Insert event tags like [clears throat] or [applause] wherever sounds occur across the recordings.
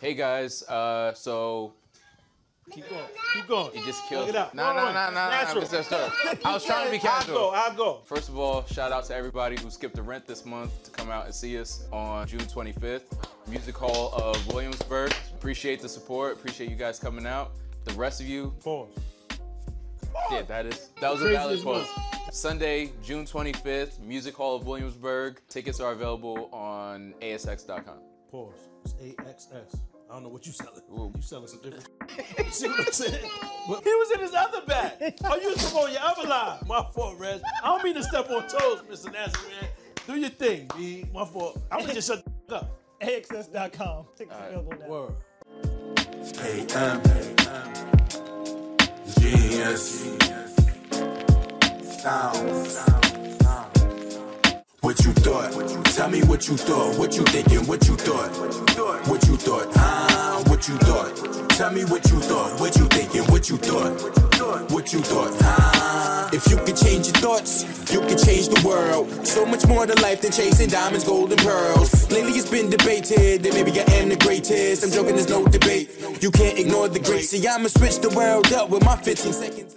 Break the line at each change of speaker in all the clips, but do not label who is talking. Hey guys, uh, so
Keep going. Keep going.
you just
Look
killed
it up.
No, no, no,
Roll it.
no, no, no.
Natural.
it's just
[laughs]
her. I was trying to be
I'll go.
casual.
I'll go.
First of all, shout out to everybody who skipped the rent this month to come out and see us on June 25th, Music Hall of Williamsburg. Appreciate the support. Appreciate you guys coming out. The rest of you,
Pause.
yeah, that is that was a
Crazy
valid
as
post.
well.
Sunday, June 25th, Music Hall of Williamsburg. Tickets are available on ASX.com.
Pause. It's AXS. I don't know what you selling.
Ooh.
You selling some different. you [laughs] see what I'm saying? But he was in his other bag. Oh, you was on your other line. My fault, Rez. I don't mean to step on toes, Mr. Nasty man. Do your thing, B. My fault. I was just shut the f- up.
AXS.com. Tickets
All right.
available now.
Word.
AM, genius, sound, What you thought? Tell me what you thought. What you thinking? What you thought? What you thought? Ah, what you thought? Tell me what you thought. What you thinking? What you thought? What you thought? Ah. If you could change your thoughts, you could change the world. So much more to life than chasing diamonds, gold, and pearls. Lately it's been debated that maybe I am the greatest. I'm joking, there's no debate. You can't ignore the great. See, I'ma switch the world up with my 15 seconds.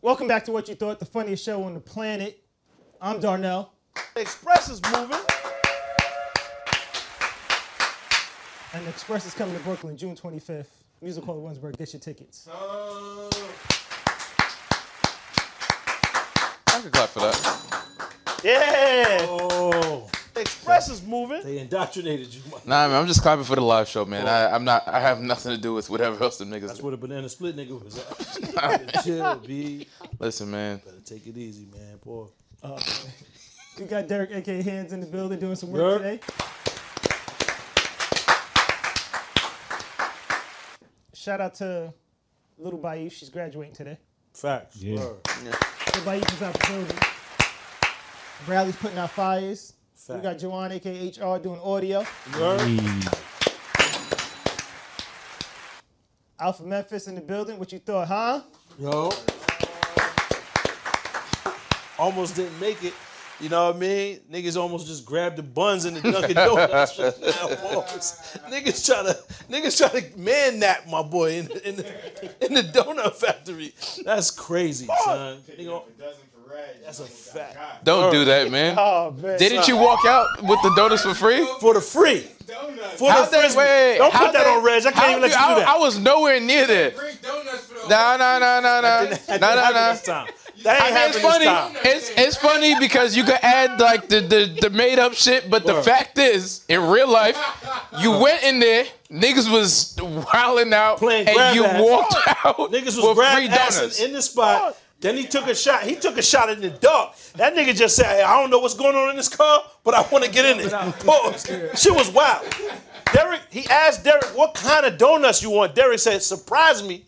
Welcome back to What You Thought, the funniest show on the planet. I'm Darnell.
Express is moving.
And the Express is coming to Brooklyn June 25th. Music Hall at Winsburg. Get your tickets.
I could clap for that.
Yeah.
Oh.
Express is moving.
They indoctrinated you. [laughs]
Nah, man, I'm just clapping for the live show, man. I, I'm not. I have nothing to do with whatever else the niggas.
That's where the banana split nigga was
[laughs]
at. Chill, B.
Listen, man.
Take it easy, man. Pause.
We got Derek, aka Hands, in the building doing some
Derek.
work today. Shout out to Little Bayou. She's graduating today.
Facts. Word.
Little Bayou is out the building. Bradley's putting out fires. We
Fact.
got Joanne, aka HR, doing audio.
Word.
Alpha Memphis in the building. What you thought, huh?
Yo. Almost didn't make it. You know what I mean? Niggas almost just grabbed the buns in the Dunkin' Donuts. just now walks. niggas try to niggas try to man nap my boy in the, in the in the donut factory. That's crazy, son. Nigga, that's a fact.
Don't do that,
[laughs]
man.
Oh man.
Didn't you walk out with the donuts for free?
For the free. For
How
the
they-
frisbee.
wait,
Don't
how
put that
they-
on Reg. I
how
can't even let you
I,
do that.
I was nowhere near there. Nah, nah, nah, nah, nah,
that
nah,
didn't
nah,
happen
nah.
this time. That
I
ain't
mean, it's
happening this time.
funny. It's it's funny because you can add like the the, the made up shit, but the
Word.
fact is, in real life, you went in there, niggas was wilding out,
Playing
and
grab
you
ass.
walked [laughs] out
Niggas was
with free
grabbing
donuts.
ass in the spot. Then he took a shot. He took a shot in the dark. That nigga just said, hey, I don't know what's going on in this car, but I want to get in it. [laughs] Pause. Shit was wild. Derek, he asked Derek, what kind of donuts you want? Derek said, surprise me.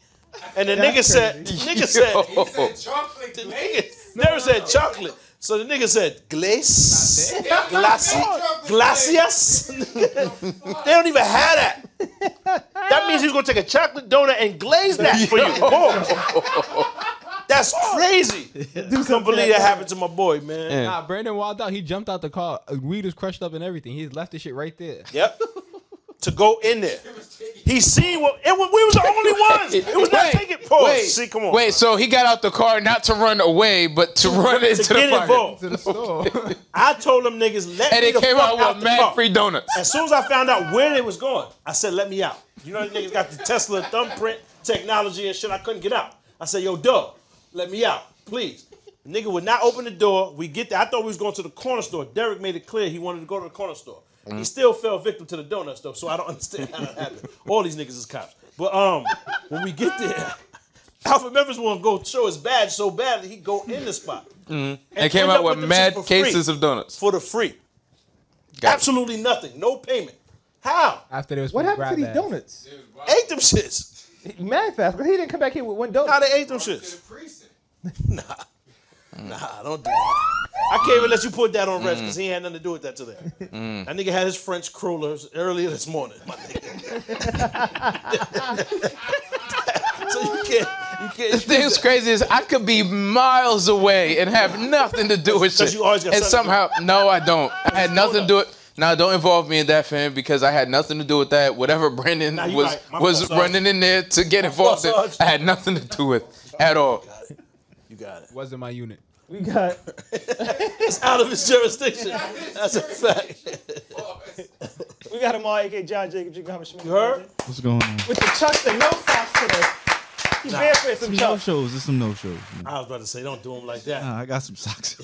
And the nigga
That's
said, nigga said,
[laughs] Yo.
the nigga, Derek said chocolate. So the nigga said, glace, glassy, glacias. [laughs] they don't even have that. That means he's gonna take a chocolate donut and glaze that for you. Oh. That's crazy.
do
Don't believe that happened to my boy, man.
Yeah.
Nah, Brandon wilded out. He jumped out the car. Uh, Weed was crushed up and everything. He left the shit right
[laughs]
there.
Yep. To go in there, he seen what it was, we was the only ones. It was not taking pause.
Wait,
See, come on.
Wait, so he got out the car not to run away, but to run into the
to get
fire. [laughs]
involved,
To the store.
I told them niggas let
And
me
it
the
came out
fuck
with
the car.
mad free donuts.
As soon as I found out where they was going, I said, "Let me out." You know, the niggas got the Tesla thumbprint technology and shit. I couldn't get out. I said, "Yo, Doug, let me out, please." The nigga would not open the door. We get there. I thought we was going to the corner store. Derek made it clear he wanted to go to the corner store. He still fell victim to the donuts though, so I don't [laughs] understand how that happened. All these niggas is cops. But um, when we get there, [laughs] Alfred Memphis want to go show his badge so bad that he go in the spot
And Mm-hmm. came
end
out
up
with
with them
mad
shit for free.
cases of donuts.
for the free.
Got it.
Absolutely nothing. No payment. How?
[laughs] After they was
What
supposed
happened to
grab
these
ass.
donuts?
Ate them shits.
Mad fast. 'cause He didn't come back here with one donut.
Nah, they ate them shits. [laughs] nah. Nah, don't do that. I can't even let you put that on Reg because he had nothing to do with that today.
Mm.
That nigga had his French crullers earlier this morning, my nigga. [laughs] so you can't, you
The
can't.
thing that's crazy is I could be
[laughs]
miles away and have nothing to do with shit.
you always got
and
something to
somehow,
do.
no, I don't. I had nothing to do it. Now don't involve me in that, fam, because I had nothing to do with that. Whatever Brandon
Nah, you
was
right. My
was
fault, Sarge.
running in there to get involved in,
fault, Sarge.
I had nothing to do with at all.
You got it.
Wasn't my unit.
We got
It's out of his jurisdiction. That's a fact.
We got him all, aka John Jacobs. You got him Schmidt.
You heard?
What's going on?
With the chucks and no socks today. He barefoot some
Some no
chucks.
shows. There's some no shows. man.
I was about to say, don't do him like that.
Nah, I got some socks.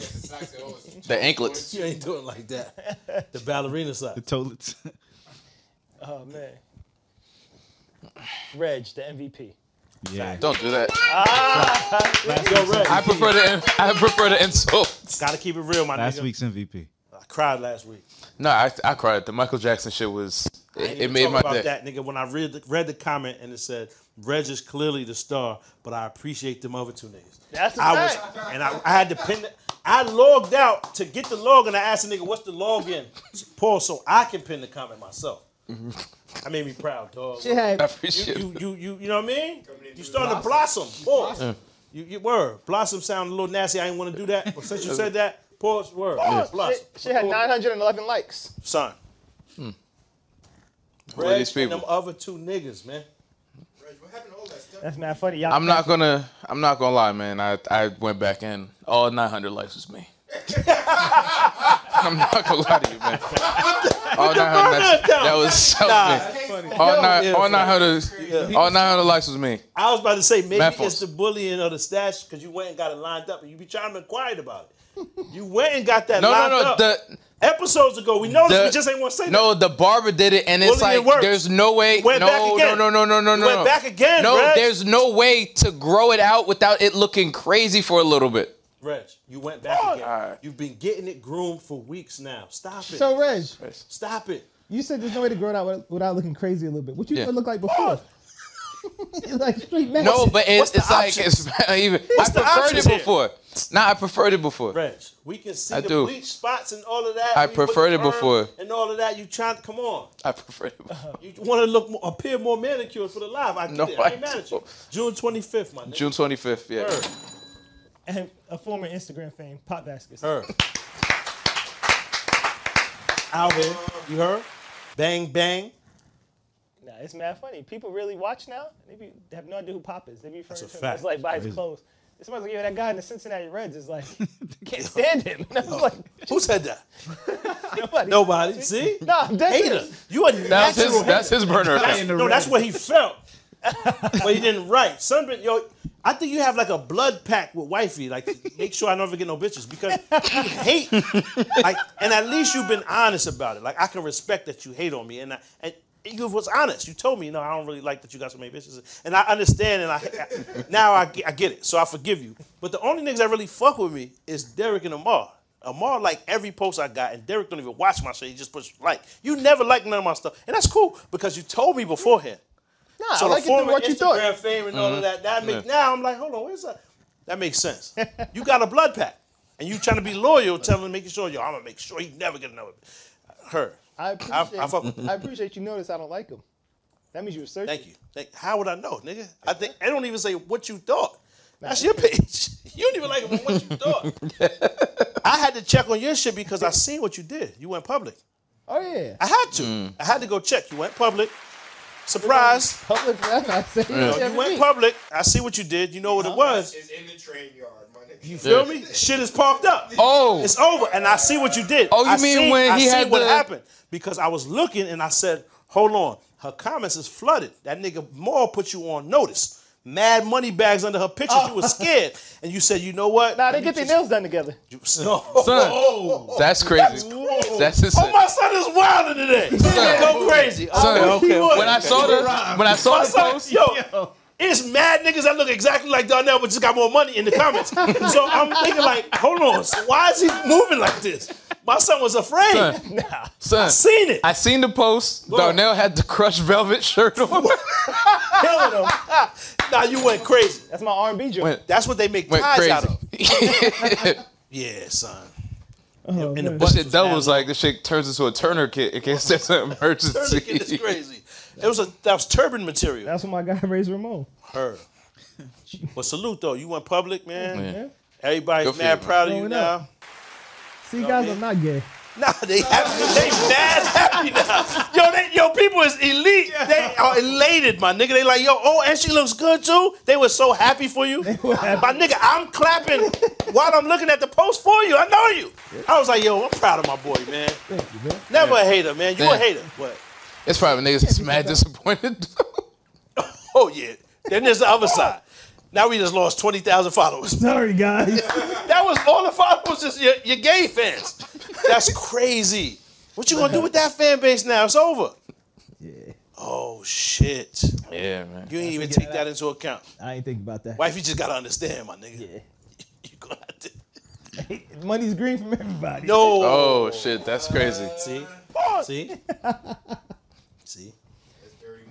The anklets.
You ain't doing like that. The ballerina
the
side.
toilets.
Oh man. Reg, the MVP.
yeah.
Don't do that.
Yo, Red,
I prefer the I prefer the insult.
gotta keep it real, my
Last
nigga.
week's MVP.
I cried last week.
No, I, I cried. The Michael Jackson shit was
I
it,
didn't
it
even
made
talk
my
about
day.
that nigga when I read the, read the comment and it said Reg is clearly the star, but I appreciate them other two niggas.
That's a
I
fact.
was and I, I had to pin. The, I logged out to get the log and I asked the nigga what's the login, Paul, so I can pin the comment myself.
Mm-hmm.
I made me proud, dog.
shit had
I
You,
appreciate it.
you, you, you, you know what I mean? You starting to blossom, pause. You, you were blossom sound a little nasty. I didn't want to do that, but since you said that, pause. Word, blossom,
Shit, shit had 911 likes.
son.
Hmm. One of
Reg
these
and
people.
them other two niggas, man.
That's not funny. Y'all
I'm not gonna I'm not gonna lie, man. I, I went back in. All 900 likes was me. [laughs] I'm not gonna lie to you,
[laughs]
man. All 900 likes, that was that was me. All, nine, all 900 all 900 likes was me.
I was about to say maybe
Mad folks.
it's the bullying of the stash because you went and got it lined up and you be trying to be quiet about it. You went and got that
No, no,
lined
no.
up
The
episodes ago. We noticed
the-
we just ain't want to say
no, the barber did it, and it's
Bullying
like
works.
there's no way.
Went
no,
back again.
no, no, no, no, no,
went
no.
back again,
No,
Reg.
there's no way to grow it out without it looking crazy for a little bit.
that. Reg, you went back again.
Alright.
You've been getting it groomed for weeks now. Stop it.
so Reg.
Stop it.
You said there's no way to grow it out without- without looking crazy a little bit. What you
Yeah.
thought it looked like
[laughs]
before? [laughs] It's like straight mess.
No, but it's,
what's the
it's like it's [laughs]
options?
not even. I
the
preferred
options
it
here?
before. Nah, I preferred it before.
Reg, we can see
I
the
do.
bleach spots and all of that.
I
We put
preferred
the
it
perm
before.
And all of that. You trying to come on.
I preferred it before.
You want to look more, appear more manicured for the live. I get
No,
it. I ain't
I
mad at you.
don't.
June 25th, my nigga.
June 25th. Yeah.
Word.
And a former Instagram fame, Pop Baskets.
Her. Out here. You heard? Bang, bang.
Nah, it's mad funny. People really watch now. They, be, they have no idea who Pop is. They be referring
a
to him
fact.
as like by his clothes. It's almost like, yo, that guy in the Cincinnati Reds is
[laughs]
like, can't stand him. [laughs] And I was like,
Who said that?
nobody.
Nobody. See?
No, I'm dead.
Hater. You a
That's
natural
his.
hater.
That's his burner. account. [laughs]
no, that's what he felt. but he didn't write. Sunbit, yo, I think you have like a blood pact with wifey. Like, make sure I never get no bitches because you hate. Like, and at least you've been honest about it. Like, I can respect that you hate on me, and I, and you was honest. You told me, no, I don't really like that you got so many bitches, and I understand, and I, I- now I, get- I get it, so I forgive you. But the only niggas that really fuck with me is Derek and Amar. Amar like every post I got, and Derek don't even watch my shit. He just puts like. You never like none of my stuff, and that's cool because you told me beforehand
Nah,
so
I like it
the
than
former
what you
Instagram
thought.
fame and all of that. That make, now I'm like, hold on, where's that? That makes sense. you got a blood pact, and you trying to be loyal, telling, making sure yo, I'm gonna make sure he never get another. Her,
I
I,
appreciate,
I fuck with.
I appreciate you notice I don't like him. That means you were searching.
Thank you. Thank, how would I know, nigga? I think I don't even say what you thought. That's your page. [laughs] You don't even like it for what you thought. I had to check on your shit because I seen what you did. You went public.
Oh yeah.
I had to. I had to go check. You went public. Surprise.
Public that's
[laughs]
not saying yeah.
Oh, You went public. I see what you did. You know what it was.
It's in the train yard, my nigga.
You feel me? Shit is parked up.
Oh,
It's over, and I see what you did.
Oh, you
I
mean
see,
when
I
he
see
had
what
the-
happened because I was looking and I said, "Hold on, her comments is flooded. That nigga Maul put you on notice. Mad money bags under her pictures. You was scared, and you said, you know what?
Oh. Nah, they get their
[laughs]
nails done together.
You-
son, that's crazy. That's his.
Oh, my son is wilding today.
Son.
Go crazy.
Son,
I wish he would.
when I saw the when I saw
My
the
son,
post,
yo, it's mad niggas that look exactly like Darnell, but just got more money in the comments. so I'm thinking like, hold on, so why is he moving like this? My son was afraid.
Son.
Nah,
son,
seen it.
I seen the post. Darnell had the crushed velvet shirt on.
Killing them.
Now you went crazy.
That's my R&B joint.
Went-
That's what they make
Went
ties out of.
crazy. [laughs]
Yeah, son.
in
Oh,
the
This shit doubles like this shit turns into a Turner kit in case there's an
Turner kid is
emergency.
crazy. It was a that was turban material.
That's what my guy [laughs] Razor Ramon.
Her. But salute though, you went public, man.
Yeah.
Everybody's
Good for you,
mad
man.
proud of you
Growing
now.
up. See guys, I'm not gay.
Nah, they happy. They mad happy now. Yo, they, yo, people is elite. They are elated, my nigga. They like, yo, oh, and she looks good too. They were so happy for you. My nigga, I'm clapping while I'm looking at the post for you. I know you. I was like, yo, I'm proud of my boy, man. Thank you, man. Never a hater, man. You a
Yeah.
hater. What?
It's probably niggas that's
[laughs]
mad disappointed.
Oh yeah. Then there's the other side. Now we just lost twenty thousand followers.
Sorry, guys.
That was all the followers is your, your gay fans. That's crazy. What you gonna do with that fan base now? It's over.
Yeah.
Oh shit.
yeah, man.
You ain't even take that into account.
I ain't thinking about that.
Wife, you just gotta understand, my nigga. [laughs] You gonna have to.
Money's green
[laughs]
from everybody.
No.
Oh shit, that's crazy.
See?
[laughs]
See? See?
That's dirty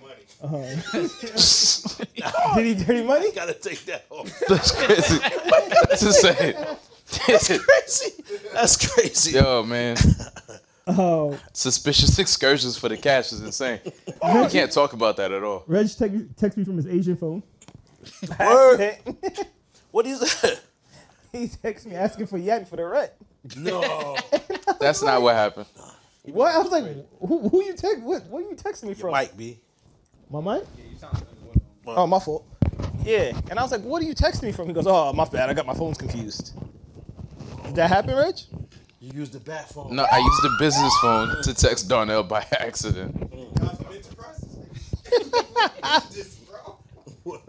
money.
Did he dirty money?
Gotta take that off. [laughs]
That's crazy. That's insane.
Crazy. That's crazy.
Yo, man.
Oh,
Suspicious excursions for the cash is insane. We can't talk about that at all.
Reg text, text me from his Asian phone.
Word. What is that?
[laughs] He texted me asking for Yabby for the rent.
No.
That's not what happened.
What? I was like, who, who you text? What, what you texting me from?
Mike B.
My mic? Oh, my fault. Yeah. And I was like, what are you texting me from? He goes, oh, my bad. I got my phones confused. Did that happen, Reg?
You used the bat phone.
No, I used the business phone to text Darnell by [laughs] accident.
Got some enterprises. This, bro.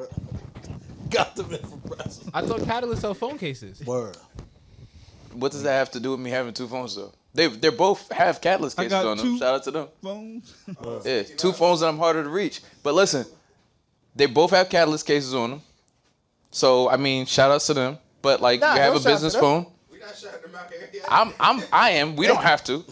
Got them in from Brazil.
I thought Catalyst sell phone cases.
Word.
What does that have to do with me having two phones though? They they both have catalyst cases
got
on them.
two.
Shout out to them.
Phones.
Uh,
Yeah, two phones that I'm harder to reach. But listen, they both have catalyst cases on them. So I mean, shout outs to them. But like,
Nah,
you have
no
a
shout out
business
to them.
phone.
We not shouting them out here.
I'm I'm I am. We don't have
[laughs]
to.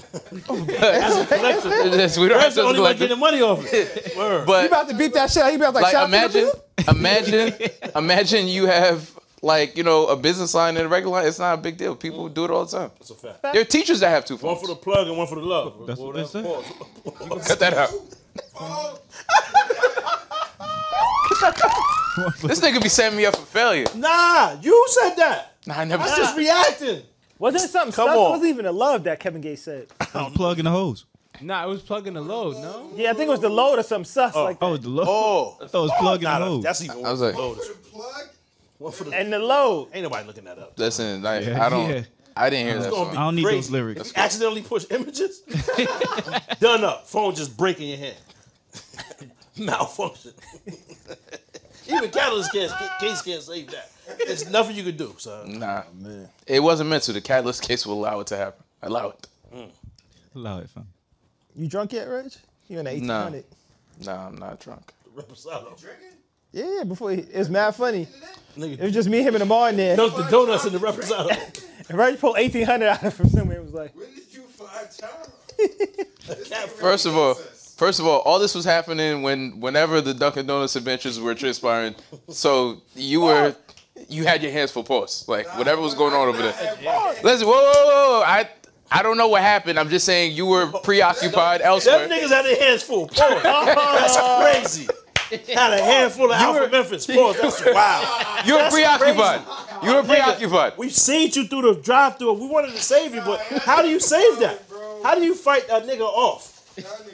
Collector.
Yes, we don't have
That's the
to.
only one
collect
getting
it.
money off it. Word.
You
But
about to beat that shit out. You about to like,
like,
shout
imagine, imagine,
[laughs]
imagine you have like you know a business line and a regular line. It's not a big deal. People
Mm.
do it all the time.
That's a fact.
There are teachers that have two
One
phones.
for the plug and one for the love.
That's what they
Whatever.
say.
Pause.
Cut that [laughs] out. this nigga be setting me up for failure.
Nah, you said that.
Nah, I never
I'm
said.
just reacting.
Wasn't it something?
Come
Come
on.
wasn't even the love that Kevin Gates said.
Plug in the hose.
Nah, it was plugging the load. No,
Yeah, I think it was the load or some sus like that.
Oh, the load.
Oh,
I thought it was plug in the
nah,
hose.
that's even.
I was like-
loaded.
Plug.
One for the-
And the load.
ain't nobody looking that up.
Listen, like,
Yeah.
I don't.
Yeah.
I didn't hear that
gonna
song.
I don't need
Great.
those lyrics.
If you accidentally push
[laughs]
images, done up. Phone just breaking your hand. [laughs] Malfunction. [laughs] Even catalyst can't, case can't save that. There's nothing you can do, son.
Nah, it wasn't meant to. The catalyst case will allow it to happen. Allow it.
Allow it, fam.
You drunk yet, Reg? You in the 1800?
Nah, I'm not drunk.
Reposado.
Yeah, yeah, before he, it was mad funny.
[laughs]
It
Nigga
was just me, him, and Amar in there.
dunked the donuts in the reposado.
[laughs]
And Reg pulled 1800 out of from somewhere. It was like,
When did you find Tyra?
First of all, first of all, all this was happening when whenever the Dunkin' Donuts adventures were transpiring. So you were, you had your hands full pause. Like whatever was going on over there. Listen, whoa, whoa, whoa, whoa. I I don't know what happened. I'm just saying you were preoccupied elsewhere.
Them niggas had their hands
[laughs]
full. Pause. That's crazy. Had a handful of out from Memphis. Pause.
[laughs]
That's wild.
You were preoccupied. You were preoccupied.
We've seen you through the drive-through. We wanted to save you, but how do you save that? How do you fight a nigga off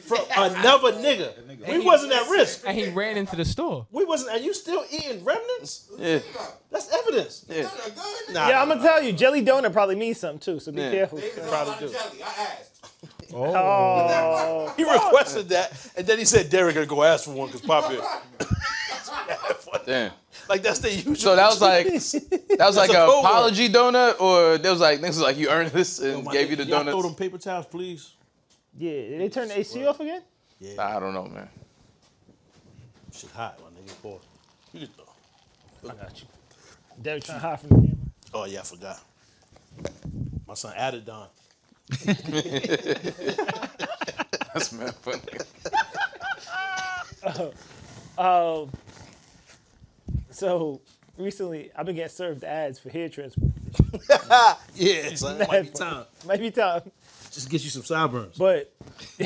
from another nigga? We wasn't at risk.
and he ran into the store.
We wasn't, and you still eating remnants?
Yeah.
That's evidence.
Yeah.
Nah,
yeah, I'm gonna tell you, jelly donut probably means something too. So be
Yeah.
careful.
Probably do. Jelly. I asked.
Oh,
he requested that, and then he said Derek gonna go ask for one because Pop here.
Damn.
Like that's the usual.
So that was like that was like
a
an
code word.
apology donut, or there was like niggas was like you earned this
Oh
and gave you the
Oh Y'all Throw them
donuts.
paper towels, please.
[laughs] yeah. Did they turn the AC off again?
I don't know, man. [laughs]
Shit hot, my nigga. Pause. You can throw.
I got you. Derek trying to hide from the camera.
Oh yeah, I forgot. My son added Don.
That's mad funny.
Um, so recently, I've been getting served ads for hair [laughs] transplant.
Yeah, son, it might be time.
Might be time,
Just get you some sideburns.
but [laughs]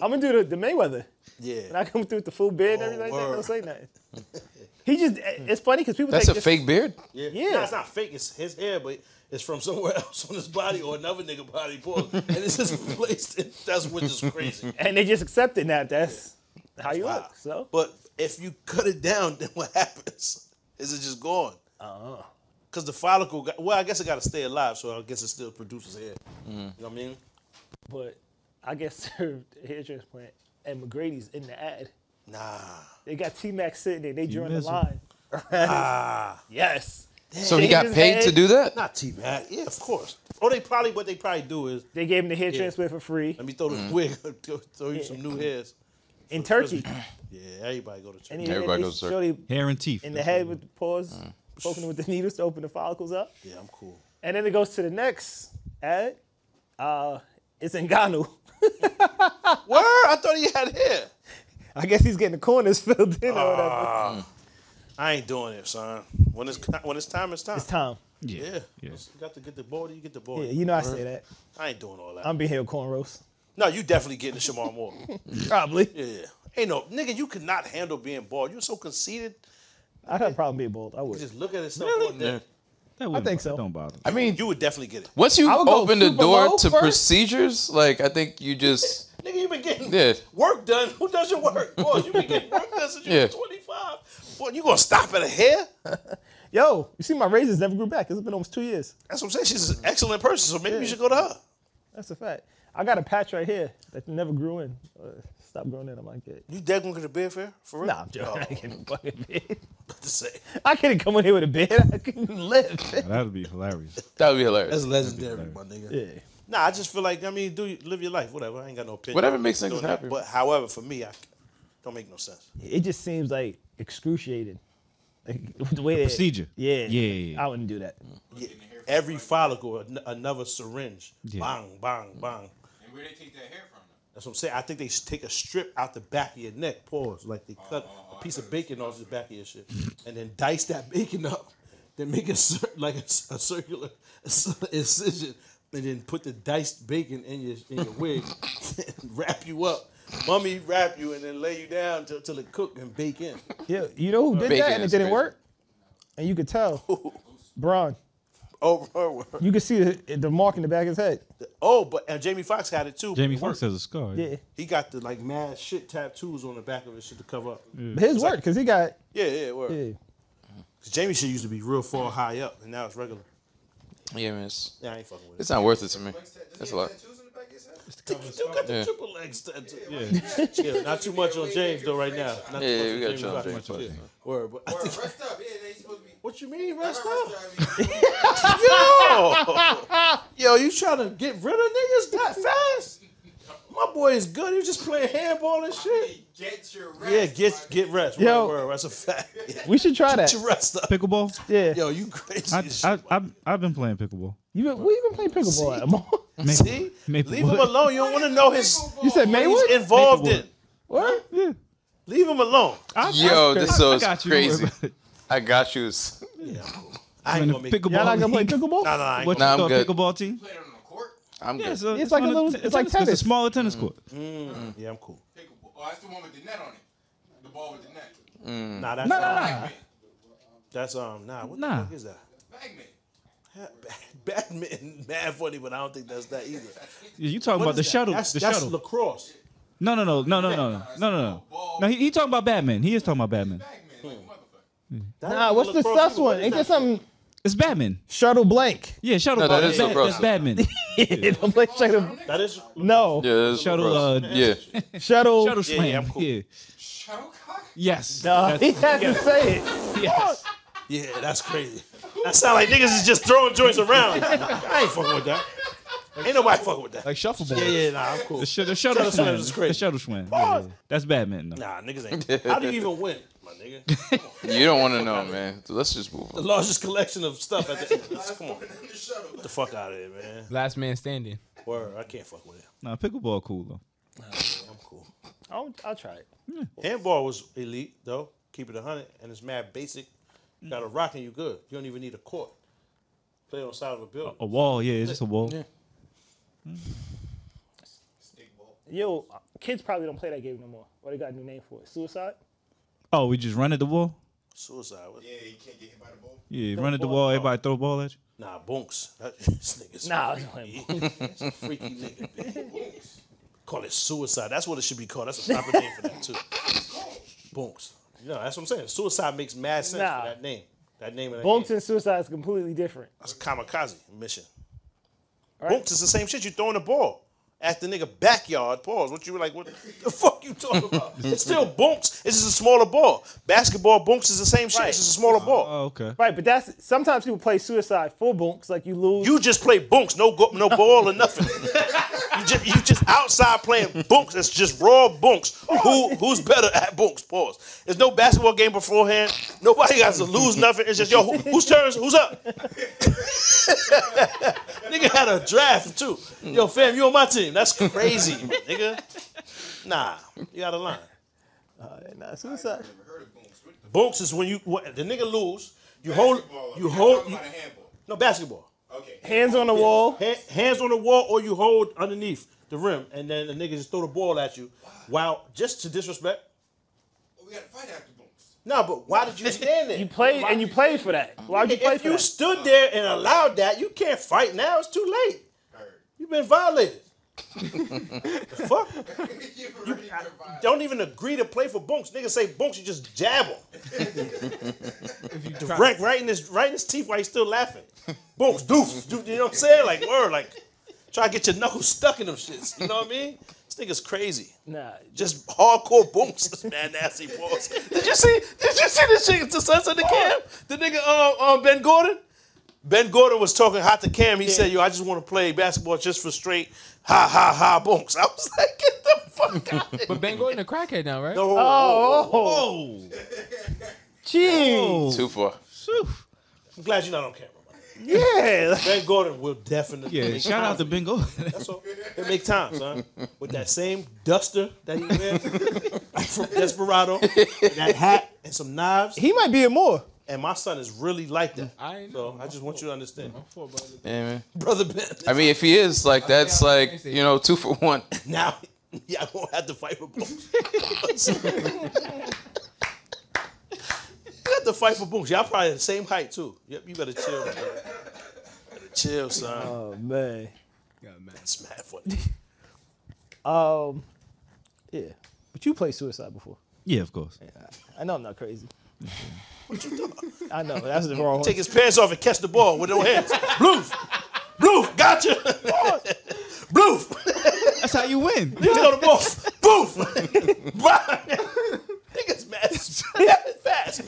I'm gonna do the, the Mayweather. And
Yeah.
I come through with the full beard and everything.
word.
Don't say nothing. He just—it's funny because people
That's a
think this-
fake beard.
yeah.
Yeah.
Nah, it's not fake. It's his hair, but is from somewhere [laughs] else on his body or another nigga body, [laughs] pause. and it's just placed. In, that's which is [laughs] crazy.
And they just accepted that. That's how you
Wow.
look. So
But if you cut it down, then what happens? Is it just gone? Uh-huh. Because the follicle, got, well, I guess it got to stay alive, so I guess it still produces hair. You know what I mean?
but I get [laughs] served a hair transplant and McGrady's in the ad.
Nah.
They got T Mac sitting there, they drawing the
miserable.
line.
Ah.
Yes.
So he got
His
paid to
head-
do that?
Not T Mac. Yeah, of course. Or they probably, what they probably do is,
They gave him the hair
Yeah.
transplant for free
let me throw this wig, throw- throw you some new hairs.
in Turkey.
Yeah, everybody go to church.
And he
Everybody
Everybody
goes
goes
to
Hair and teeth.
in the head with the paws,
Mm.
poking with the needles to open the follicles up.
yeah, I'm cool.
And then it goes to the next ad. Uh, it's Ngannou.
Word? I thought he had hair.
I guess he's getting the corners [laughs] filled in or whatever.
Ah. I ain't doing it, son. When it's when it's time, it's time.
It's time.
Yeah.
Yeah.
You got to get the body, you get the body.
Yeah, you know I say that.
I ain't doing all that.
I'm being here with cornrows.
no, you definitely getting Shamar Moore. [laughs]
Probably.
Yeah. Ain't no nigga, you could not handle being bald. You're so conceited.
I'd have a problem being bald. I would.
Just look at it. All day.
That wouldn't-
think so.
Don't bother.
I mean,
You would definitely get it.
once you
I would go
open the
super
door
low
to
first.
procedures, like I think you just
Nigga, you been getting
Yeah.
work done. Who does your work? Boy, you been getting work done since you
Yeah.
were 25. Boy, you gonna stop at a hair?
Yo, you see my razors never grew back. It's been almost two years.
That's what I'm saying. She's an excellent person, so maybe you should go to her.
That's a fact. I got a patch right here that never grew in. Uh, stop growing in. I'm like, yeah.
You dead gonna get a beard fair? For real? [laughs]
Nah, I'm joking.
Oh,
I ain't getting a fucking beard.
about to say.
I couldn't come in here with a beard. [laughs] I couldn't live.
That would be hilarious.
that would be hilarious.
That's legendary, my nigga.
yeah.
Nah, I just feel like I mean, do you, live your life, whatever. I ain't got no opinion.
Whatever makes niggas
Doing that.
happy.
But however, for me, I don't make no sense.
It just seems like excruciating. Like, the way the
procedure.
Yeah.
Yeah, yeah, Mm. yeah.
I wouldn't do that.
Every follicle, an- another syringe.
Yeah. Mm.
Bang, bang, bang.
And where they take that hair from? though?
That's what I'm saying. I think they should take a strip out the back of your neck, pause, like they
Oh,
cut a piece of bacon off the back of your shit, and then dice that bacon up, then make a cir- [laughs] like a, c- a circular [laughs] incision, and then put the diced bacon in your in your wig, [laughs] and wrap you up, mummy wrap you, and then lay you down till, till it cook and bake in. [laughs]
Yeah. You know who did
Bacon
that and it
is
didn't
crazy.
work? And you could tell. Braun.
Oh, oh, oh.
You could see the, the mark in the back of his head.
oh, but and Jamie Foxx had it too.
Jamie
It worked.
Foxx has a scar.
Yeah.
He got the like mad shit tattoos on the back of his shit to cover up. Yeah,
But his work, because he got.
yeah, it worked.
Yeah.
'Cause Jamie shit used to be real far high up, and now it's regular.
Yeah, man, it's,
Yeah, I ain't fucking with it.
it's not worth it to me.
Does he have
That's a lot.
Tattoos in the back of his head?
You do got the
Yeah.
triple legs tattoo. [laughs] Yeah, not too much on James though right now. Not
Yeah, yeah,
too
we
much
gotta chill on
James.
James.
Yeah. Word, but I
Or
think-
rest up. Yeah, they supposed to be.
what you mean rest
Rest
up?
up. I
[laughs]
mean,
Yo, you trying to get rid of niggas that fast? My boy is good. He was just playing handball and shit.
Get your rest.
Yeah, get get rest. Word,
Yo.
word, that's a fact. Yeah,
We should try that.
Get your [laughs] rest up.
Pickleball?
Yeah.
Yo, you crazy.
I,
as
I, I, I've been playing pickleball.
You been, where you been playing pickleball at, Mo?
Maple-
[laughs] See?
Maple
Leave him
Wood.
alone. You don't want to know his
You said
he's
Maywood?
involved in.
Maplewood.
What?
Yeah.
Leave him alone.
I,
Yo, this
I-
so
I
is
got you, don't worry
crazy.
about it.
I got you.
I ain't
In the
gonna make.
Y'all
pickleball
not gonna play
league.
pickleball?
Nah, nah, I ain't
[laughs] What
gonna-
you
Nah, I'm
call
good.
pickleball team?
Played on the court.
I'm
Yeah,
good.
it's, a,
like
one
a
of-
little- it's like
tennis court. It's
tennis.
a smaller tennis court.
Yeah, I'm cool.
Pickleball. Oh, that's the one with the net on it. The ball with the net.
Nah, that's
Mm. Nah, nah,
um,
nah.
that's um, nah. What the
Nah.
fuck is that?
Bagman.
[laughs] Badminton, mad funny, but I don't think that's that either.
Yeah, You talking
What
about
is
the
that?
shuttle?
That's,
the
that's
shuttle?
lacrosse.
No, no, no, no, no, no, no, no, no, no. No, he, he talking about Batman. He is talking about Batman.
Bagman, like a motherfucker.
That
Nah,
ain't
what's the
lacrosse
sus
either.
one?
What is
Ain't there
that?
something
It's Batman.
shuttle blank?
Yeah, shuttle.
No, that
that's
is so
Bat-
gross.
that's Batman.
Don't play shuttle.
That is
No.
Yeah, that's
Shuttle,
gross.
uh,
yeah.
Shuttle.
Shuttle
Yeah,
slam.
yeah, I'm cool.
Yeah.
Shuttlecock?
Yes.
No,
That's-
he had to say it.
yes.
yeah, that's crazy. That sound like niggas is just throwing joints
[laughs]
around. I ain't fucking with that. Ain't nobody fucking with that.
Like shuffleboard.
Yeah, yeah, nah, I'm cool.
The, sh- the shuttle,
Shuttle slam
slam.
is crazy.
The shuttle slam. Yeah, yeah. That's Batman. Though.
Nah, niggas ain't. How do you even win, my nigga?
You don't want to know, man. Let's just move
The
on.
[laughs] largest collection of stuff at the end.
[laughs] Last
Come on,
one
get
in the shuttle.
the fuck out of here, man.
Last man standing.
Word, I can't fuck with it.
Nah, pickleball cool though.
I'm cool.
I'll, I'll try it.
Handball was elite though. Keep it hundred, and it's mad basic.
Mm.
You got a rock and you good. You don't even need a court. Play it on the side of a building.
A wall. Yeah, it's just a wall. Yeah.
Yo, kids probably don't play that game no more. What they got a new name for it? Suicide?
Oh, we just run at the wall.
Suicide. was-
Yeah, you can't get hit by the ball.
Yeah, you run at the wall, everybody throw a ball at you.
Nah, bunks. That- [laughs] This nigga's
Nah, I
freaky. It's a freaky nigga.
[laughs]
man. Call it suicide. That's what it should be called. That's a proper name for that too. Bunks. You know, that's what I'm saying. Suicide makes mad sense
Nah.
for that name. That name of that
Bunks
game.
and suicide is completely different.
That's a kamikaze mission.
All right?
Bunks is the same shit. You throwing the ball at the nigga backyard. Pause. What you were like? What the fuck you talking about? it's still bunks. It's just a smaller ball. Basketball bunks is the same shit.
Right. Uh,
It's just a smaller ball.
Oh, okay.
Right, but that's sometimes people play suicide for bunks, like you lose.
You just play bunks, no go, no ball or nothing. you just you just outside playing bunks. It's just raw bunks. Who who's better at bunks? Pause. There's no basketball game beforehand. Nobody got to lose nothing. It's just yo, who, whose turns? Who's up? [laughs] nigga had a draft too. Yo, fam, you on my team? That's crazy, [laughs] nigga. Nah, you out of line.
nah,
Uh,
suicide.
Bunks is when you what, the nigga lose. You hold you hold you,
About a handball.
no basketball.
Okay.
Hands on the wall.
Ha- hands on the wall or you hold underneath the rim and then the nigga just throw the ball at you. Wow, just to disrespect.
We got to fight after booms.
No, but why did you stand there?
[laughs] You play and you play for that. Why would you play
if
for
you
that?
stood there and allowed that, you can't fight now. It's too late. [laughs]
Heard. [laughs]
You've been violated. the fuck?
you already provided.
Don't even agree to play for bunks. Niggas say bunks, you just jab him.
If you
Right, right in his right in his teeth while he's still laughing. Bunks, doof. doof you know what I'm saying? Like word, like try to get your knuckles stuck in them shits. You know what I mean? This nigga's crazy.
Nah,
just hardcore [laughs] booms. This man nasty balls. Did you see? Did you see this shit? The sons of the cam. The nigga, um, um, Ben Gordon. Ben Gordon was talking hot to Cam. He said, "Yo, I just want to play basketball just for straight ha ha ha bunks." I was like, "Get the fuck out!" of here."
But Ben Gordon a crackhead now, right?
oh,
jeez.
Too far.
I'm glad you're not on camera. man.
Yeah,
Ben Gordon will definitely.
Yeah,
make
shout
time.
out to Bingo.
That's all. It make time, son. With that same duster that he wears [laughs] from Desperado, and that hat, and some knives.
He might be in more.
And my son is really like that.
I ain't
So
know.
I just want you to understand.
Yeah, man.
Brother Ben. [laughs]
I mean, if he is like, that's
I
like
see.
you know, two for one.
now yeah, I won't have to fight for [laughs] Booms. you have to fight for Booms. Y'all probably the same height too. Yep, you better chill, man. Better chill, son.
oh man.
That's mad funny.
Um, yeah, but you played suicide before.
[laughs] yeah, of course.
I know I'm not crazy. I know that's the wrong one.
Take his pants off and catch the ball with no hands. Bloof! Bloof! Gotcha! [laughs] Bloof!
That's how you win.
Niggas on the ball. Boof! [laughs] Bye! Niggas mad as [laughs] fast.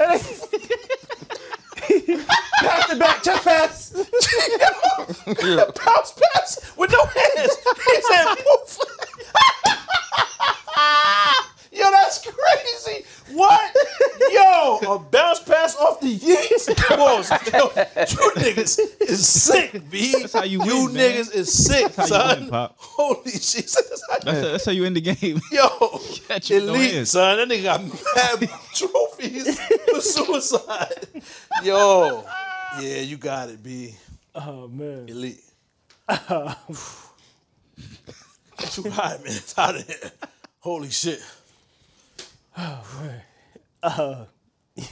Back to back, check pass.
[laughs] bounce pass with no hands. He said, "Poof." [laughs] Yo, that's crazy. What? Yo, a bounce pass off the yeast balls. Yo, you niggas is sick, B. That's
how you
You
win, man.
niggas is sick,
That's how you
son.
win, Pop.
Holy shit. That's how
[laughs] That's, that's how you end the game.
Yo,
Catch it with no
elite
hands.
son, that nigga got mad [laughs] trophies for suicide. Yo, yeah, you got it, B.
Oh man.
Elite. It's too hot, man. It's hot in here. Holy shit.
[laughs]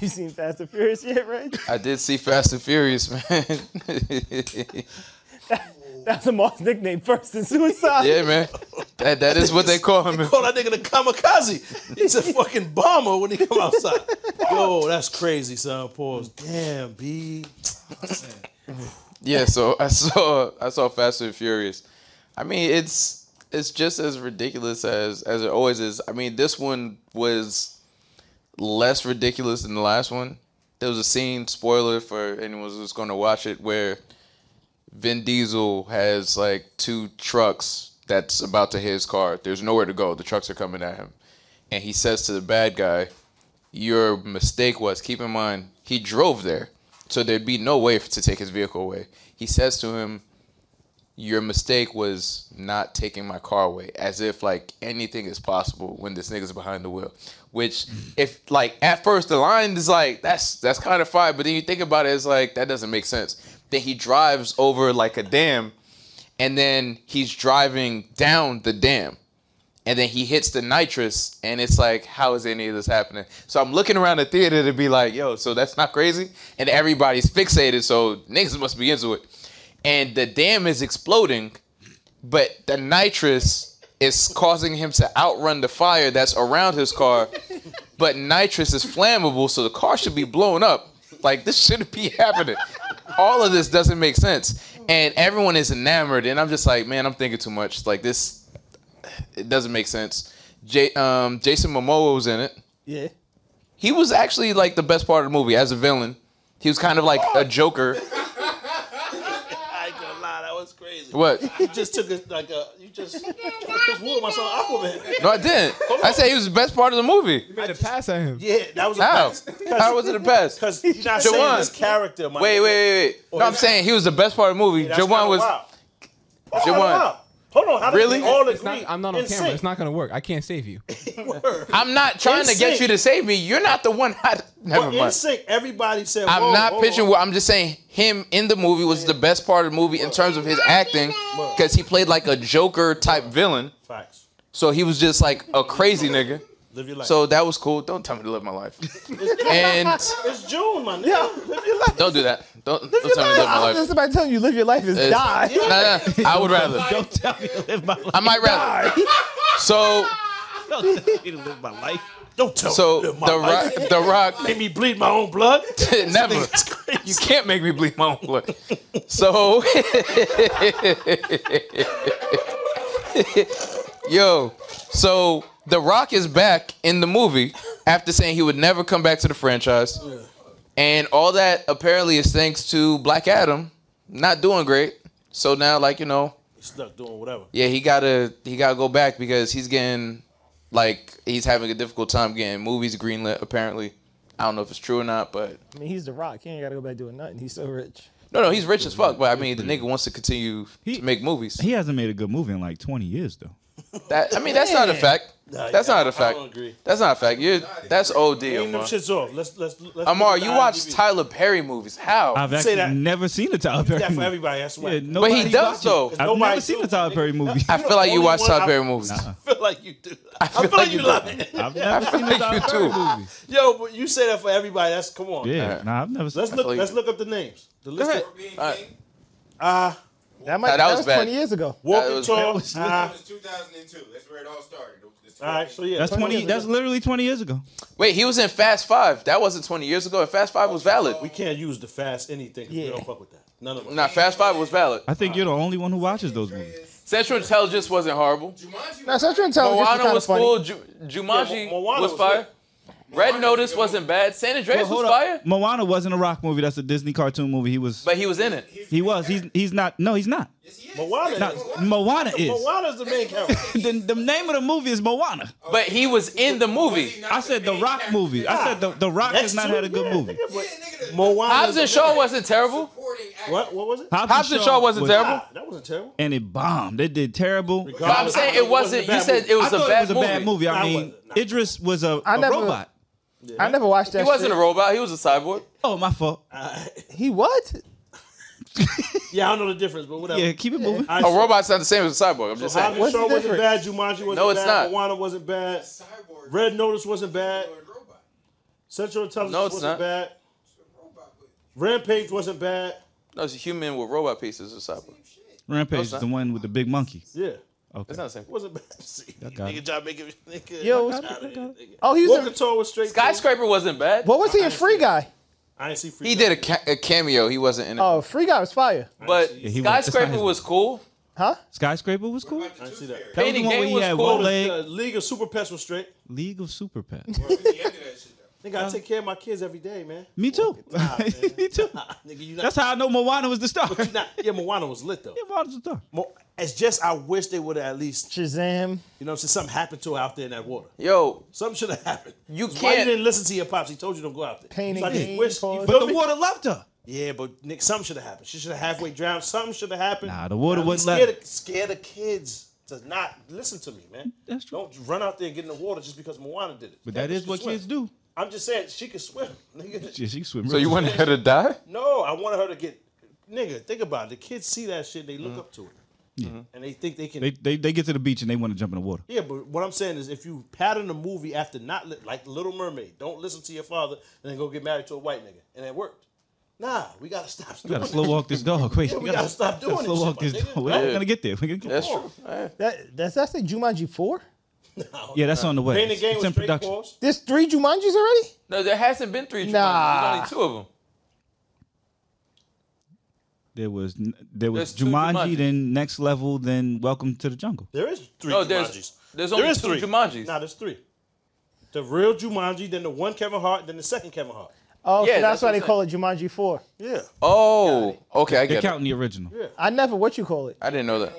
You seen Fast and Furious yet, right?
I did see Fast and Furious, man. [laughs]
That's Amar's nickname, first in suicide.
yeah, man. That that is what they call him. man.
Call that nigga the kamikaze. He's a fucking bomber when he come outside. Yo, that's crazy, son. Pause. Damn, B.
Yeah, so [laughs] I saw I saw Fast and Furious. I mean, it's it's just as ridiculous as as it always is. I mean, this one was less ridiculous than the last one. There was a scene, spoiler for anyone who's going to watch it, where Vin Diesel has like two trucks that's about to hit his car. There's nowhere to go. The trucks are coming at him, and he says to the bad guy, your mistake was keep in mind he drove there so there'd be no way to take his vehicle away he says to him your mistake was not taking my car away as if like anything is possible when this nigga's behind the wheel which if like at first the line is like that's that's kind of fine but then you think about it it's like that doesn't make sense then he drives over like a dam and then he's driving down the dam and then he hits the nitrous, and it's like, how is any of this happening? So I'm looking around the theater to be like, yo, so that's not crazy, and everybody's fixated, so niggas must be into it, and the dam is exploding, but the nitrous is causing him to outrun the fire that's around his car, but nitrous is flammable, so the car should be blown up. Like this shouldn't be happening. All of this doesn't make sense, and everyone is enamored, and I'm just like, man, I'm thinking too much. Like this, it doesn't make sense. J- um, Jason Momoa was in it.
Yeah.
He was actually like the best part of the movie as a villain. He was kind of like a Joker.
I ain't gonna lie, that was crazy.
What?
You just took it like a you just just wooed myself Aquaman.
No, I didn't. I said he was the best part of the movie.
made a pass at him.
Yeah, that was a
How? How was it the best?
Because you're not saying
Jawan.
his character. My
Wait, wait, wait, wait. No, I'm saying he was the best part of the movie.
That's
Jawan
kinda
was.
wild. That's kinda
Jawan.
wild. Hold on, how did
Really?
we all
It's
agree?
not, I'm not on
in
camera.
sync?
It's not gonna work. I can't save you.
[laughs] Word.
I'm not trying to get
sync.
you to save me. You're not the one. [laughs] I, never
But in
mind.
sync, everybody said.
I'm
whoa,
not
whoa,
pitching.
whoa.
I'm just saying him in the movie was the best part of the movie in terms of his acting because he played like a Joker type villain.
Facts.
So he was just like a crazy nigga.
Live your life.
So that was cool. Don't tell me to live my life. And
it's June, my nigga. [laughs]
Live your life.
don't do that. Don't, don't tell me to live my
I'm
life.
just about telling you, live your life is
It's-
die.
Nah, nah, I would rather.
[laughs] Don't tell me to live my life.
I might rather. So
Don't tell me to live my life.
Don't tell
so
me.
the rock the rock
Made me bleed my own blood.
[laughs]
[laughs]
[laughs]
never.
It's crazy.
You can't make me bleed my own blood. So, [laughs] yo, so The Rock is back in the movie after saying he would never come back to the franchise, and all that apparently is thanks to Black Adam not doing great. So now, like you know,
stuck doing whatever.
yeah, he gotta he gotta go back because he's getting like he's having a difficult time getting movies greenlit. Apparently, I don't know if it's true or not, but
I mean, he's the rock. He ain't got to go back doing nothing. He's so rich.
No, no, he's rich as fuck. But I mean, the
Mm-hmm.
nigga wants to continue to make movies.
[laughs] He hasn't made a good movie in like 20 years though.
That I mean, that's not a fact.
Nah,
That's
yeah,
not
I
a fact.
don't agree.
That's not a fact. You're that's OD,
Name them
Amar.
shits off. Let's let's. let's
Amar,
look at
you
the
watch
IMDb.
Tyler Perry movies? How?
I've actually
that.
never seen a Tyler Perry.
that for
movie.
everybody. That's why.
Yeah,
But he
nobody
does
watches-
though.
I've
Nobody
never seen
do,
a Tyler
nigga.
Perry movie.
I feel like you
only
watch
one
Tyler
I-
Perry movies.
I feel like you do. I feel,
feel
like,
like
you
you
love it.
I've never
I
seen
feel
a
like you
Tyler Perry
do.
movie.
Yo, but you say that for everybody. That's come on.
Yeah, nah, I've never seen.
Let's look.
feel you.
Let's look up the names. The list.
ahead.
Of
Being
All right.
King
That might
Nah, that
that
was
was
bad.
20 years ago.
[laughs] That
Walking
was-
tall.
that
Uh,
was 2002. That's where it all started. This
all right. So yeah.
That's 20. That's literally 20 years ago.
Wait, he was in Fast Five. That wasn't 20 years ago. And Fast Five was valid.
We can't use the fast anything. 'cause We
Yeah.
don't fuck with that. None of us.
Nah, Fast Five was valid.
I think you're the only one who watches those movies.
Central Intelligence wasn't horrible.
Jumanji
Now,
was
Central Intelligence is
Moana
kind of
was
funny.
cool. Ju- Jumanji
Yeah, Mo- Moana
was
was
fire. Red
Moana was
Notice
good.
wasn't bad. San Andreas was
Hold
fire,
up. Moana wasn't a rock movie. That's a Disney cartoon movie. He was.
but he was in it.
He was. He's. He's not. No, he's not.
Moana.
Not-
is-
Moana is.
Moana's
[laughs]
the main character.
The, the name of the movie is Moana.
But he was in the movie.
not
I said the
main
Rock
character.
movie. I said the, the Rock has not
to-
had a good
yeah,
movie.
nigga,
Yeah,
but
nigga, the
Moana.
Hobbs and
is the main-
Shaw wasn't terrible.
supporting actor.
What? What was it?
Hobbs and Shaw wasn't
was-
terrible.
Ah, that wasn't terrible.
And it bombed. It did terrible.
But I'm
Regardless,
saying
I thought
it wasn't.
a
You
bad
said
movie.
it was,
I
a
thought
bad,
it was a
movie.
bad movie. I
Nah, it
mean,
wasn't. Nah.
Idris was a,
I
a
never-
robot.
I never watched that
He wasn't a
shit.
robot. He was a cyborg.
Oh, my fault.
He what?
Yeah, I don't know the difference, but whatever.
Yeah, keep it moving.
I
A robot's not the same as a cyborg. I'm just
Hobbs
saying.
and
What's the
Shaw wasn't
difference?
bad. Jumanji wasn't
No, it's
bad.
not.
Moana wasn't bad.
Cyborg.
Red Notice wasn't bad.
Lord Robot.
Central Intelligence
No, it's
wasn't
not.
bad.
Robot with
Rampage wasn't bad.
No, it's a human with robot pieces. A cyborg.
Rampage is the one with the big monkey.
Yeah.
Okay.
It's not the same.
Wasn't bad. [laughs] See,
got
nigga,
it.
try to make it. Nigga,
Yo,
I
what's-
got it, nigga.
Oh, he was
Walking
in,
Tall was straight.
Skyscraper wasn't bad.
what was he in Free Guy?
I ain't see free.
He
Guy.
did a, ca- a cameo. He wasn't in it.
Oh, Free Guy was fire.
but
he was- that's not
skyscraper
his
was cool.
Huh?
Skyscraper was cool.
I ain't see that.
That was the
Fading
one where
Game
he
was
had
cool.
one
The-
leg.
The League of Super Pets was straight.
League of Super Pets.
the end of that shit, though.
Nigga, I take care of my kids every day, man.
Me too. [laughs] Me too.
Nigga, you not.
That's how I know Moana was the star.
you
[laughs]
not yeah, Moana was lit though.
Moana's the star.
Mo- It's just I wish they would have at least,
Shazam.
you know, what I'm saying something happened to her out there in that water.
Yo,
Something should have happened.
You
That's Why you
can't-
didn't listen to your pops? He told you don't go out there.
Pain
So I
and
just
gain,
wish.
pause.
you
But
feel
the
me?
water loved her.
Yeah, but Nick, something should have happened. She should have halfway drowned. Something should have happened.
Nah, the water
I'm
wouldn't let
scared of, scared of kids to not listen to me, man.
That's true.
Don't run out there and get in the water just because Moana did it.
But that
bitch
is
can
what
swim.
kids do.
I'm just saying she could swim. [laughs] Nigga.
Yeah, she swim.
so you wanted her to die?
No, I wanted her to get. Nigga, think about it. The kids see that shit. They look up to it. and they think they can.
Uh-huh. They, they they get to the beach and they want to jump in the water.
yeah, but what I'm saying is, if you pattern a movie after not li- like Little Mermaid, don't listen to your father, and then go get married to a white nigga, and it worked. Nah, we gotta stop.
We gotta slow walk this dog. [laughs] Wait,
Yeah, we gotta stop doing
slow
this
walk
shit,
this
my nigga.
dog. We're
Yeah.
gonna get there. We're gonna get
That's
there. [laughs]
true. Eh,
That does that say Jumanji four?
Yeah, that's on the way.
Playing the game
it's
with
in
straight
production.
pause.
There's three Jumanjis already.
No, there hasn't been three. Jumanji.
Nah.
There's only two of them.
There was n- there
There's
was
two
Jumanji,
Jumanjis.
then Next Level, then Welcome to the Jungle.
There is three
No, there's-
Jumanjis.
there's only
there is
two
three
Jumanjis.
Nah, there's three. The real Jumanji, then the one Kevin Hart, then the second Kevin Hart.
Oh,
Yeah,
so that's,
that's
why
what
they
I'm
call it Jumanji four.
Yeah,
Oh, okay, I
They're
get it.
counting the original.
I never what you call it.
I didn't know that.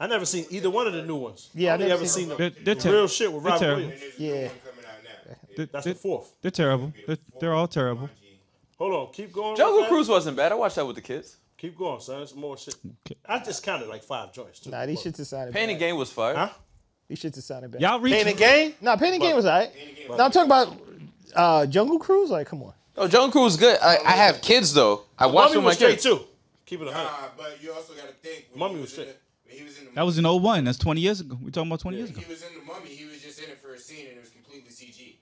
I never seen either one of the new ones.
Yeah,
I
I
only
never
ever
seen
seen the
They're, they're ter-
real shit with
They're
Robin
terrible.
Williams.
Yeah.
coming out now.
they're,
That's
they're,
the fourth.
they're terrible. They're, they're all terrible.
Hold on, keep going.
Jungle
Rafael.
Cruise wasn't bad. I watched that with the kids.
Keep going, son. It's more shit. I just counted like five joints. Too.
Nah, these shits is sounding
Pain
bad.
and Game was fire.
Huh?
These shits is sounding bad.
Y'all reach.
Pain and game?
Nah, Pain and Gain was alright. Now I'm talking about uh, Jungle Cruise. Like, come on.
No, Oh, Jungle Cruise was good. I, I have kids though. I watched
Mummy
them with
was
my
straight
kids.
too. Keep it a hundred.
Nah, but you also gotta think. when
Mummy
he
was
in
straight.
the- When he was in the
That was in 01. That's 20 years ago. We're talking about 20 years ago.
He was in the mummy. He was just in it for a scene, and it was completely CG.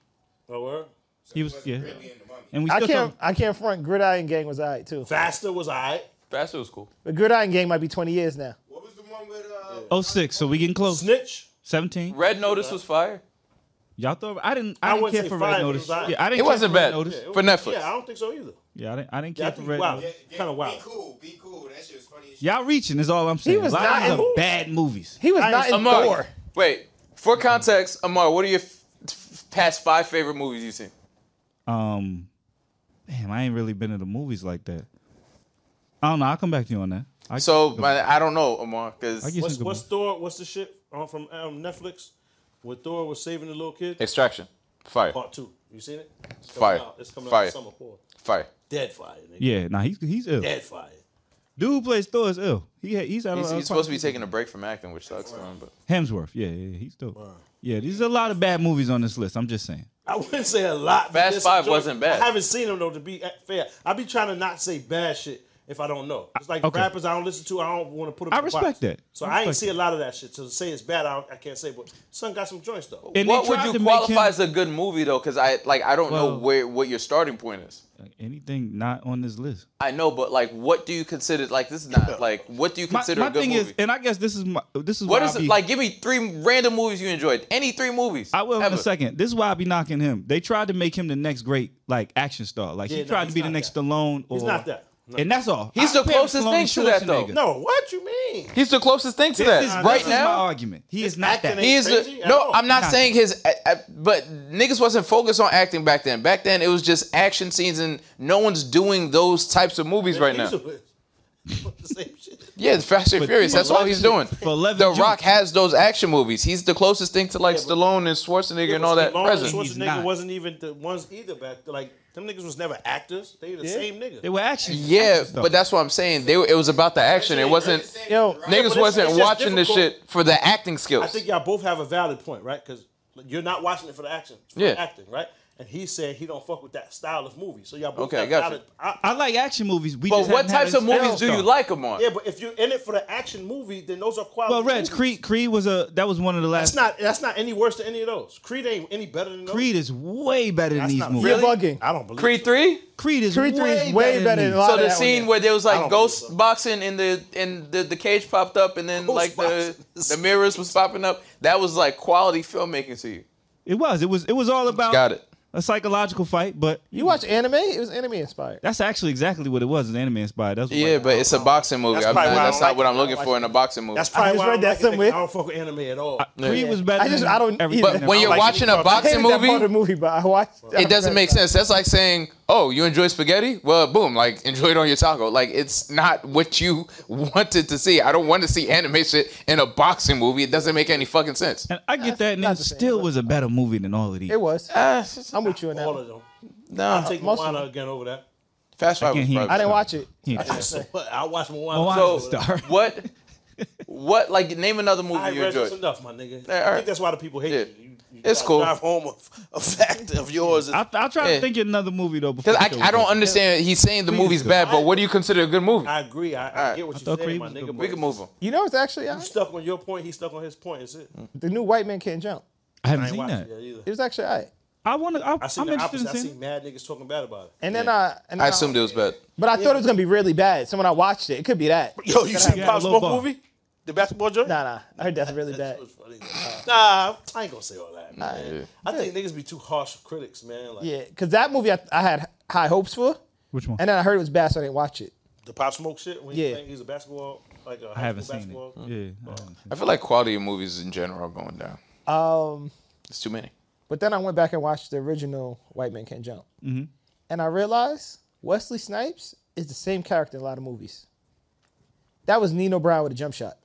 Oh, word?
So
He was-
wasn't
yeah.
Really in the mummy.
And we
I
still
can't.
talking-
I can't front. Gridiron Gang was alright too.
Faster was all right.
Faster was cool.
But Gridiron Gang might be 20 years now.
What was the one with uh?
06, so we getting close.
Snitch.
17.
Red Notice was fire.
Y'all thought I didn't.
I
I didn't
wouldn't
care
say
for
five,
Red
it
Notice.
was all right.
Yeah, I didn't
It
care
wasn't
for Red
bad.
Notice.
For Netflix.
Yeah, I don't think so either.
Yeah, I didn't. I didn't
Yeah, I
care for
think
Red
wow.
Notice.
Kind of wild.
Be cool. Be cool. That shit was funny. As shit.
Y'all reaching is all I'm saying.
was
a lot
not
of these
in-
are bad movies.
He was not in
Amar,
Thor.
wait. For context, Amar, what are your f- f- past five favorite movies you've seen?
Um, damn, I ain't really been to the movies like that. I don't know. I'll come back to you on that. I,
So my, I don't know, Amar,
I
because
get
What's,
some good
what's
ones.
Thor? What's the shit um, from um, Netflix? Where Thor was saving the little kid?
Extraction, fire,
Part two. You seen it? It's coming
Fire.
Out. It's coming out
Fire.
summer four.
fire.
Dead fire, nigga.
Yeah, nah, he's he's ill.
Dead fire.
Dude who plays Thor is ill. He had- he's out
He's,
of
he's supposed to be taking a break from acting, which sucks for him. But
Hemsworth. Yeah, yeah, yeah, he's dope. Yeah, there's a lot of bad movies on this list. I'm just saying.
I wouldn't say a lot. but
Fast
there's
Five
some
wasn't bad.
I haven't seen them though. To be fair, I be trying to not say bad shit if I don't know. It's like
Okay.
rappers I don't listen to. I don't want to put them.
I
in the box.
respect that.
So
I
I, ain't
respect
see a lot of that shit. So to say it's bad, I, I can't say. But son got some joints though.
And they
what would
tried
you
to make
qualify
him-
as a good movie though? Because I like I don't know
Well-
where what your starting point is.
Like, anything not on this list?
I know, but like, what do you consider? Like, this is not like what do you
My,
consider
my
a good
thing
movie?
is, and I guess this is my this is
what
why
is
I
it
be-
like? Give me three random movies you enjoyed. Any three movies?
I will in
ever.
a second. This is why I be knocking him. They tried to make him the next great like action star. Like
Yeah,
he
no,
tried
he's
to be the
not
next
that.
Stallone. Or,
He's not that. No.
And that's all.
He's
I
the
compare
closest
Stallone
thing to that, though.
Schwarzenegger.
No, what you mean?
He's the closest thing to that
This is-
right
this is my
now.
argument. He is not
acting
that.
ain't-
He is
crazy
the,
at
no.
all.
I'm not
Nah.
saying his, I, I, but niggas wasn't focused on acting back then. Back then, it was just action scenes, and no one's doing those types of movies right now.
[laughs] Same shit.
Yeah, it's Fast and Furious. That's all he's doing.
For 11
The
June.
Rock has those action movies. He's the closest thing to like Stallone and Schwarzenegger and all that
Stallone
present.
And
He's not.
Schwarzenegger wasn't even the ones either back. Like them niggas was never actors. They the same nigga.
They were action.
Yeah,
action stars.
but that's what I'm saying. They were- it was about the action. It wasn't
Yo,
niggas
it's-
wasn't
it's just
watching this
difficult.
shit for the acting skills.
I think y'all both have a valid point, right? Because you're not watching it for the action, for
Yeah.
the acting, right? And he said he don't fuck with that style of movie. So y'all both
Okay,
have
gotcha.
valid. I,
I like action movies. We
but
just
what
haven't had
types
a
of movies
action
do you
star.
like them on?
yeah, but if you're in it for the action movie, then those are quality.
Well, Reg,
movies.
Creed, Creed was a that was one of the
That's
last.
not that's not any worse than any of those. Creed ain't any better than those.
Creed is way better than
That's
these
not
movies.
You're
Really?
bugging.
I don't believe.
Creed
so.
three.
Creed is
Creed 3
way,
is way better than a lot
So
of
the
that one,
scene
yeah.
where there was like
don't believe
ghost
so.
boxing and the and the, the cage popped up and then
Ghost
like the
boxing.
the mirrors was popping up. That was like quality filmmaking to you.
It was. It was. It was all about
Got it.
a psychological fight. But
You watch anime? It was anime inspired.
that's actually exactly what it was. An anime inspired. That's what
Yeah, but it's a boxing movie.
That's
I'm
probably
not-
why I
that's
don't
not what
like
I'm looking for in a boxing movie.
That's probably
just
why
read
I don't
that
like it, nigga.
somewhere.
I don't fuck with anime at all.
Creed
Yeah.
was better.
I just-
than
I don't
everything
either.
but
else.
when you're
like
watching
any
a
I hated
boxing
that part of the
movie,
movie, but I watched.
it doesn't make sense. That's like saying, "Oh, you enjoy spaghetti? Well, boom! Like enjoy it on your taco. Like it's not what you [laughs] wanted to see. I don't want to see anime shit in a boxing movie. It doesn't make any fucking sense.
And I get that, and
not
it
the same,
still
but-
was a better movie than all of these.
It was.
Uh,
I'm with you on that.
All
one.
of them.
no,
I take
most of
Moana again over that.
Fast Five.
can't
Was
hear
probably
I didn't
Sorry.
watch it.
Yeah.
So what? [laughs] I watch Moana.
Moana's
over
So
that.
star.
what? What? Like name another movie
I
you
read this
enjoyed.
enough, my nigga.
all
I
right.
think that's why the people hate
Yeah.
you. You
It's cool.
Drive home a, a fact of yours.
I, I'll try
Yeah.
to think of another movie though. Before
Because I,
the show
I don't
starts.
understand. He's saying the
Please
movie's
do.
bad, but what do you consider a good movie?
I agree. I, I get what you're
thought
saying,
Creed
my
was a
nigga.
good
We
but
can move him.
You know, it's actually
You
alright.
stuck on your point. He stuck on his point. Is it?
the new White Man Can't Jump.
I haven't
I ain't
seen
watching
that.
that either.
It was actually alright.
I want to.
I
I'm
seen the
interested in
opposite. I
seeing.
seen mad niggas talking bad about it.
And then I, and then
I assumed it was bad.
but I thought it was gonna be really bad. So when I watched it, it could be that.
Yo, you seen
Yeah,
Pop
Lil
Smoke
Bob.
movie? The basketball joint?
Nah, nah, I heard that's really
That
bad.
shit was funny. Nah, I ain't gonna say all that. man.
Yeah.
I think niggas be too harsh with critics, man. Like
Yeah, cause that movie I, I had high hopes for,
Which one?
and then I heard it was bad, so I didn't watch it.
the Pop Smoke shit. When yeah.
Yeah.
think he's a basketball, like a
I haven't seen
basketball.
it. Yeah. I haven't seen
I feel like quality of movies in general are going down.
Um,
It's too many.
but then I went back and watched the original White Man Can't Jump,
Mm-hmm.
and I realized Wesley Snipes is the same character in a lot of movies. That was Nino Brown with a jump shot,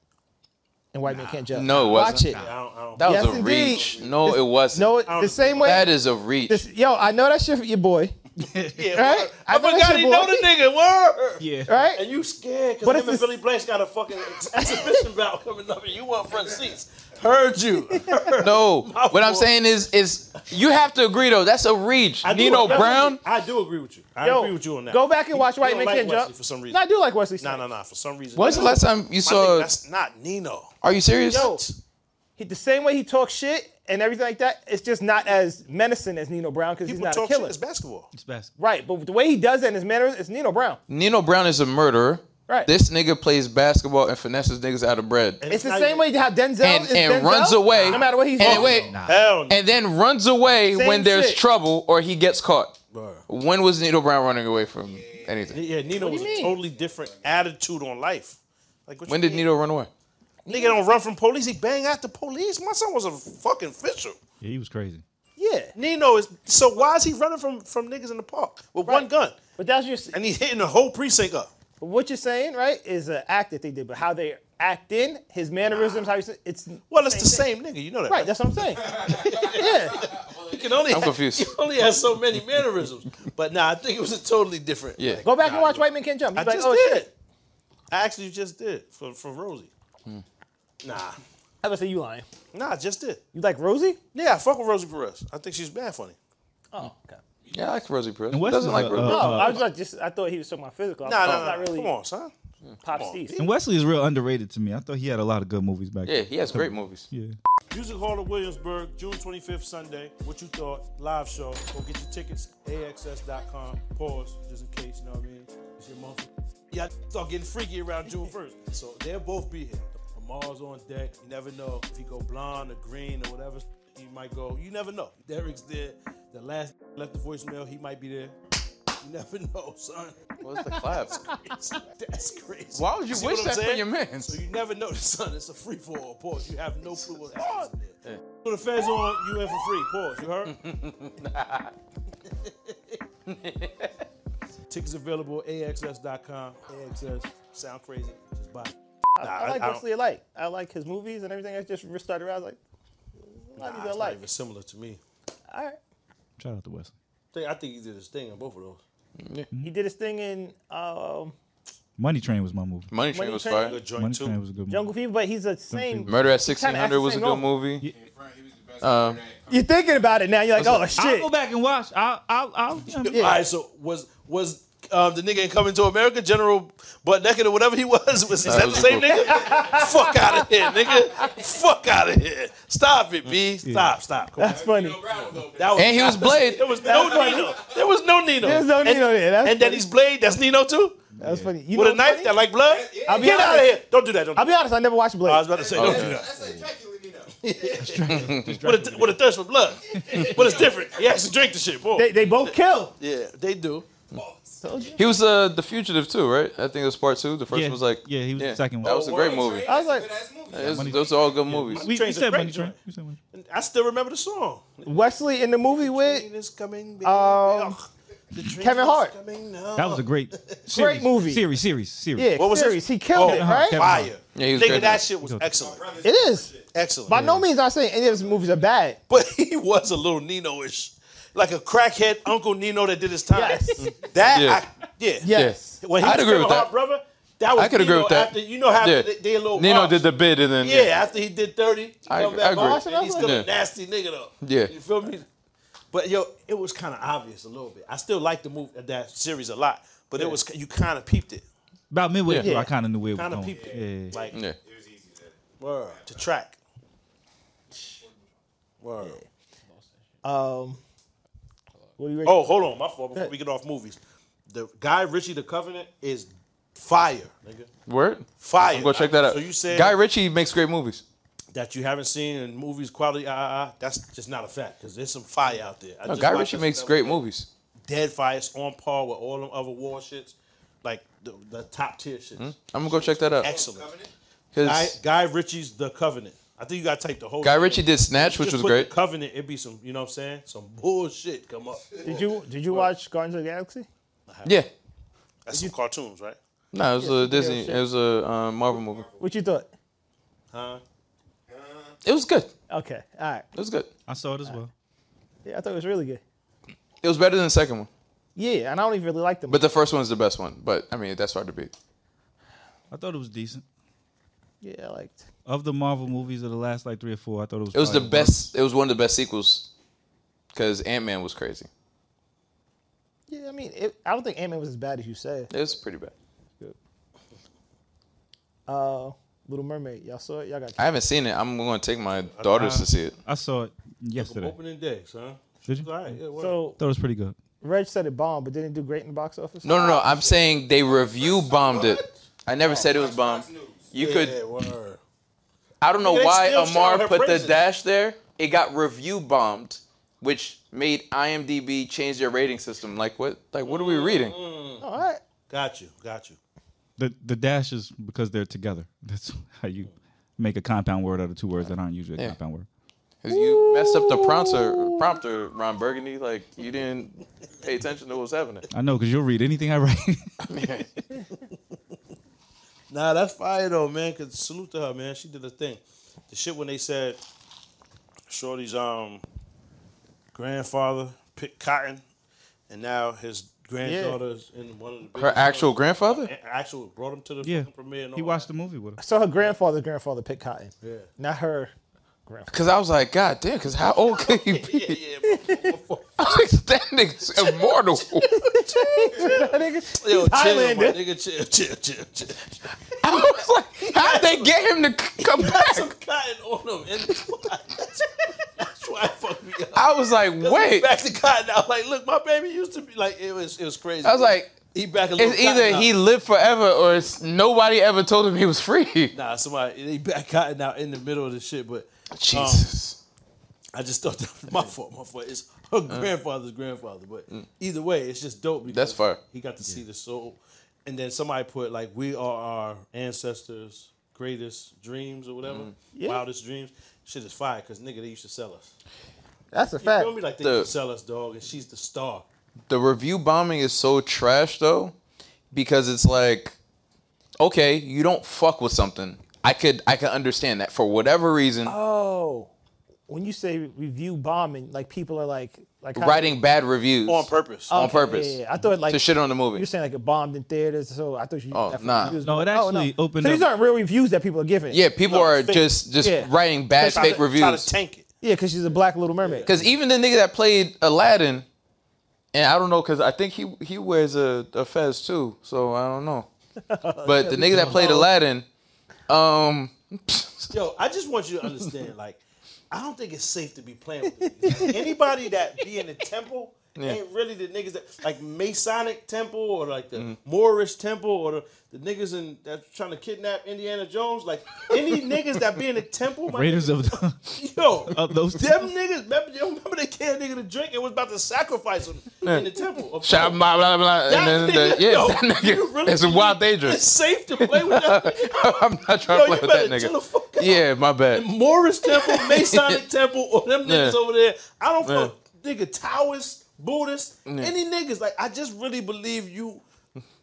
and White Man Can't Jump.
No, it wasn't.
watch it.
I don't, I don't,
That
Yes,
was a
indeed.
reach. No, it wasn't.
No, it- the same way.
that is a reach.
this, yo, I know that shit for your boy,
[laughs] yeah,
right?
I,
know that's
forgot he
your
know
boy,
the nigga. Word.
it. Yeah.
right?
And you scared because
But
him
it's
and
this-
Billy Blake's got a fucking ex- exhibition [laughs] bout coming up, and you want front seats. Heard
[laughs]
you.
No, what I'm
fault.
saying is, is you have to agree though. That's a reach.
I do-
Nino
yes,
Brown.
I do agree with you. I agree with you on that.
Go back and watch White
don't
Man
like
Can't
Wesley
Jump.
for some reason.
No, I do like Wesley
No,
Snipes.
no, no. For some reason.
When's the last time you
I think
saw?
that's not Nino.
Are you serious?
Yo, he, the same way he talks shit and everything like that, it's just not as menacing as Nino Brown because he's
People
not a
talk
killer.
shit. It's basketball.
It's best.
Right, but the way he does it in his manners, it's Nino Brown.
Nino Brown is a murderer.
Right.
This nigga plays basketball and finesses niggas out of bread, and,
It's the
not
same way how Denzel
and,
is Denzel,
runs away.
No matter what he's
and
doing.
wait,
Hell no.
and then runs away
Same
when there's
shit.
trouble or he gets caught. When was Nino Brown running away from anything?
Yeah, Nino was
you
a
mean?
totally different attitude on life. Like what
When
you
did
mean?
Nino run away?
Nigga don't run from police. He bang out the police. My son was a fucking official.
Yeah, he was crazy.
Yeah,
Nino is so why is he running from from niggas in the park with one gun
but that's just
and he's hitting the whole precinct up?
what you're saying, right? Is an act that they did, but how they act in his mannerisms, how he's it's
Well, it's the same nigga. You know that,
right. That's what I'm saying. [laughs] yeah,
You can only
I'm confused.
[laughs] You only has so many mannerisms. but nah, I think it was a totally different.
Yeah.
go back and watch White Man Can't Jump.
I
You'd be like,
just
oh,
did.
shit.
I actually just did for for Rosie. Nah,
I was gonna say you lying.
nah, I just did.
You like Rosie?
Yeah, I fuck with Rosie Perez. I think she's bad funny.
Oh, okay.
Yeah, I like Rosie Perez.
And
Who
Wes
doesn't
is
like
a-
Rosie?
No,
Uh,
Oh, I was like, just I thought he was talking about physical. I
Nah,
thought
nah, nah.
Oh. not really
Come on, son.
Pop
on.
Steve.
And Wesley is real underrated to me. I thought he had a lot of good movies back.
yeah,
then.
he has great
[laughs]
movies.
Yeah.
Music Hall of Williamsburg, June 25th, Sunday. What you thought? Live show. Go get your tickets, AXS.com. Pause, just in case, you know what I mean? It's your month. Yeah, I start getting freaky around June 1st. So they'll both be here. Amar's on deck. You never know if he go blonde or green or whatever he might go. You never know. Derek's there. The last left the voicemail, he might be there. You never [laughs] know, son.
What's the clap?
That's crazy.
Why would you
See
wish
what I'm
that for
saying?
your man?
So you never know, [laughs] son. It's a free for all. Pause. You have no clue what's happening. there. So the feds on, you in for free. Pause. You heard? Tickets available AXS.com. AXS. Sound crazy? Just buy. it. Nah,
I like
I don't-
Wesley alike. I like his movies and everything. I just started around like, a lot of
Nah,
these I
it's not
like.
even similar to me.
All right.
Shout out to Wesley.
Think- I think he did his thing on both of those.
He did his thing in um,
Money Train was my movie.
Money Train
Money
was
Train-
fire.
Good joint
Money
too.
Train was a good
Jungle Fever, but he's the same.
Murder at
kinda
1600 was a
acting
good
off.
movie.
He was the best
Um,
player that-
You're thinking about it now. You're like, oh
movie. I'll
shit.
go back and watch. I'll. I'll. I'll yeah.
All right, so was was um, the nigga in Coming to America, General Butt Naked or whatever he was? Was is that
was
the same
cool.
nigga? Fuck out of here, nigga! Fuck out of here! Stop it, B! Stop, stop! Come on.
[laughs] That's funny.
That was,
And he was Blade.
There was no Nino. There was no Nino.
There's no
And-
Nino there. That's
and that
funny.
he's Blade. That's Nino too.
That's funny. You
With a
know what's
knife
funny?
that like blood.
I'll be
Get
honest.
out of here! Don't do that. Don't. Do
I'll
that.
be honest. I never watched Blade.
I was about to say,
Oh,
don't do that.
That's like Dracula, you know.
With a, with a thirst for
[laughs]
blood. but it's different. He actually drink the shit, boy.
they, they both kill.
yeah, they do.
He was uh, the fugitive too, right? I think it was part two. The first
Yeah.
one was like
Yeah, he was the second
That
one.
was a great movie.
I was like,
It was- those are all good movies.
We, we
Train's a
said
great
Money Train.
joint.
We said Money Train.
And I still remember the song.
Wesley in the movie with
Train is coming. baby.
Um,
Ugh. The train
Kevin
is
Hart.
coming now.
That was a great. Series,
movie.
Series. Series. Series.
yeah,
What was
series.
this?
He killed
Oh,
it, right?
Kevin Hart.
Fire.
Yeah, he was
Nigga,
great.
that shit was excellent.
It is.
Excellent.
By no means I'm saying any of his movies are bad.
But he was a little Nino-ish. Like a crackhead Uncle Nino that did his time.
Yes.
[laughs] That,
Yeah.
I, yeah.
Yes.
When he
I'd
was
agree
Kevin
with that.
Hart brother, That was
I could agree
Nino
with that.
After, you know how
Yeah.
they did a little
Nino
box.
did the bid and then
Oh. Yeah, after he did 30, he
I-
come
I
back
agree.
on, and he's still
Yeah.
a nasty nigga though.
Yeah.
You feel me? But yo, it was kind of obvious a little bit. I still like the move that series a lot, but it was you kind of peeped it.
About midway
Yeah.
through, I kind of knew where it was
Kinda
going.
peeped
Yeah.
it. Like
yeah.
word to track. Word.
Um, what you ready?
Oh, hold on, my fault. Before we get off movies, the guy Richie the Covenant is fire, nigga.
Word.
Fire.
Go check that out.
So you said
Guy Ritchie makes great movies.
that you haven't seen in movies quality? Ah, uh, that's just not a fact because there's some fire out there. I
No,
just
Guy
watched
Ritchie
this
makes
the other
great movies.
Dead Fire is on par with all them other war shits, like the, the top tier shits.
I'm gonna go check that out.
Excellent. Guy,
Cause
Guy Ritchie's The Covenant. I think you gotta type the whole.
Guy
thing.
Ritchie did Snatch,
If you
which was
just put
great.
The Covenant, it'd be some, you know what I'm saying? Some bullshit come up.
Did you did
Oh.
you watch Guardians of the Galaxy?
Yeah.
That's some cartoons, right?
No, it was a Disney. It was a um, Marvel movie.
What you thought?
Huh?
It was good. It
Okay, all right.
was good.
I saw it as well.
Yeah, I thought it was really good.
It was better than the second one,
Yeah, and I don't even really like them.
but the first one's the best one. But I mean, that's hard to beat.
I thought it was decent.
yeah, I liked.
Of the Marvel movies of the last like three or four, I thought it was.
It
Oh,
was the
probably
best. It was one of the best sequels. Cause Ant Man was crazy.
Yeah, I mean, it,
It, I don't think Ant Man was as bad as you said.
It was pretty bad.
Uh, Little Mermaid, y'all saw it. Y'all got
I haven't seen it. I'm going to take my daughters to see it.
I saw it yesterday.
Opening day, son.
Did you?
All right, yeah, word.
so
Thought it was pretty good.
Reg said it bombed, but didn't it do great in the box office.
No, no, no. I'm saying they review bombed it. I never said it was bombed. You
yeah,
could.
word.
I don't know
They
why
still shout
Amar
her
put the
praises.
dash there. It got review bombed, which made IMDb change their rating system. Like what? Like what are we reading?
All right,
Got you, got you.
The the dash is because they're together. [laughs] That's how you make a compound word out of two words that aren't usually a
Yeah.
compound word.
'Cause you messed up the prompter, prompter, Ron Burgundy. Like you didn't pay attention to what was happening.
I know because you'll read anything I write. [laughs]
Nah, that's fire though, man. Cause salute to her, man. She did the thing. The shit when they said Shorty's um grandfather picked cotton, and now his granddaughter is in one of the
Her
biggest-
actual grandfather?
actual brought him to the
yeah,
fucking premiere. And all
he watched
that.
the movie with us.
so her grandfather's grandfather picked cotton,
Yeah.
not her. [laughs]
Cause I was like, God damn. Cause how old could he be? [laughs]
Yeah, yeah,
[laughs]
bro.
that nigga's immortal. [laughs]
Yo, chill, my
Highlander.
nigga, chill, chill, chill, chill.
I was like, how'd they get him to c- come
Got
back?
some cotton on him in the spot. That's, that's why it fucked me up.
I was like, wait.
back to cotton. I was like, look, my baby used to be like it was. It was crazy.
I was like,
he back a little.
it's either
cotton
he
out.
lived forever or it's nobody ever told him he was [laughs] free.
Nah, somebody they back [laughs] cotton out in the middle of the shit, but
Jesus.
I just thought that
[laughs]
was my fault. My fault. It's
Uh.
her grandfather's grandfather, but either way, it's just dope. Because
Mm. That's fire.
He got to see the soul, and then somebody put like, "We are our ancestors' greatest dreams" or whatever,
Mm.
wildest dreams. Shit is fire because nigga, they used to sell us.
That's a
You
fact.
feel me? Like they
The-
used to sell us, dog, and she's the star.
The review bombing is so trash though, because it's like, okay, you don't fuck with something. I could I could understand that for whatever reason.
Oh, when you say review bombing, like people are like like how-
writing bad reviews
On purpose.
On
Okay,
purpose.
Yeah, yeah, I thought like
to shit on the movie.
You're saying like it bombed in theaters, so I thought you.
Oh,
that's
nah.
reviews.
No, it
Oh,
actually opened
So these
up-
aren't real reviews that people are giving.
yeah, people
No,
are
fake.
just just
Yeah.
writing bad
Try
fake
to- Try
reviews.
to tank it.
yeah, because she's a black Little Mermaid.
Because even the nigga that played Aladdin, and I don't know, because I think he he wears a, a fez too, so I don't
[laughs]
know. But the nigga that played Aladdin, um, [laughs]
Yo, I just want you to understand, like, I don't think it's safe to be playing with these niggas. anybody that be in the temple ain't really the niggas that like Masonic temple or like the
Mm-hmm.
Moorish temple or the, the niggas in that's trying to kidnap Indiana Jones. Like any niggas that be in the temple, my
Raiders of the
[laughs] nigga, yo,
[laughs] of those
them niggas. Remember, yo, remember they gave a nigga to drink and was about to sacrifice him in the temple. Of
blah
course.
blah blah, blah
That
and then
nigga,
the, yeah,
yo,
that
you
nigga,
really
it's
[laughs]
wild
It's
dangerous.
safe to play with that. nigga?
[laughs] I'm not trying to play
Yo, you
with that
better chill the
nigga.
fuck out.
Yeah, my bad.
Morris Temple,
[laughs]
Masonic Temple, or them niggas
Yeah.
over there. I don't
Yeah.
fuck nigga Taoist, Buddhist, any niggas. Like I just really believe you,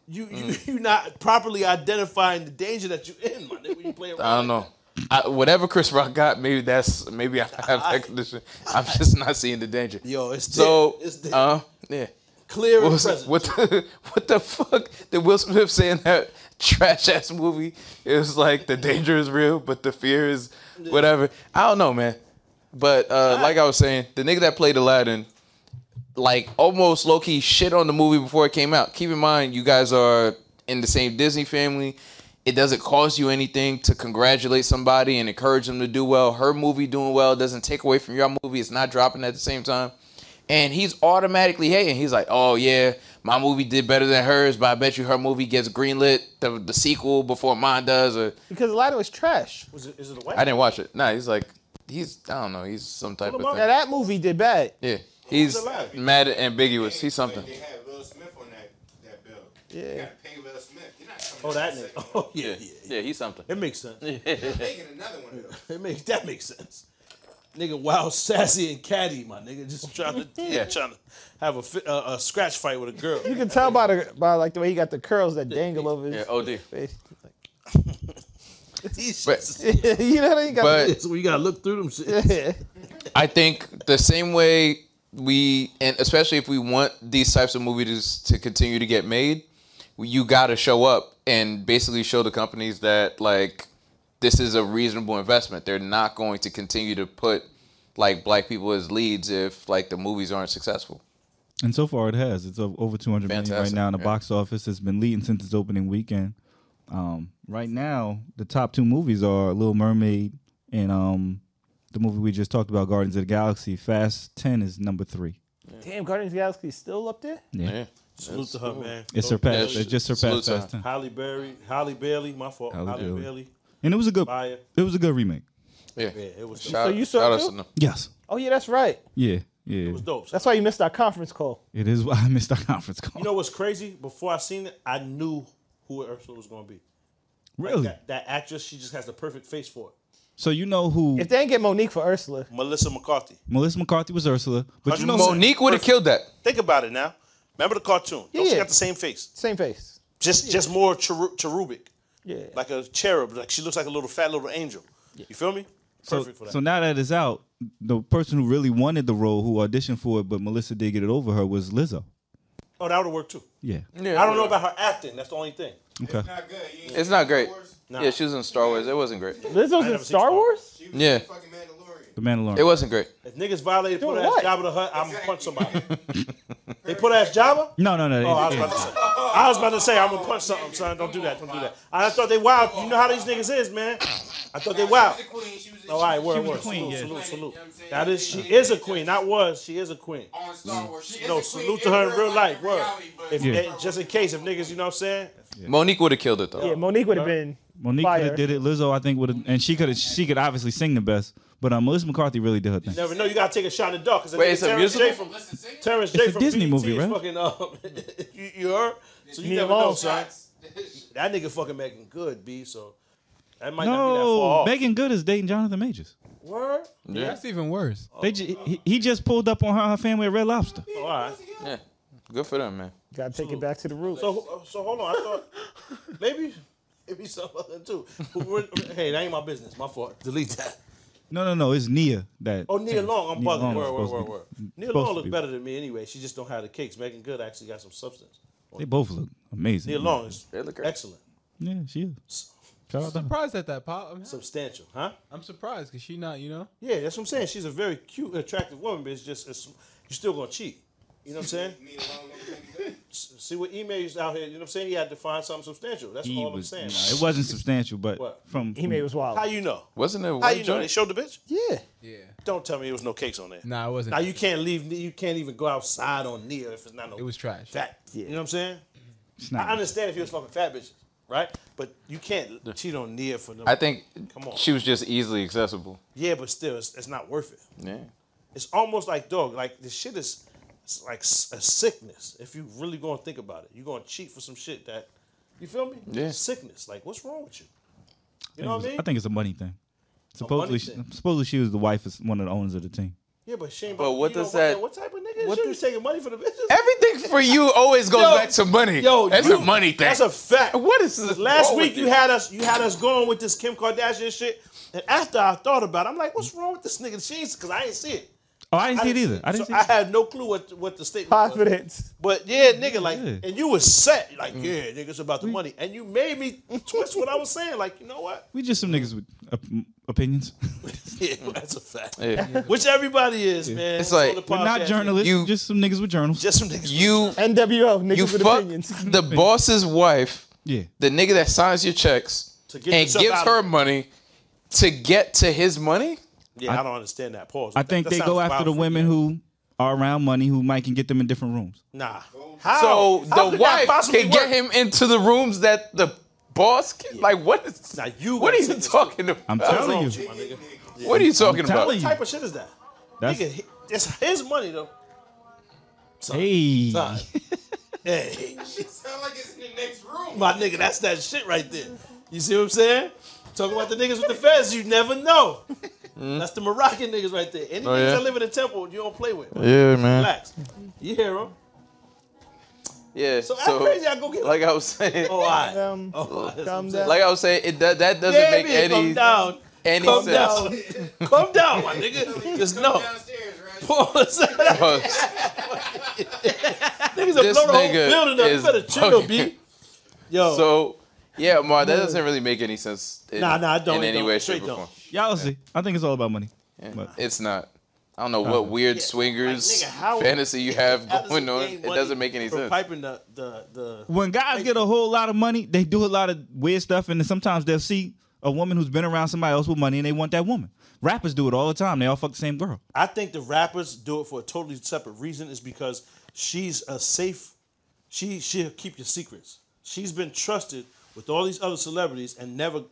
you, you,
Mm.
you not properly identifying the danger that you in, my nigga. When you play around,
I don't know. I, whatever Chris Rock got, maybe that's maybe I have that condition. I'm just not seeing the danger.
Yo, it's
so
there. It's there.
uh, yeah.
Clear
What,
and
was-
present.
what the [laughs] what the fuck did Will Smith say in that trash ass movie? It was like the danger is real, but the fear is whatever. I don't know, man. But uh, like I was saying, the nigga that played Aladdin, like almost low key shit on the movie before it came out. Keep in mind, you guys are in the same Disney family. It doesn't cost you anything to congratulate somebody and encourage them to do well. Her movie doing well doesn't take away from your movie. It's not dropping at the same time. And he's automatically hating. He's like, oh, yeah, my movie did better than hers, but I bet you her movie gets greenlit, the, the sequel, before mine does. Or
Because Aladdin was trash.
Was it, is it a white?
I didn't watch it. Nah, he's like, he's, I don't know, he's some type of
Now
thing.
that movie did bad.
Yeah, he's
alive?
mad and ambiguous. He's something.
They had Will Smith on that, that bill. You
Yeah.
gotta pay Will Smith. You're not coming
Oh,
out
that
the
nigga. [laughs]
second
Oh, yeah, yeah.
Yeah, he's something.
It makes sense.
one. Making another one of those.
It makes that makes sense. Nigga, wild, sassy, and catty, my nigga, just trying
[laughs]
to yeah, trying to have a fi- uh, a scratch fight with a girl. [laughs]
You can tell by the by like the way he got the curls that dangle over his
Yeah, oh. OD.
face. [laughs]
These
But-
shits is-
you know what I mean? Got
But
it's where you gotta look through them shit.
yeah.
I think the same way we, and especially if we want these types of movies to continue to get made, you got to show up and basically show the companies that like this is a reasonable investment. They're not going to continue to put like black people as leads if like the movies aren't successful.
And so far, it has. It's o- over 200 million
Fantastic,
right now in the
yeah.
box office. It's been leading since its opening weekend. Um, right now, the top two movies are Little Mermaid and um, the movie we just talked about, Guardians of the Galaxy. Fast 10 is number three.
[laughs] Damn, Guardians of the Galaxy is still up there?
Yeah.
Salute to her, man.
It surpassed.
Yeah,
it just
salute
surpassed
to her.
Fast 10.
Holly Berry, Holly Bailey, my fault.
Halle
Holly,
Bailey.
Bailey.
And it was a good.
Fire.
It was a good remake.
Yeah.
Yeah, it was dope.
Shout,
So you saw
shout
it
outs
too?
to them.
Yes.
Oh yeah, that's right.
Yeah. Yeah.
It was dope.
That's why you missed our conference call.
It is. I missed our [laughs] conference call.
you know what's crazy? Before I seen it, I knew who Ursula was gonna be. Like,
really?
that, that actress, she just has the perfect face for it.
So you know who?
If they didn't get Monique for Ursula,
Melissa McCarthy.
Melissa McCarthy was Ursula, but you know
Monique would have Oh, killed that.
Think about it now. Remember the cartoon? Don't
Yeah.
She got the same face.
same face.
Just just more cheru- cherubic.
Yeah.
like a cherub. Like she looks like a little fat little angel. You feel me?
So,
Perfect for that.
so now that it's out, the person who really wanted the role, who auditioned for it, but Melissa did get it over her, was Lizzo.
oh, that would work too.
Yeah.
Yeah,
I don't know about her acting. That's the only thing.
Okay.
Not good. You ain't
It's
seen
not great.
Star Wars?
Yeah, she was in Star Wars. It wasn't great.
Lizzo's in
never
Star
seen Star
Wars?
She was
Yeah.
yeah. fucking Mandalorian.
The Mandalorian.
It wasn't great.
If niggas violate
Doing
put ass
what?
Jabba the Hutt, I'm gonna punch somebody.
[laughs]
they put ass Jabba.
no, no, no.
Oh, I was
it- it-
about to say. I was about to say I'm gonna punch something, son. Don't do that. Don't do that. I thought they wild. You know how these niggas is, man. I thought they wild.
She was a queen. She was a,
No, Oh, all right, word,
was a
word.
queen,
Salute,
yeah.
salute,
You know
salute.
what I'm saying?
That is, she is a queen. Not was. She is a queen.
on Star Wars. She is
No,
a queen
salute to her in real life.
in
Word.
reality, but
If,
in
eh,
Star
just in
Wars,
case, if niggas, you know what I'm saying?
Monique would have killed it though.
Yeah, Monique would have been
Monique could
fire.
have did it. Lizzo, I think, would have, and she could have. She could obviously sing the best, but um, Melissa McCarthy really did her thing.
Never know. You gotta take a shot in the dark. Cause
Wait, it's a
Terrence J
musical?
from
Listen, sing it.
Terrence J
a
from
Disney
BET
movie,
is
right?
Fucking, um, [laughs] you, you heard? So you
Me
never
alone.
know, son.
Shots.
That nigga fucking making good, B. So that might not be that far
No,
off.
Megan Good is dating Jonathan Majors.
Word?
Yeah.
That's even worse.
They ju- he, he just pulled up on her, and her family at Red Lobster.
Oh, all right.
yeah. Good for them, man.
Gotta take it back to the roots.
So so hold on. I
[laughs]
thought maybe it be something other too. But we're- hey, that ain't my business. My fault. Delete that.
No, no, no. It's Nia that.
Oh, Nia Long, I'm
Nia
bugging.
Long was
Word, word,
supposed
word,
to
word.
be-
Nia
supposed to
Long look
be-
better than me anyway. She just don't have the cakes. Megan Good actually got some substance.
They both look amazing.
Nia Long is
They look great.
excellent,
Yeah, she is. Shout out to her.
Surprised at that pop. I'm, ha-
substantial, huh?
I'm surprised because she not. You know.
Yeah, that's what I'm saying. She's a very cute, attractive woman, but it's just it's, you're still gonna cheat. You know what I'm
[laughs]
saying?
Me alone, look pretty good.
S- See what emails out here. You know what I'm saying? He had to find something substantial. That's
He
all I'm
was.
saying.
nah, it wasn't substantial, but
What?
from
He made was wild.
How you know?
Wasn't it?
How
one
you know? They
joint?
showed the bitch.
Yeah.
Yeah.
Don't tell me there was no cakes on there.
Nah, it wasn't.
Now you can't leave. You can't even go outside on Nia if it's not no.
It was trash.
fat. You know what I'm saying?
It's
I
not.
understand if you was fucking fat bitches, right? But you can't cheat on Nia for no.
I think
Come on.
she was just easily accessible.
Yeah, but still, it's, it's not worth it.
Yeah.
It's almost like dog. Like this shit is it's like s- a sickness. If you really gonna think about it, you're gonna cheat for some shit that you feel me?
Yeah.
Sickness. Like what's wrong with you? You
It
know
was-
what I mean?
think it's a money thing. Supposedly, she,
thing.
supposedly she was the wife of one of the owners of the team.
yeah, but she ain't.
But
about-
what
you know
does that-
What type of
what
nigga? What you
does-
taking money for the bitches?
Everything for you always goes
Yo,
back to money.
yo,
that's
you-
a money thing.
That's a fact.
What is this?
Last
wrong
week
with
you had us you had us going with this Kim Kardashian shit, and after I thought about it, I'm like, what's wrong with this nigga? She's because I ain't see it.
Oh, I didn't see it either. I
so
didn't see
I
it.
have no clue what what the statement was.
Confidence.
But yeah, nigga, like,
Yeah.
and you was set, like,
Mm.
yeah, nigga, it's about the money, and you made me twist what I was saying, like, you know
[laughs]
what?
We just some niggas with op- opinions.
Yeah, well, that's a fact.
Yeah.
Which everybody is, man.
It's like,
On the
[laughs] We're not
podcast,
journalists.
You-
just some niggas with journals.
Just some niggas.
You
NWO, niggas
you
with
fuck [laughs]
opinions.
the boss's wife,
yeah.
the nigga that signs your checks,
To get
and
yourself
gives
out of
her
it.
money to get to his money.
yeah, I, don't understand that. Pause.
I think they go after the women who are around money who might can get them in different rooms.
Nah. How?
So
How
the
could that
wife
possibly
can
work?
get him into the rooms that the boss can. Like what is?
Now you
what are
gotta
you
take this
talking about?
I'm
wrong
telling
with you,
you.
my nigga?
What are you talking about?
telling
What type of shit is that?
That's,
Nigga, he- it's his money though.
hey.
Nah. hey,
[laughs] It sound like it's in the next room.
my nigga, that's that shit right there. You see what I'm saying? Talking about the niggas with the feds, you never know. That's the Moroccan niggas right there. Any
Mm-hmm. Oh,
niggas
yeah?
that live in the temple, you don't play with.
Yeah, man.
Relax. You hear them?
Yeah.
So,
So,
act crazy, I go get
like I was saying,
Oh, I.
Um,
Oh, that's what I'm
calm
saying.
down.
like I was saying, it that, that doesn't
Yeah,
make
man,
any
come down.
any
Come
sense.
down. Come down,
[laughs]
my nigga. Just no.
Downstairs,
[laughs]
right?
Pause. Niggas
Because
have blown the
This
whole
nigga
building up. You
is
better chill,
bugging. [laughs]
B. Yo.
so yeah, Ma, that doesn't really make any sense. In,
Nah, nah, I don't.
In
It
any
don't.
way,
Straight
shape, or
don't.
form.
Y'all see. I think it's all about money. But
It's not. I don't know what weird swingers
nigga,
[laughs]
how-
fantasy
[laughs]
you have
How does
going
he
on.
gain
It
money
doesn't make any
from
sense.
Piping the, the, the
when guys get a whole lot of money, they do a lot of weird stuff, and then sometimes they'll see a woman who's been around somebody else with money, and they want that woman. Rappers do it all the time. They all fuck the same girl.
I think the rappers do it for a totally separate reason. Is because she's a safe. She she'll keep your secrets. She's been trusted with all these other celebrities and never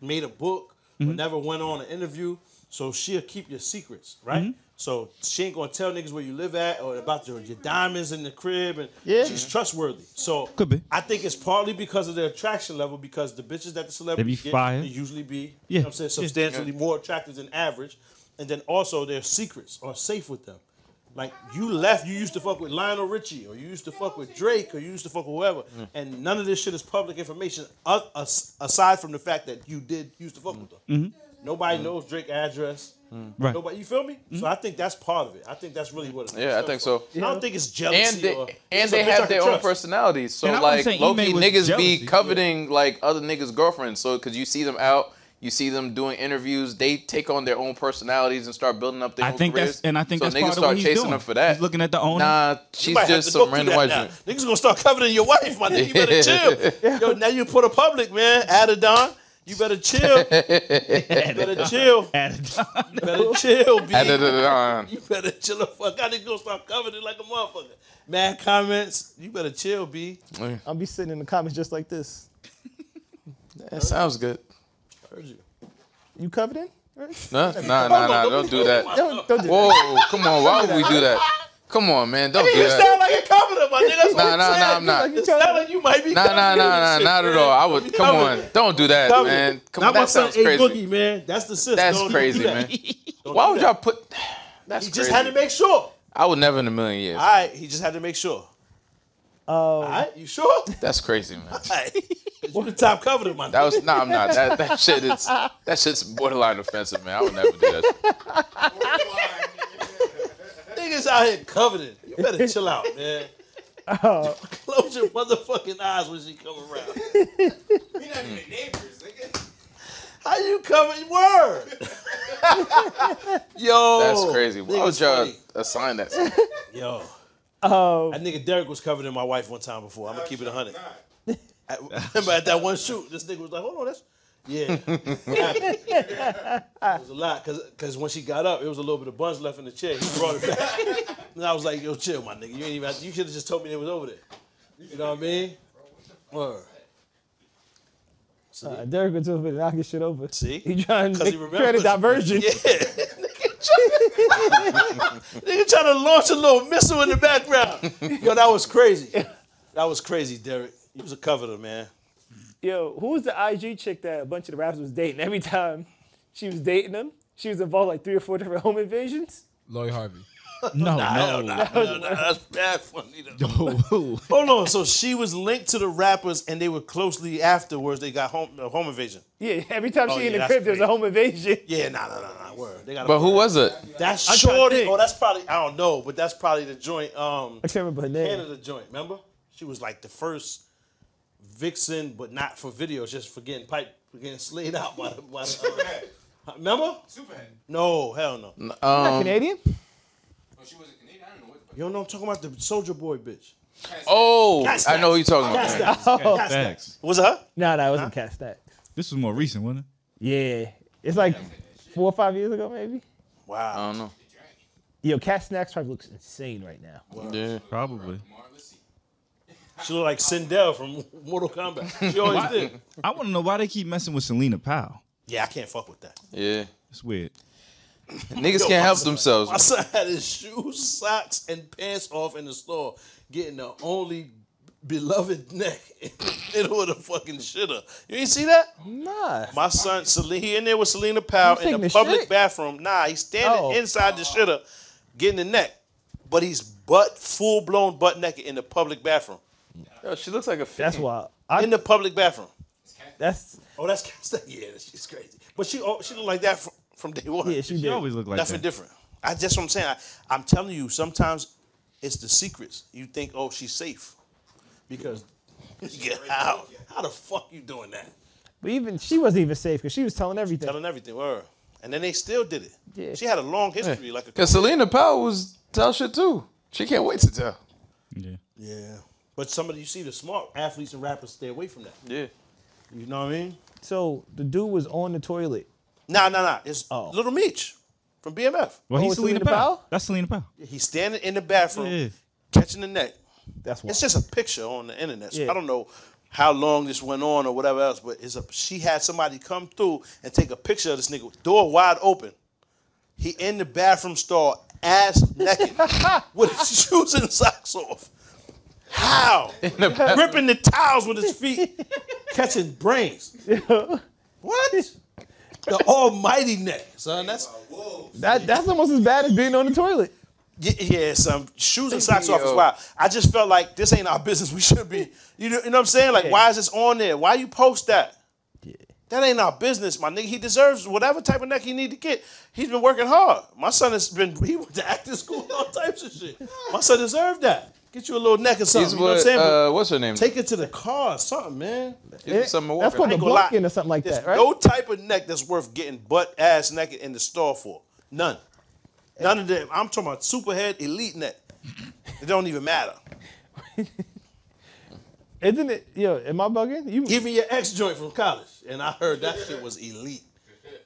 made a book
Mm-hmm.
or never went on an interview. So she'll keep your secrets, right?
Mm-hmm.
So she ain't gonna tell niggas where you live at or about your, your diamonds in the crib, and
Yeah.
she's trustworthy. So
Could be.
I think it's partly because of the attraction level, because the bitches that the celebrities get,
fire.
they usually be, you
Yeah.
know what I'm saying,
Yeah.
substantially more attractive than average. And then also their secrets are safe with them. Like you left, you used to fuck with Lionel Richie, or you used to fuck with Drake, or you used to fuck with whoever, and none of this shit is public information uh, as- aside from the fact that you did used to fuck with them.
Mm-hmm.
Nobody knows Drake address.
Mm.
Right.
Nobody, you feel me?
Mm-hmm.
So I think that's part of it. I think that's really what. It is.
Yeah, I think so.
I don't think it's jealousy.
And they,
or,
and
it's a
they
bitch I
have
can
their own
trust.
personalities. So
And I
like
wouldn't say
low
Ime
key
was
niggas
jealousy.
be coveting like other niggas' girlfriends. So because you see them out, you see them doing interviews, they take on their own personalities and start building up their
I
own
think
careers.
that's and I think
so
that's
niggas
part of
start
what he's
chasing
doing.
them for that.
He's looking at the owner.
nah,
You
she's
might have to
just some
go through
random white
that
chick.
now. Niggas gonna start covering your wife, my nigga.
[laughs]
You better chill. Yo, now you put a public, man. Adidon, you better chill. you
[laughs]
better chill. You better chill, B.
Ah, Da- da- da- da-
You better chill the fuck out. Niggas gonna start covering it like a motherfucker. Mad comments. You better chill, B.
I'll be sitting in the comments just like this.
That sounds good.
Heard you.
You coveting?
Nah, nah, nah, nah. Don't do
Uh,
that.
Don't, don't do that.
Whoa, come on. Why would we do that? Come on, man. Don't do
You
that.
sound like a comforter, my nigga. That's what
Nah,
I'm
nah,
saying.
nah, I'm not.
It sound like you might be
Nah, nah, nah,
covering
nah,
shit,
not at
man.
all. I would. Come
Covered.
on, don't do that,
Covered.
man. Come
Now
on,
my
that
son
sounds
ate
crazy.
Boogie, man. That's the system.
That's crazy, man. Why would y'all put? That's crazy.
He just had to make sure.
I would never in a million years.
All right, he just had to make sure. All
Oh, [laughs]
right, you sure? [laughs] All
That's crazy, man.
right. You're the top coveter, my
That
nigga.
was nah, I'm not. That that shit is that shit's borderline offensive, man. I would never do that.
Niggas out here coveting. You better chill out, man. [laughs]
Oh,
Close your motherfucking eyes when she come around.
We not
Mm.
even neighbors, nigga.
How you covering word? [laughs] Yo,
That's crazy. Why would
niggas
y'all
Oh, funny.
assign that?
Yo,
oh.
that nigga Derek was covering my wife one time before. I'm gonna keep it a hundred.
Not.
[laughs] At- Remember at that one shoot, this nigga was like, "Hold on, that's yeah." [laughs] it was a lot because when she got up, it was a little bit of buns left in the chair. He brought it back, [laughs] and I was like, "Yo, chill, my nigga. You ain't even. have to- You should have just told me it was over there. You know what I mean?" Word.
Uh, Derek was over there knocking shit over.
See?
He trying to
Because he
make
remembers.
credit diversion.
Yeah. [laughs] nigga trying to launch a little missile in the background. Yo, that was crazy. That was crazy, Derek. You was a coveter, man.
Yo, who was the IG chick that a bunch of the rappers was dating? Every time she was dating them, she was involved like three or four different home invasions.
Lloyd Harvey.
[laughs]
[laughs]
No, no,
That's bad funny.
no.
Hold on. So she was linked to the rappers, and they were closely afterwards. They got home uh, home invasion.
Yeah, [laughs] every time
Oh,
she
yeah,
in the
that's
crib, there's a
crazy.
home invasion.
Yeah, nah, nah, nah, nah. Word. They got.
But who was it?
That's
I'm trying to
shorty.
think.
Oh, that's probably. I don't know, but that's probably the joint. Um,
I can't remember her name.
Canada joint. Remember? She was like the first vixen, but not for videos, just for getting pipe, for getting slayed out by the. By the
Superhead.
uh, remember?
Superhead.
No, hell no.
Um,
Canadian?
Oh, she was a Canadian. I don't know what the
You don't know. I'm talking about the soldier boy bitch.
oh,
That's
I know who you're talking
That's
about.
that. That's that.
Facts.
Was it her?
No, no, it wasn't Cat Stack.
This was more recent, wasn't it?
Yeah. It's like four or five years ago, maybe.
I
Wow.
don't know.
Yo, Cat Snacks probably looks insane right now.
Yeah.
Probably.
She looked like Sindel from [laughs] Mortal Kombat. She always did.
I want to know why they keep messing with Selena Powell.
Yeah, I can't fuck with that.
Yeah.
It's weird.
Niggas can't help themselves.
My son had his shoes, socks, and pants off in the store, getting the only beloved neck in the middle of the fucking shitter. You ain't see that?
Nah.
My son, Sele- he in there with Selena Powell
He's taking
in the
a
public
shit?
bathroom. Nah, he's standing
Oh.
inside the shitter, getting the neck, but he's butt full blown butt naked in the public bathroom.
Yo, she looks like a
That's
fiend.
wild. I,
In the public bathroom.
that's
Oh, that's [laughs] yeah, she's crazy. But she oh, she looked like that from, from day one. [laughs]
yeah, she
She
did.
always look like
Nothing
that.
different. I just what I'm saying. I, I'm telling you, sometimes it's the secrets. You think, oh, she's safe, because [laughs] yeah, how how the fuck you doing that?
But even she wasn't even safe because she was telling everything.
Telling everything, word. And then they still did it.
Yeah.
She had a long history, like a
Cause Selena Powell was tell shit too. She can't wait to
Um,
tell.
Yeah.
yeah. But somebody you see the smart athletes and rappers stay away from that.
Yeah.
You know what I mean?
So the dude was on the toilet.
Nah, nah, nah. It's
Oh.
Little Meech from BMF.
Well,
Oh,
he's
it's
Selena,
Selena
Powell.
Powell?
That's Selena Powell.
He's standing in the bathroom,
Yeah.
catching the neck.
That's why.
It's just a picture on the internet. So
Yeah.
I don't know how long this went on or whatever else, but it's a she had somebody come through and take a picture of this nigga with door wide open. He in the bathroom stall, ass
[laughs]
naked, with his shoes and socks off.
[laughs]
How? Gripping the towels with his feet, catching
[laughs]
brains. what? The almighty neck, son. That's
That that's almost as bad as being on the toilet.
Y- Yeah, some shoes and socks off as well. I just felt like this ain't our business. [laughs] We should be, you know, you know what I'm saying? Like, why is this on there? Why you post that? That ain't our business, my nigga. He deserves whatever type of neck he need to get. He's been working hard. My son has been [laughs] he went to acting school, all types of shit. My son deserved that. Get you a little neck or something.
He's
you know what I'm
what?
saying? But
Uh, what's her name?
take it to the car or something, man.
Give him something to
That's
work on.
called a
gonna lie.
bumpkin or something like
There's
that, right?
no type of neck that's worth getting butt ass naked in the store for. None. None of them. I'm talking about superhead elite neck. It don't even matter.
Isn't it? Yo, am I bugging? You
Give me your ex joint from college. And I heard that shit was elite.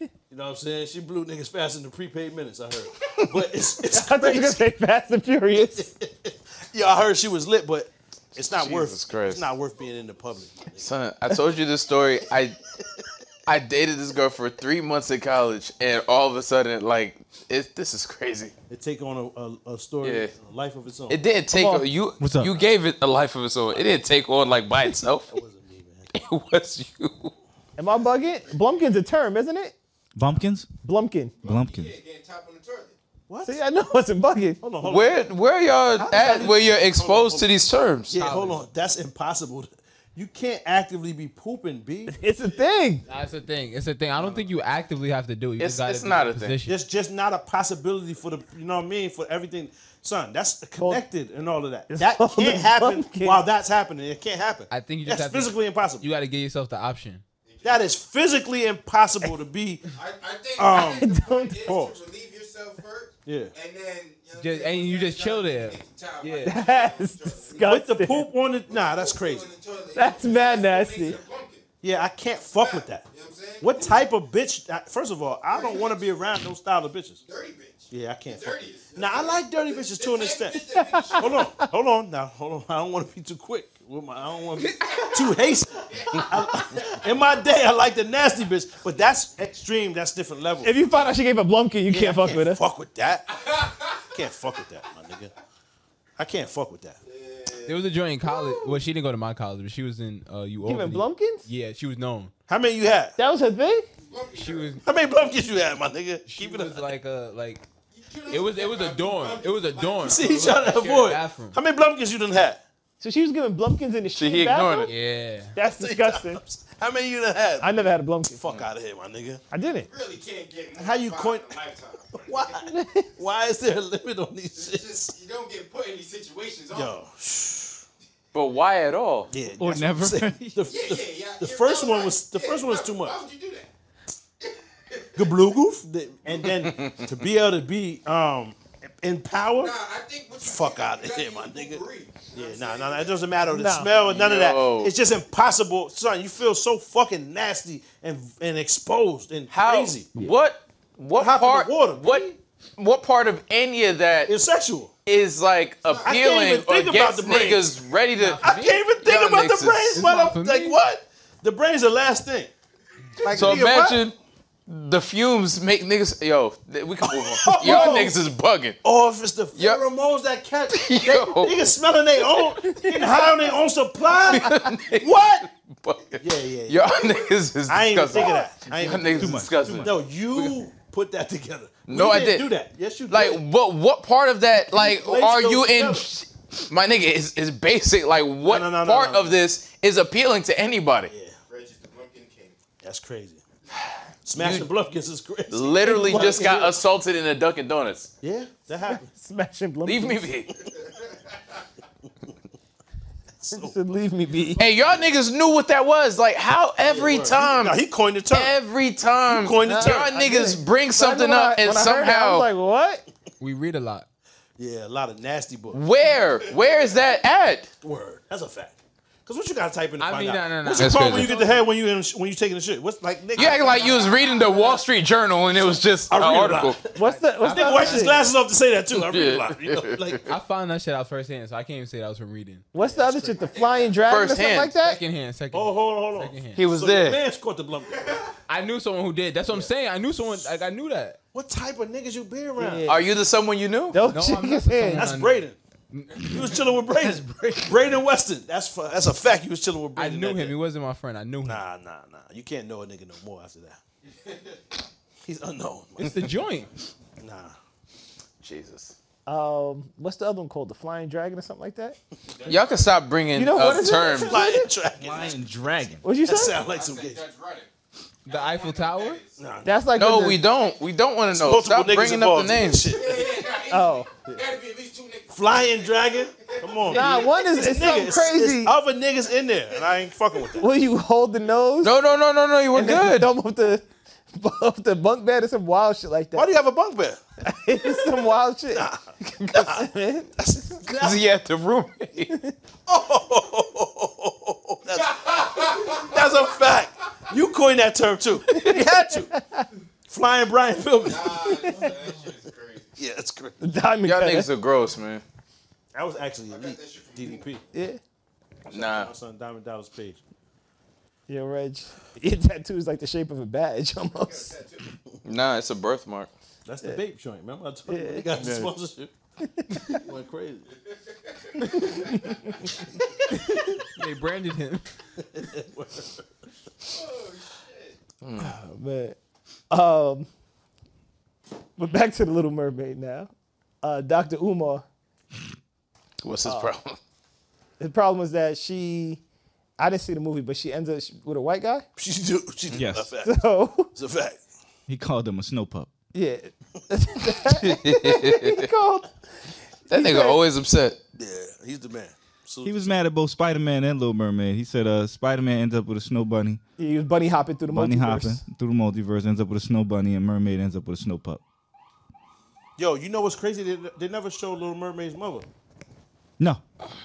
You know what I'm saying? She blew niggas faster than prepaid minutes, I heard. But it's, it's
[laughs] I thought you were
crazy.
gonna
[laughs]
say [laughs] Fast and Furious.
Yeah, I heard she was lit, but it's not
Jesus
worth
Christ.
it's not worth being in the public.
Son, I told you this story. I [laughs] I dated this girl for three months in college, and all of a sudden, like, it, this is crazy.
It take on a, a, a story,
Yeah.
a life of its own.
It didn't take
on.
you.
What's up?
You gave it a life of its own. It didn't take on like
[laughs]
by itself.
wasn't me, man.
[laughs] it was you.
Am I bugging? Blumpkin's a term, isn't it?
Bumpkins?
Blumpkin.
Blumpkins.
Yeah, getting top on the toilet.
What?
See, I know it's a bucket.
Hold on, hold on.
Where where y'all at? Where you're exposed to these terms?
Yeah, hold on. That's impossible. You can't actively be pooping, B.
It's a thing. [laughs]
That's the thing. It's a thing. I don't think you actively have to do. it. You
It's-
just gotta
it's
be
not
in
a thing.
position.
It's just not a possibility for the, you know what I mean, for everything. Son, that's connected and all of that. That
all
can't
the
happen
pumpkin.
while that's happening. It can't happen.
I think you just
that's
have to-
physically impossible.
You got to give yourself the option.
that is physically impossible to be.
I, I think,
Um,
I think the point is
pause.
to relieve yourself first.
Yeah.
And then you know,
Just- and you just chill there.
[laughs]
Yeah.
That's
With the
disgusting.
poop on it, nah, that's crazy.
That's mad nasty.
Yeah, I can't fuck with that.
You know what I'm saying?
What type of bitch? I- First of all, I don't want to be around those style of bitches.
Dirty bitch.
Yeah, I can't. Fuck.
Dirtiest.
Now I like dirty bitches to an extent.
extent.
hold on, hold on. Now, hold on. I don't want to be too quick. With my, I don't want to be too hasty. I- in my day, I like the nasty bitch, but that's extreme. That's different level.
If you find out she gave a Blumpkin, you
I
can't fuck
can't
with her.
Fuck with that. can't fuck with that, my nigga. I can't fuck with that.
There was a joint in college. Well, she didn't go to my college, but she was in uh, U.
Even
Albany.
Blumpkins?
Yeah, she was known.
How many you had?
That was her thing?
She was.
How many blumpkins you had, my nigga?
She
Keep it
was
up.
like a like. It was it was a dorm. It was a
[laughs]
dorm.
See,
It
he's
was like
trying to
a shared
avoid.
bathroom.
How many Blumpkins you done had?
So she was giving Blumpkins in the
See, he
shit
ignoring
bathroom.
it.
Yeah.
That's disgusting.
How many you done had?
I never had a Blumpkin.
Fuck out of here, my nigga.
I didn't.
really can't get
How you
five
coin-
in a lifetime.
[laughs]
Why? Why is there a limit on these
It's
shits?
just you don't get put in these situations. Oh,
Yo,
often.
But why at all?
yeah.
Or
that's-
never.
The,
Yeah,
the,
yeah, yeah.
the
You're
first
right.
one was the
Yeah,
first one was
why-
too
Why
much.
would you do that?
Gabloogoof. The- And then to be able to be um in power.
Nah, I think what you
Fuck
do,
outta
you gotta
here, my
use
nigga.
Wolverine. You
Yeah,
know what I'm
nah,
saying?
nah, nah, it doesn't matter the
Nah.
smell or none of
Yo.
that. It's just impossible, son. You feel so fucking nasty and and exposed and
How?
crazy.
What? What
Hop in the
part?
water,
what?
baby.
What part of any of that
It's sexual.
is like appealing
even
or
think about
gets
the brain.
niggas ready to?
I can't even think
Y'all
about
niggas
the
is-
brains,
it's
but
not
I'm
for
like,
me.
what? The brain's the last thing. Like,
So
nigga, what?
imagine the fumes make niggas. Yo, th- we can move on.
[laughs]
Y'all niggas is bugging.
Or Oh, if it's the
Yep.
pheromones that catch, they,
Yo.
niggas smelling their own, getting high on their own supply. what?
Bugging.
Yeah, yeah, yeah.
Y'all [laughs] niggas is.
I ain't even
disgusting.
think of that. I ain't
Y'all
even
niggas is disgusting.
No, you put that together.
No,
We
I
didn't
didn't.
do that. Yes, you
Like,
did.
what? What part of that? Like,
Place
are
those
you in?
together.
My nigga is is basic. Like, what
No, no, no, no,
part
no.
of this is appealing to anybody?
Reggie's the Pumpkin King.
That's crazy. Smashing Bluffkins is crazy.
Literally
What?
just got assaulted in a Dunkin' Donuts.
Yeah, that happened.
Smashing Blumpkins.
Leave me
[laughs]
be.
Said, Leave me be.
Hey, y'all niggas knew what that was. Like, how every time,
Nah, he coined the term.
every time,
He coined the term.
y'all
I
niggas bring something
When I-
up and
when I heard that, I
somehow.
was like, what?
We read a lot.
yeah, a lot of nasty books.
Where? Where is that at?
Word. That's a fact. Cause what you gotta type in to
I
find
mean,
out?
no, no, no.
What's your
That's
call when you
crazy.
get the head when you in, when you taking the shit? What's like nigga?
You act like you was reading the Wall Street Journal and it was just an
read a lot.
article.
What's the what's the
nigga wipe his
other,
glasses off to say that too. I read a lot. You know?
Yeah.
Like
I found that shit out firsthand, so I can't even say that was from reading.
what's the other shit? The flying dragon or something
Firsthand.
like that?
Secondhand, second.
oh hold on, hold on.
Secondhand.
He was
So your
there.
man's caught the blunt.
I knew someone who did. That's what I'm saying. I knew someone. Like I knew that.
What type of niggas you been around? Ah,
Are you the someone you knew?
Don't
No,
shake
I'm not
his
the
head.
someone-
That's
[laughs]
Braden. You was chilling with Braden. Braden. Weston. That's fu- that's a fact. You was chilling with
I
Braden.
knew
that
him.
day.
He wasn't my friend. I knew him.
Nah, nah, nah. You can't know a nigga no more after [laughs] that. He's [laughs] unknown.
It's the joint.
Nah.
Jesus.
Um, what's the other one called? The flying dragon or something like that?
Y'all can stop bringing
know what
up
is it?
terms.
Flying dragon.
Lion Dragon.
What'd you
That
say?
sound like some gay.
Judge Ruddick.
The Eiffel Tower.
That's like
No,
when the-
we don't. We don't want to know.
Multiple
Stop
niggas
bringing up the
involved in
names.
this shit.
Oh,
Gotta be at least two niggas.
Flying dragon. Come on.
nah,
man.
one is it's
Nigga,
something
it's-
crazy.
It's other niggas in there, and I ain't fucking with that.
Will you hold the nose?
No, no, no, no, no. You were
and then
good.
Dump up the [laughs] up the bunk bed or some wild shit like that.
Why do you have a bunk bed?
it's some wild shit. [laughs] Man,
Cause [laughs] he had the
[laughs]
roommate.
That's a fact. You coined that term too. You had to. Flying Brian Philbin.
That shit is crazy.
Yeah, that's great.
Diamond
Y'all
cutter.
niggas are gross, man.
That was actually elite. DDP.
Yeah.
Nah.
My son Diamond Dallas Page.
Yo, Reg, your tattoo is like the shape of a badge [laughs] almost.
Nah, it's a birthmark.
That's the vape joint. Remember I told you when he got the sponsorship. [laughs] Went crazy.
They branded him.
But um, but back to the Little Mermaid now. Uh, Dr. Umar.
What's
Oh.
his problem?
The problem was that she, I didn't see the movie, but she ends up with a white guy. [laughs]
She do. She do.
Yes.
That's a fact.
So
It's a fact.
He called them a snow pup.
yeah. [laughs] He called-
[laughs] That nigga always upset.
Yeah, he's the man. So
He was mad at both Spider Man and Little Mermaid. He said uh, Spider Man ends up with a snow bunny.
He was bunny hopping through the
Bunny
multiverse.
hopping through the multiverse ends up with a snow bunny, and Mermaid ends up with a snow pup.
Yo, you know what's crazy? They, they never showed Little Mermaid's mother.
No,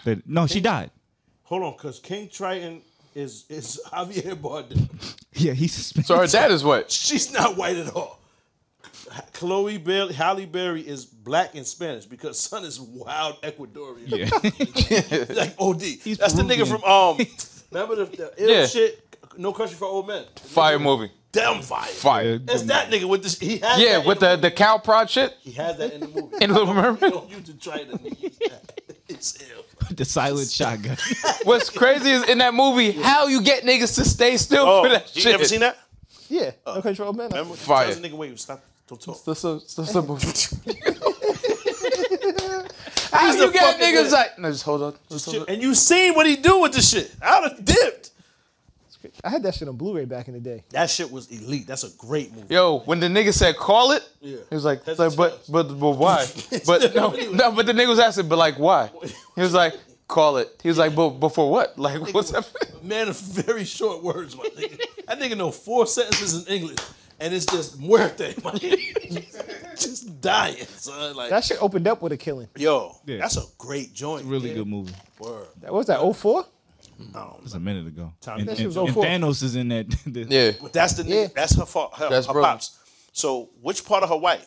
They- no, she died. [laughs]
Hold on, cause King Triton is is [laughs] Javier Bardem.
Yeah, he's suspended.
So her dad is what?
She's not white at all. Chloe Berry, Halle Berry is black and Spanish because [laughs] son is wild Ecuadorian. [laughs]
Yeah.
like OD. That's the nigga
Peruvian.
[laughs]
from um. Remember the, the ill
Yeah.
shit? No country for old men.
Fire movie.
Damn fire.
Uh,
Fire.
That's that nigga with this. He has
Yeah,
that
with
in
the the cow prod shit
He has that in
[laughs]
the movie.
in Little Mermaid.
Don't use the Triton. Use that. [laughs] It's ill.
the silent
[laughs]
shotgun.
What's crazy is in that movie how you get [laughs] niggas to stay still for that
you
shit.
ever Oh, seen that?
Yeah. No control man.
Remember?
Fire.
Tells the nigga, wait, stop. Don't talk.
It's the, it's the [laughs] simple. How you got niggas like? No, just hold on. Just hold on.
And you seen what he do with the shit? I'd have dipped.
I had that shit on Blu-ray back in the day.
That shit was elite. That's a great movie.
Yo, when the nigga said call it,
Yeah.
he was like,
That's
like
a
but, but but
[laughs]
why? But no, no, but the nigga was asking, but like why? He was like, call it. He was like, but before what? Like [laughs] what's up?
Man [laughs] of very short words, my nigga. that nigga know four sentences in English, and it's just muerte, my nigga. [laughs] just dying, son. Like,
That shit opened up with a killing.
yo,
Yeah.
that's a great joint.
Really good movie.
Word.
What was that? 04?
Mm-hmm. It's a minute ago. And,
That shit was
and- and
04.
Thanos is in that. [laughs] the-
Yeah,
But that's the nigga.
Yeah.
That's her fault. Her,
That's
her
brother.
pops. So which part of Hawaii?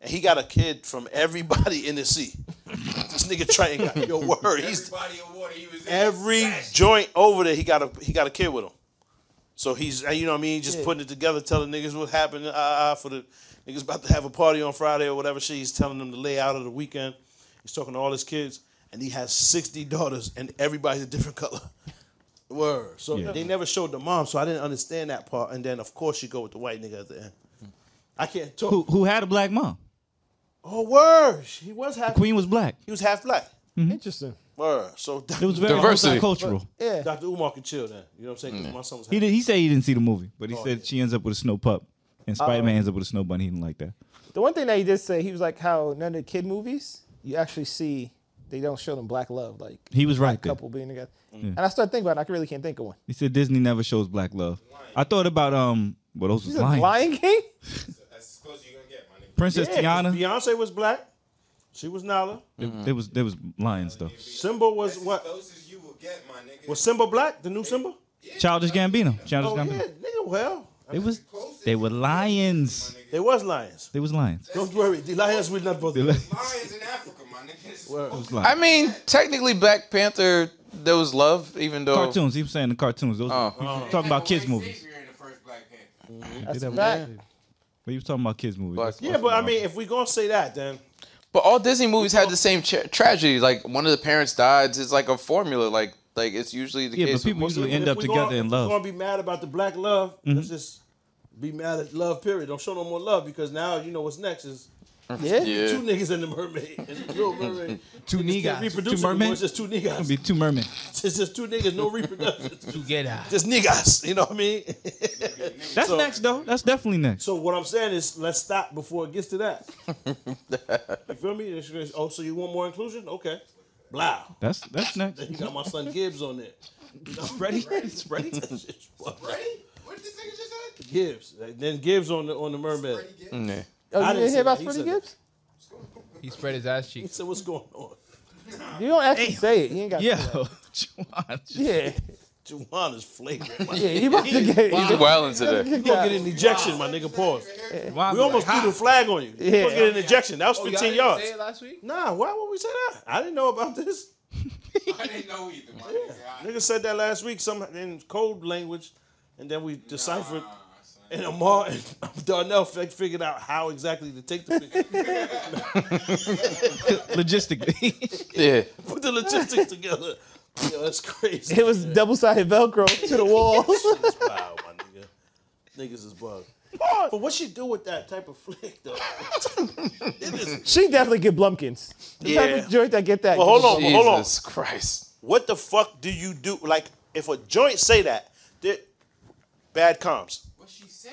And he got a kid from everybody in the sea. this nigga Triton got
[laughs]
your word. He's
Body of water he was in.
every joint over there. He got a he got a kid with him. So he's uh, you know what I mean just putting it together, telling niggas what happened. Uh, uh, for the niggas about to have a party on Friday or whatever. Shit. He's telling them the layout of the weekend. He's talking to all his kids, and he has sixty daughters, and everybody's a different color. Word. So
Yeah.
they never showed the mom, so I didn't understand that part. And then of course you go with the white nigga at the end. I can't talk.
Who, who had a black mom?
Oh word, he was half.
Queen was black.
He was half black.
Interesting.
Word. So [laughs]
It
Dr.
was very
Diversity.
multicultural.
Yeah.
Dr. Umar could chill then. You know what I'm saying? 'Cause My son was half
He did, he said he didn't see the movie, but
Oh,
he said she ends up with a snow pup, and Spider
Uh,
Man ends up with a snow bunny. He didn't like that.
The one thing that he did say, he was like, how none of the kid movies, you actually see they don't show them black love, like
He was right there.
couple being together. And I started thinking about it, I really can't think of one.
He said Disney never shows black love. I thought about um, well those was
Is it
lions.
Lion King?
That's as close as you gonna get, my nigga.
Princess
Yeah, 'cause
Tiana.
Beyonce was black. She was Nala.
There was there was lions though.
Simba was
That's
what?
As close as you will get, my nigga.
Was Simba black? The new Simba?
Childish Gambino. Childish
Oh yeah,
Gambino.
nigga. Well,
It was they were lions.
they was lions.
They was
[laughs]
lions.
Don't worry, the lions will not bother. you.
They li-
Lions in Africa, my nigga. This is
it was
I
lions.
mean, technically, Black Panther there was love, even though
Cartoons. He was saying the cartoons. Those
Oh.
he was talking about kids
White
movies.
Savior in the first Black Panther.
That's
that
a
was-
fact.
But he was talking about kids movies.
Black-
That's-
Yeah, but I mean, if we gonna say that, then
But all Disney movies have the same tra- tragedy. Like one of the parents dies. It's like a formula. Like like it's usually the
Yeah, but
case.
people
with
usually
most
end
if
up
we
together
gonna,
in
if
love. Mm-hmm.
We gonna be mad about the black love. Let's just be mad at love. Period. Don't show no more love because now you know what's next is
Yeah. Oh,
of- yeah.
two niggas and the mermaid. [laughs] And the little mermaid.
Two
Niggas can't
niggas.
reproduce
Two
anymore,
mermaids?
It's just two
It'd
niggas.
be two mermen.
It's just two niggas. No reproduction.
[laughs]
Two get out.
just niggas. [laughs] You know what I mean?
That's
So-
next though. That's definitely next.
So what I'm saying is, let's stop before it gets to that. you feel me? It's- it's- Oh, so you want more inclusion? Okay. Blah. [laughs]
That's that's next.
You got my son Gibbs on there.
Ready? It's
[laughs]
ready.
Ready? What did this nigga just say?
Gibbs. Then Gibbs on the on the mermaid.
Yeah.
Oh,
I
you
didn't
didn't
say
hear about
that. He
Freddie
said it.
Gibbs?
He spread his ass
He
cheeks.
said, "What's going on?" [laughs]
You don't actually say it. You ain't got
Yeah. [laughs]
[laughs]
Juwan.
Yeah.
Juwan is flagrant.
Yeah, you about to get
He's wilding today.
You gonna get an ejection, my nigga. Pause.
Juwan be
We almost
like,
threw the flag on you. You
Yeah.
gonna get an ejection.
Oh,
That was
y'all
15
didn't
yards.
say it last week?
Nah, why would we say that? I didn't know about this.
[laughs] I didn't know either, my nigga. I-
Nigga said that last week, some in code language, and then we deciphered. And Amar and [laughs] Darnell fi- figured out how exactly to take the [laughs] picture, [laughs]
logistically.
Yeah.
put the logistics together. [laughs] Yo, that's crazy.
It was double sided Velcro to the wall.
[laughs] That's wild, my nigga. Niggas is bugged. But what she do with that type of flick though? [laughs] It is-
she definitely get Blumpkins. The type
Yeah.
of joint that get that.
Well, hold on, well, hold on.
Jesus Christ.
What the fuck do you do? Like, if a joint say that, that bad comms.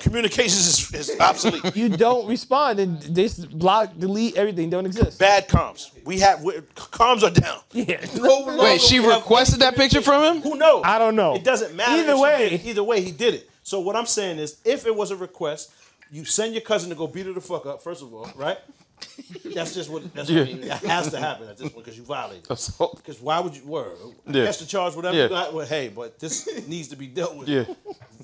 Communications is, is obsolete.
You don't respond and this block, delete, everything don't exist.
bad comms. We have we, comms are down.
Yeah.
No longer
Wait, she
we have-
requested that picture from him.
Who knows?
I don't know.
It doesn't matter.
Either
if she
way.
did it. either way, he did it. So what I'm saying is, if it was a request, you send your cousin to go beat her the fuck up. First of all, right? [laughs] That's just what. That's what I mean. That has to happen at this point because you violated.
So-
Because why would you? Word.
Yeah.
That's the charge. Whatever.
Yeah.
you got, well, hey, but this [laughs] needs to be dealt with
Yeah.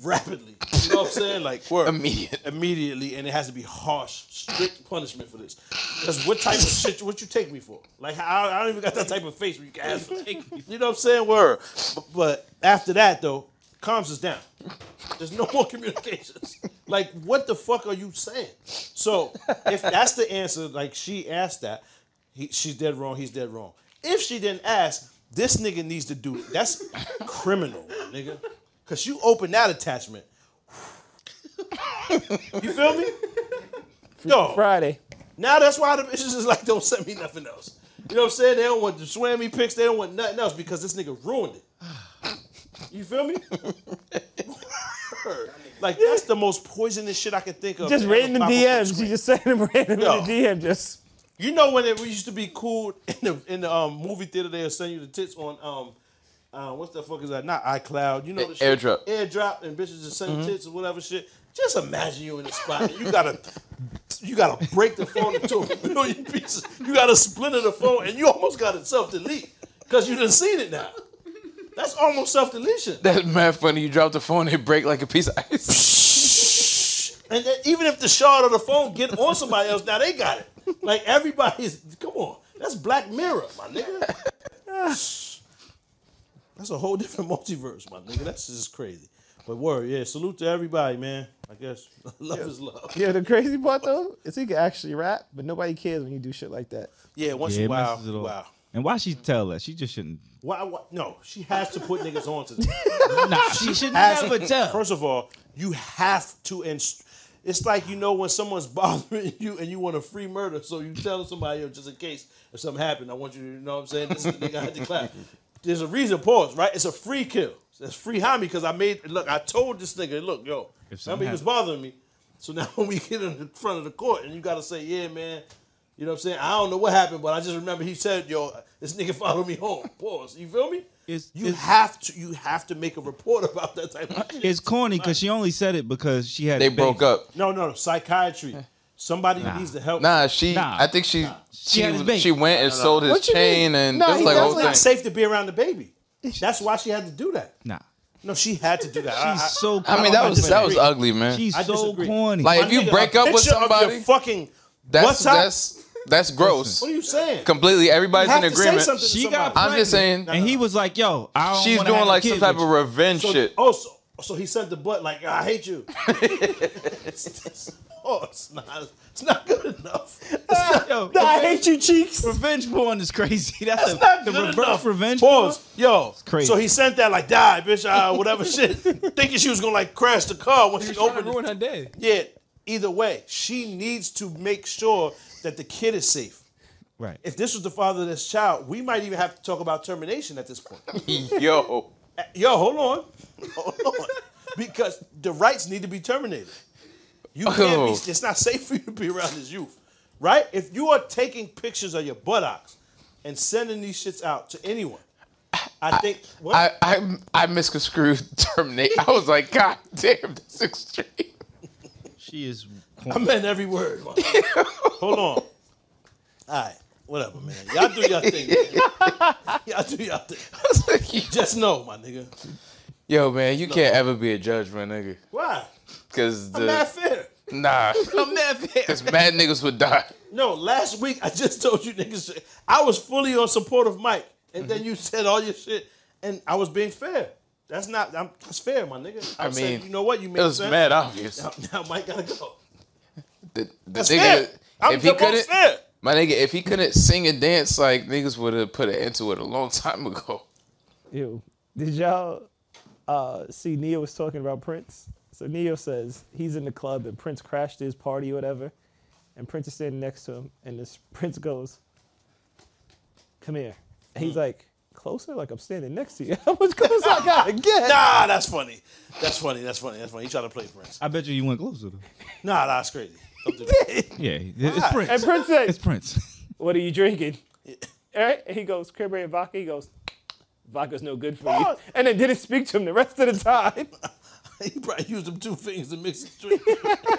rapidly. You know what I'm saying? Like word.
Immediate.
Immediately, and it has to be harsh, strict punishment for this. Because what type of shit? What you take me for? Like I, I don't even got that type of face where you can ask for take me. You know what I'm saying? Word. But, but after that though, comms is down. There's no more [laughs] communications. Like what the fuck are you saying? So if that's the answer, like she asked that, he, she's dead wrong. He's dead wrong. If she didn't ask, this nigga needs to do. That's criminal, nigga. Cause you open that attachment. You feel me? Yo,
[laughs] Friday.
now that's why the bitches is like, don't send me nothing else. You know what I'm saying? They don't want the swammy pics. They don't want nothing else because this nigga ruined it. You feel me? like that's the most poisonous shit I can think of.
Just
to ever
random
pop up on
DMs.
screen.
You just send them random in
Yo.
the DM. Just
You know when it we used to be cool in the in the um, movie theater, they'll send you the tits on um, uh, what's the fuck is that? Not iCloud. You know the shit.
Airdrop.
airdrop, and bitches just send you tits or whatever shit. Just imagine you in the spot. and You gotta, you gotta break the phone in two. You know you pieces. You gotta splinter the phone, and you almost gotta self delete because you done seen it now. That's almost self deletion.
That's mad funny. You drop the phone, it break like a piece of
[laughs]
ice.
And then even if the shard of the phone get on somebody else, now they got it. Like everybody's come on. That's Black Mirror, my nigga. [sighs] That's a whole different multiverse, my nigga. That's just crazy. But word, yeah, salute to everybody, man. I guess [laughs] love is love.
Yeah, the crazy part though is he can actually rap, but nobody cares when you do shit like that.
Yeah, once
Yeah,
you
it
wow,
messes it up.
wow.
And why she tell that? She just shouldn't.
Why, why? No, she has to put niggas on to. [laughs]
Nah, she should
As-
never tell.
First of all, you have to inst- it's like you know when someone's [laughs] bothering you and you want a free murder, so you tell somebody, yo, just in case if something happened, I want you to you know what I'm saying. This is the nigga I had to clap. There's a reason, pause, right? It's a free kill. It's free homie because I made look, I told this nigga, look, yo,
If
remember
something
he was
happened.
bothering me. So [laughs] now when we get in front of the court and you gotta say, yeah, man, you know what I'm saying? I don't know what happened, but I just remember he said, yo, this nigga [laughs] followed me home. Pause. You feel me?
It's-
you
it's-
have to you have to make a report [laughs] about that type of shit.
It's corny because she only said it because she had.
They
a baby.
broke up.
No, no, no. Psychiatry. Somebody needs to help.
Nah, she.
Nah.
I think she. She
had his
she,
baby.
went and sold his
What you
chain
mean?
and
Nah,
that's
he
like whole
It's
definitely-
thing.
not safe to be around
[laughs]
the baby. That's why she had to do that.
Nah,
No, she had to do that. I- I-
she's so.
I mean, that was that was ugly, man.
She's
I
so
disagree.
corny.
Like- if you
nigga, a
break up with
picture of your
somebody,
fucking
that's
what's up?
that's that's gross.
what are you saying?
Completely, everybody's
You have
in
to say
agreement.
something to
she got.
somebody.
I'm just
pregnant,
saying-
And he was like, "Yo, I don't
She's
wanna
doing
have a
like
kid
some type
with
of
you."
revenge
So-
shit.
Oh, so, so he sent the butt like I hate
[laughs]
you. [laughs] oh, it's not. It's not good enough. It's not,
[laughs] Yo,
[laughs]
I hate you, cheeks.
revenge porn is crazy. That's, a,
not
the
good
reverse
enough.
revenge porn.
Pause. Yo.
crazy.
So he sent that like die, bitch, uh, whatever shit, thinking she was gonna like crash the car when she
She's trying
opened
to
it.
ruin her day.
Yeah, either way, she needs to make sure that the kid is safe.
Right.
If this was the father of this child, we might even have to talk about termination at this point.
Yo,
Yo, hold on. Hold on. Because the rights need to be terminated. You can't
Oh.
be, it's not safe for you to be around this youth, right? If you are taking pictures of your buttocks and sending these shits out to anyone, I think what?
I I I misconstrued [laughs] terminate. I was like, God damn, that's extreme. [laughs]
She is.
I meant every
[laughs]
word. man. Hold on. All right. Whatever, man. Y'all do y'all thing. man. Y'all do y'all thing.
I was like,
Just know, my nigga.
Yo, man, you can't ever be a judge, man, nigga,
Why?
because
I'm not
the
fair.
nah,
I'm not fair.
because mad niggas would die.
No, last week I just told you niggas I was fully on support of Mike, and then you said all your shit, and I was being fair. That's not. I'm, that's fair, my nigga. I,
I
was saying,
mean,
you know what? You
It
made
was
sense.
mad obvious.
Now, [laughs] now Mike gotta go.
The, the
That's
nigga,
fair. I'm
if he
the most
couldn't,
fair.
My nigga, if he couldn't sing and dance, like niggas would have put an end to it a long time ago. [laughs]
Ew. Did y'all uh, see Neo was talking about Prince? So Neo says he's in the club and Prince crashed his party or whatever, and Prince is standing next to him, and this [laughs] Prince goes, "Come here." And
Hmm.
he's like, "Closer? Like I'm standing next to you? [laughs] How much closer I
[laughs]
gotta get?"
Nah, that's funny. That's funny. That's funny. That's funny. He tried to play Prince.
I bet you you went closer. to her.
Nah, nah, that's crazy. Don't do that.
Yeah, it's Prince.
And Prince says,
It's Prince.
"What are you drinking?" [laughs] All right, and he goes, "Crib and vodka." He goes, "Vodka's no good for you," and then didn't speak to him the rest of the [laughs] time.
[laughs] He probably used them two fingers to mix his drink.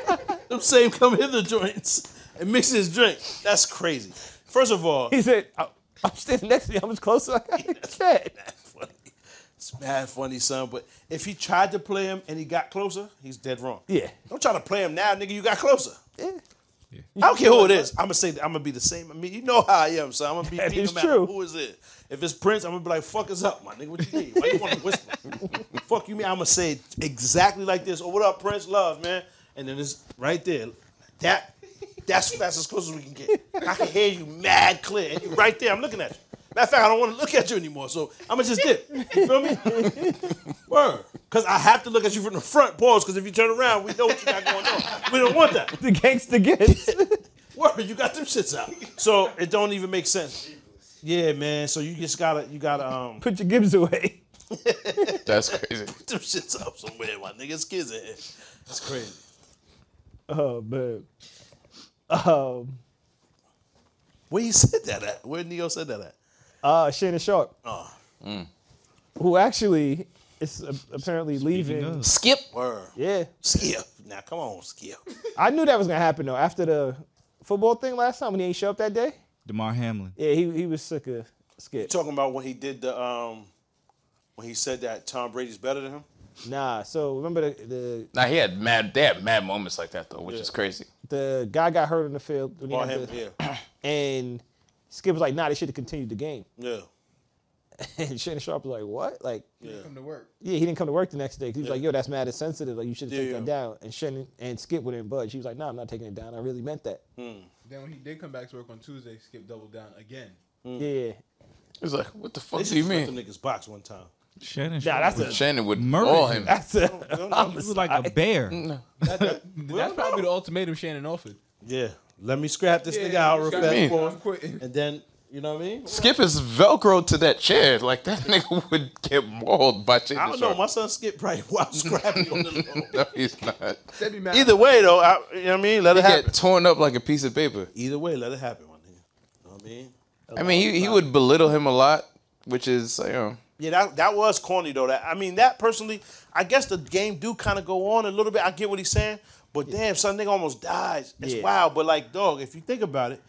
[laughs] them same come hither joints and mix his drink. That's crazy. First of all, [laughs]
He said, "I- "I'm standing next to you. How much closer I gotta [laughs] get?"
funny. it's mad funny, son. But if he tried to play him and he got closer, he's dead wrong.
Yeah.
Don't try to play him now, nigga. You got closer.
Yeah.
I don't care who it [laughs] is. I'm gonna say I'm gonna be the same. I mean, you know how I am, son. I'm gonna be
That
beating
is
him out.
true.
Who is it? If it's Prince, I'm gonna be like, "Fuck is up, my nigga. What you need? Why you want to [laughs] whisper? Fuck you, mean? I'm gonna say it exactly like this. Or what up, Prince? Love, man. And then it's right there. That that's that's as close as we can get. I can hear you mad clear, and you right there. I'm looking at you. [laughs] Matter of fact, I don't want to look at you anymore, so I'm gonna just dip. You feel me? Word. Because I have to look at you from the front, pause, because if you turn around, we know what you got going on. We don't want that.
The gangsta gets. [laughs]
Word, you got them shits out. So it don't even make sense. Yeah, man. So you just gotta, you gotta, um,
Put your Gibbs away.
That's crazy.
put them shits up somewhere. My niggas kids in here. That's crazy.
Oh man. Um.
Where you said that at? Where Neo said that at?
Uh, Shannon Sharp. Mm.
Oh.
Who actually is a- apparently leaving?
Skip. Word.
Yeah.
Skip. Now come on, Skip.
I knew that was gonna happen though. After the football thing last time, when he ain't show up that day,
Demar Hamlin.
yeah, he, he was sick of skit.
Talking about when he did the, um, when he said that Tom Brady's better than him.
Nah. So remember the the,
Now he had mad. They had mad moments like that though, which is crazy.
the guy got hurt on the field when he
Or
had
him.
the-
[clears throat]
Yeah.
and Skip was like, Nah, they should have continued
[laughs]
the game.
Yeah.
And Shannon Sharp was like, What? Like,
Come to work.
yeah, he didn't come to work the next day. 'cause He was like, Yo, that's mad insensitive. Like, you should have
Yeah,
taken
yeah.
it down. And Shannon and Skip wouldn't budge. He was like, Nah, I'm not taking it down. I really meant that.
Then when he did come back to work on Tuesday, Skip doubled down again.
Mm.
Yeah. [laughs]
He's like, what the
They
fuck do
should
you
let them
mean?
niggas box one time.
Shannon.
Nah, that's a
Shannon would
Murder
maul
him.
him.
that's a
He was like a bear.
That's probably the ultimatum Shannon offered.
Yeah. Let me scrap this nigga out real
Scott,
fast
mean?
for
I'm
him.
quitting.
And then, you know what I mean?
Skip is velcro to that chair. Like that [laughs] nigga would get mauled by Shannon.
I don't know. My son Skip probably [laughs] wild scrappy on the low.
[laughs] no, he's not.
That'd be mad.
Either way, though, I, you know what I mean? Let it happen.
Get torn up like a piece of paper.
Either way, let it happen, my nigga. You know what I mean?
I mean, he, he would belittle him a lot, which is you know,
Yeah, that, that was corny though. That I mean, that personally, I guess the game do kind of go on a little bit. I get what he's saying, but damn, some nigga almost dies. It's
Yeah.
wild, but like, dog, if you think about it,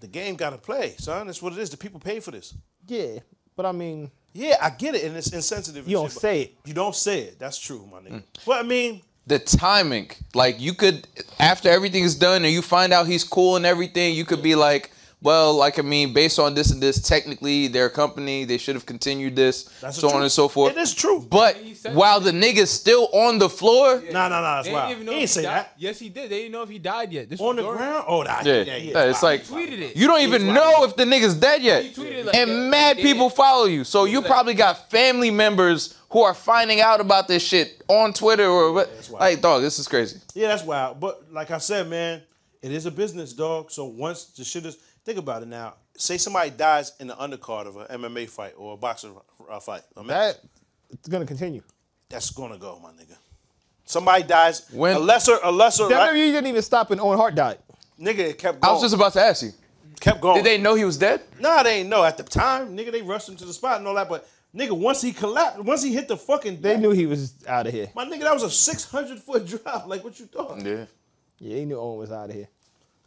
the game got to play, son. That's what it is. The people pay for this.
[laughs] yeah. But I mean,
Yeah, I get it, and it's insensitive. and
you don't
shit, but
say it.
You don't say it. Mm. That's true, my nigga. But I mean,
the timing. Like you could, after everything is done and you find out he's cool and everything, you could be like, well, like I mean, based on this and this, technically their company they should have continued this,
That's the
so on
truth.
and so forth.
It is true.
But
He said-
while the nigga's still on the floor,
nah, nah, nah, that's
They didn't
wild.
even
He
know if
ain't say
died.
that
Yes, he did. They didn't know if he died yet. This
on the
was during-
ground. Oh, nah,
yeah,
yeah, yeah.
yeah, it's
Wow.
like
Tweeted it.
you don't even know if the nigga's dead yet.
He tweeted like
and
that.
mad
Yeah.
people follow you. So you
like-
probably got family members who are finding out about this shit on Twitter or what.
wild.
like, dog, this is crazy.
Yeah, that's wild. But like I said, man, it is a business, dog. So once the shit is, think about it now. Say somebody dies in the undercard of an MMA fight or a boxing uh, fight. I mean,
That it's gonna continue.
that's gonna go, my nigga. Somebody dies.
When-
a lesser, a lesser,
WWE
right?
didn't even stop when Owen Hart died.
nigga, it kept
I
going.
was just about to ask you.
kept going.
Did they know he was dead?
Nah, they ain't know at the time, nigga. They rushed him to the spot and all that. But nigga, once he collapsed, once he hit the fucking,
They knew he was out of here.
My nigga, that was a six hundred foot [laughs] drop. Like what you thought?
Yeah.
Yeah, he knew Owen was out of here.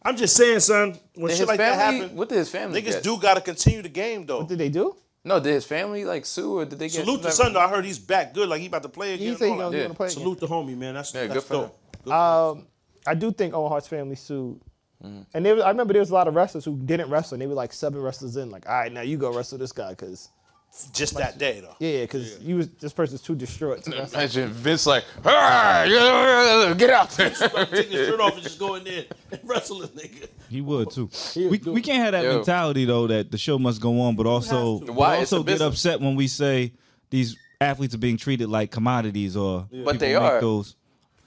I'm just saying, son. When
Did
shit
his
like that
family?
happen,
What did his family?
niggas
get?
do gotta continue the game though.
What did they do?
No, did his family like sue or did they get?
Salute the son though. I heard he's back good. Like he about to play again.
He said he
and all
gonna,
that.
he gonna play. again.
Salute the homie, man. That's
Yeah,
that's
good for
dope. Good for
Um, I do think Owen Hart's family sued.
Mm-hmm.
And there was, I remember there was a lot of wrestlers who didn't wrestle, and they were like seven wrestlers in, like, all right, now you go wrestle this guy, cause
him. just that day though.
yeah, cause you was this person's
[laughs]
too distraught. to wrestle.
Imagine Vince like, "Arr, get out there.
Take his shirt off and just go
[laughs]
in there and wrestle a nigga.
He would too. We, we can't have that
Yo.
mentality though that the show must go on, but also but
Why? It's a
also get
business.
upset when we say these athletes are being treated like commodities or people
they
make
are.
those.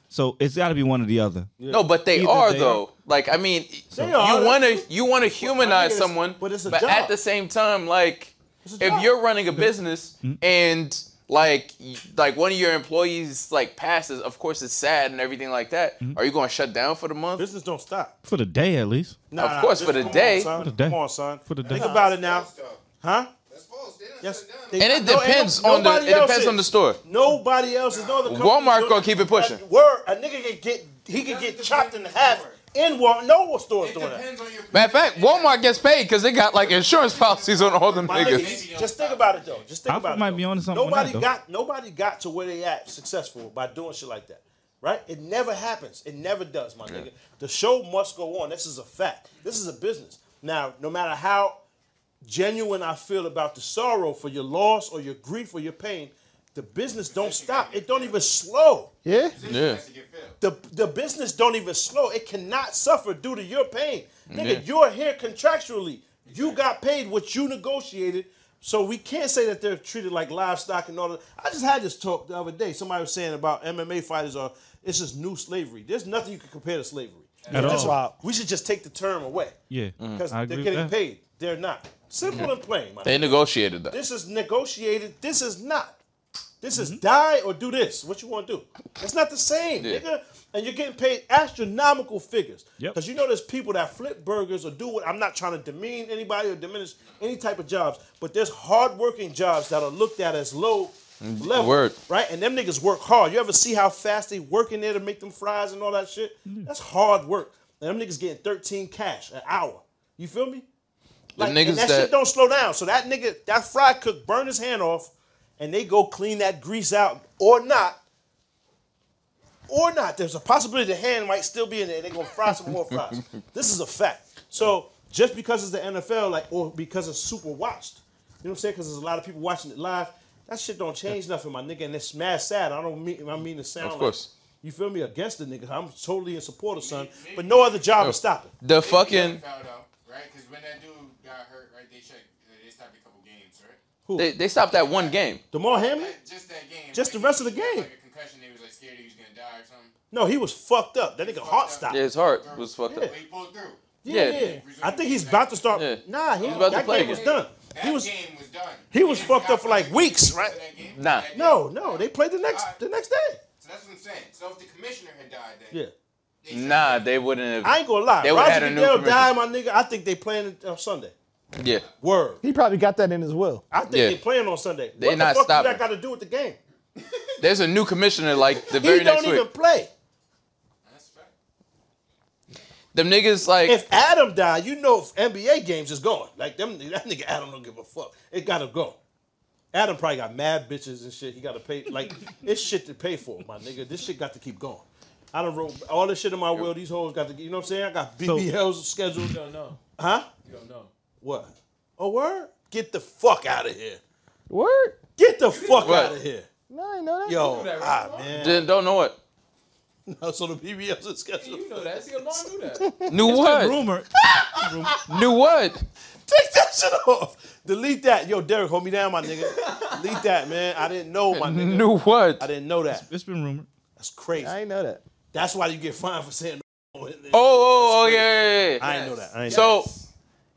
So it's got to be one or the other.
No, but they
Either
are
they
though. Like I mean,
are.
you want to you want to humanize
it's-
someone,
but it's a
at
job.
the same time, like
a
if
job. Mm-hmm.
you're running a business and like y- like one of your employees like passes, of course it's sad and everything like that.
Mm-hmm.
Are you going to shut down for the month?
Business don't stop.
For the day, at least.
Nah,
Of
nah,
course,
this-
for the
come on,
day.
son.
For the day.
Come on, son.
For the day.
Think about it now,
That's tough.
huh?
That's false. They done
Yes,
shut down.
they-
and it
no, ain't
depends
no-
on the
nobody
it
else
depends
is.
on the store.
Nobody else is no other company.
Walmart
doing-
gonna keep it pushing.
Word, a nigga can get he can get chopped in half in Walmart. No store's
It
doing that.
depends on your.
Matter of fact, Walmart gets paid because they got like insurance [laughs] policies on all them
My
niggas.
nigga, just think about it though. Just think
Alfred
about it.
might
though.
be onto something with
Nobody
that, though.
got nobody got to where they at successful by doing shit like that. Right? It never happens. It never does, my nigga. The show must go on. This is a fact. This is a business. Now, no matter how genuine I feel about the sorrow for your loss or your grief or your pain, the business don't stop. It don't even slow.
Yeah,
Yeah.
Has to get filled.
The the business don't even slow. It cannot suffer due to your pain. Nigga, you're here contractually. You got paid what you negotiated. So we can't say that they're treated like livestock and all that. I just had this talk the other day. Somebody was saying about MMA fighters are it's just new slavery. There's nothing you can compare to slavery.
At
That's
Oh.
all.
why we should just take the term away.
Yeah.
Because
I
they're
agree with
getting
that.
paid. They're not. Simple and plain. my
They negotiated that.
this is negotiated. This is not. This is die or do this. What you want to do? It's not the same,
Yeah.
nigga. And you're getting paid astronomical figures.
Yep.
Because you know there's people that flip burgers or do what. I'm not trying to demean anybody or diminish any type of jobs, but there's hardworking jobs that are looked at as low level.
Mm, word.
Right? And them niggas work hard. You ever see how fast they work in there to make them fries and all that shit? That's hard work. And them niggas getting 13 cash an hour. You feel me? Like,
the niggas
and that,
that,
shit don't slow down. So that nigga, that fry cook burn his hand off, and they go clean that grease out or not. Or not. There's a possibility the hand might still be in there. They're gonna fry some more
[laughs]
fries. This is a fact. So just because it's the NFL, like, or because it's super watched, you know what I'm saying? Because there's a lot of people watching it live. That shit don't change nothing, my nigga. And it's mad sad. I don't mean I mean to sound
Of course.
Like, you feel me? Against the nigga. I'm totally in support of son. But no other job is stopping.
the fucking
Foul though, right? Because when that dude got hurt, right, they checked. They stopped a couple games, right?
they, they stopped that one game.
DeMar Hamlin?
That- Just that game.
Just the
like,
rest of the
he had,
game.
Like a concussion, they was like scared he was gonna die or something.
No, he was fucked up. That nigga heart stopped.
Yeah, his heart was fucked up.
But he pulled through.
Yeah,
Yeah.
yeah. I think he's about to start.
Yeah.
Nah, he,
He's about to
that
play
game was
again.
done.
That
He was
game was done.
he was
They
fucked
got
up for like
fucking
weeks,
to
right?
that game,
Nah.
that game.
No, no, they played the next the next day.
So that's what I'm saying. So if the commissioner had died, then
Yeah,
they said-
Nah, they wouldn't
I
have.
ain't gonna lie.
They would've had
Roger
a new
Goodell
commissioner.
died, my nigga. I think they playing it on Sunday.
Yeah,
Word.
He probably got that in his will.
I think
Yeah.
they playing on Sunday.
They
what
not
the fuck do
stopping.
that got to do with the game?
there's a new commissioner like the
He
very
don't
next
even
week.
play.
That's a fact.
Them niggas like
If Adam died, you know if NBA games is going. Like them, that nigga Adam don't give a fuck. It gotta go. Adam probably got mad bitches and shit. He gotta pay. Like it's shit to pay for, my nigga. This shit got to keep going. I done wrote all this shit in my will. These hoes got to. You know what I'm saying? I got BBLs scheduled.
don't know.
Huh?
You don't
[laughs]
know.
What? A word? Get the fuck out of here.
Word?
Get the fuck
What?
out of here.
No, I didn't know that.
Yo,
that, right?
ah man.
didn't- don't know what.
so the BBLs is scheduled.
You know that. See, Lamar knew
[laughs]
that.
Knew what?
Rumor.
Knew what?
Take that shit off. Delete that. Yo, Derek, hold me down, my nigga. Delete that, man. I didn't know, my nigga.
Knew
I
what?
didn't know that.
It's been rumored.
That's crazy.
I didn't know that.
That's why you get fined for saying. Oh,
Oh, oh, oh, yeah, yeah, yeah.
I didn't know that.
[laughs]
I ain't
So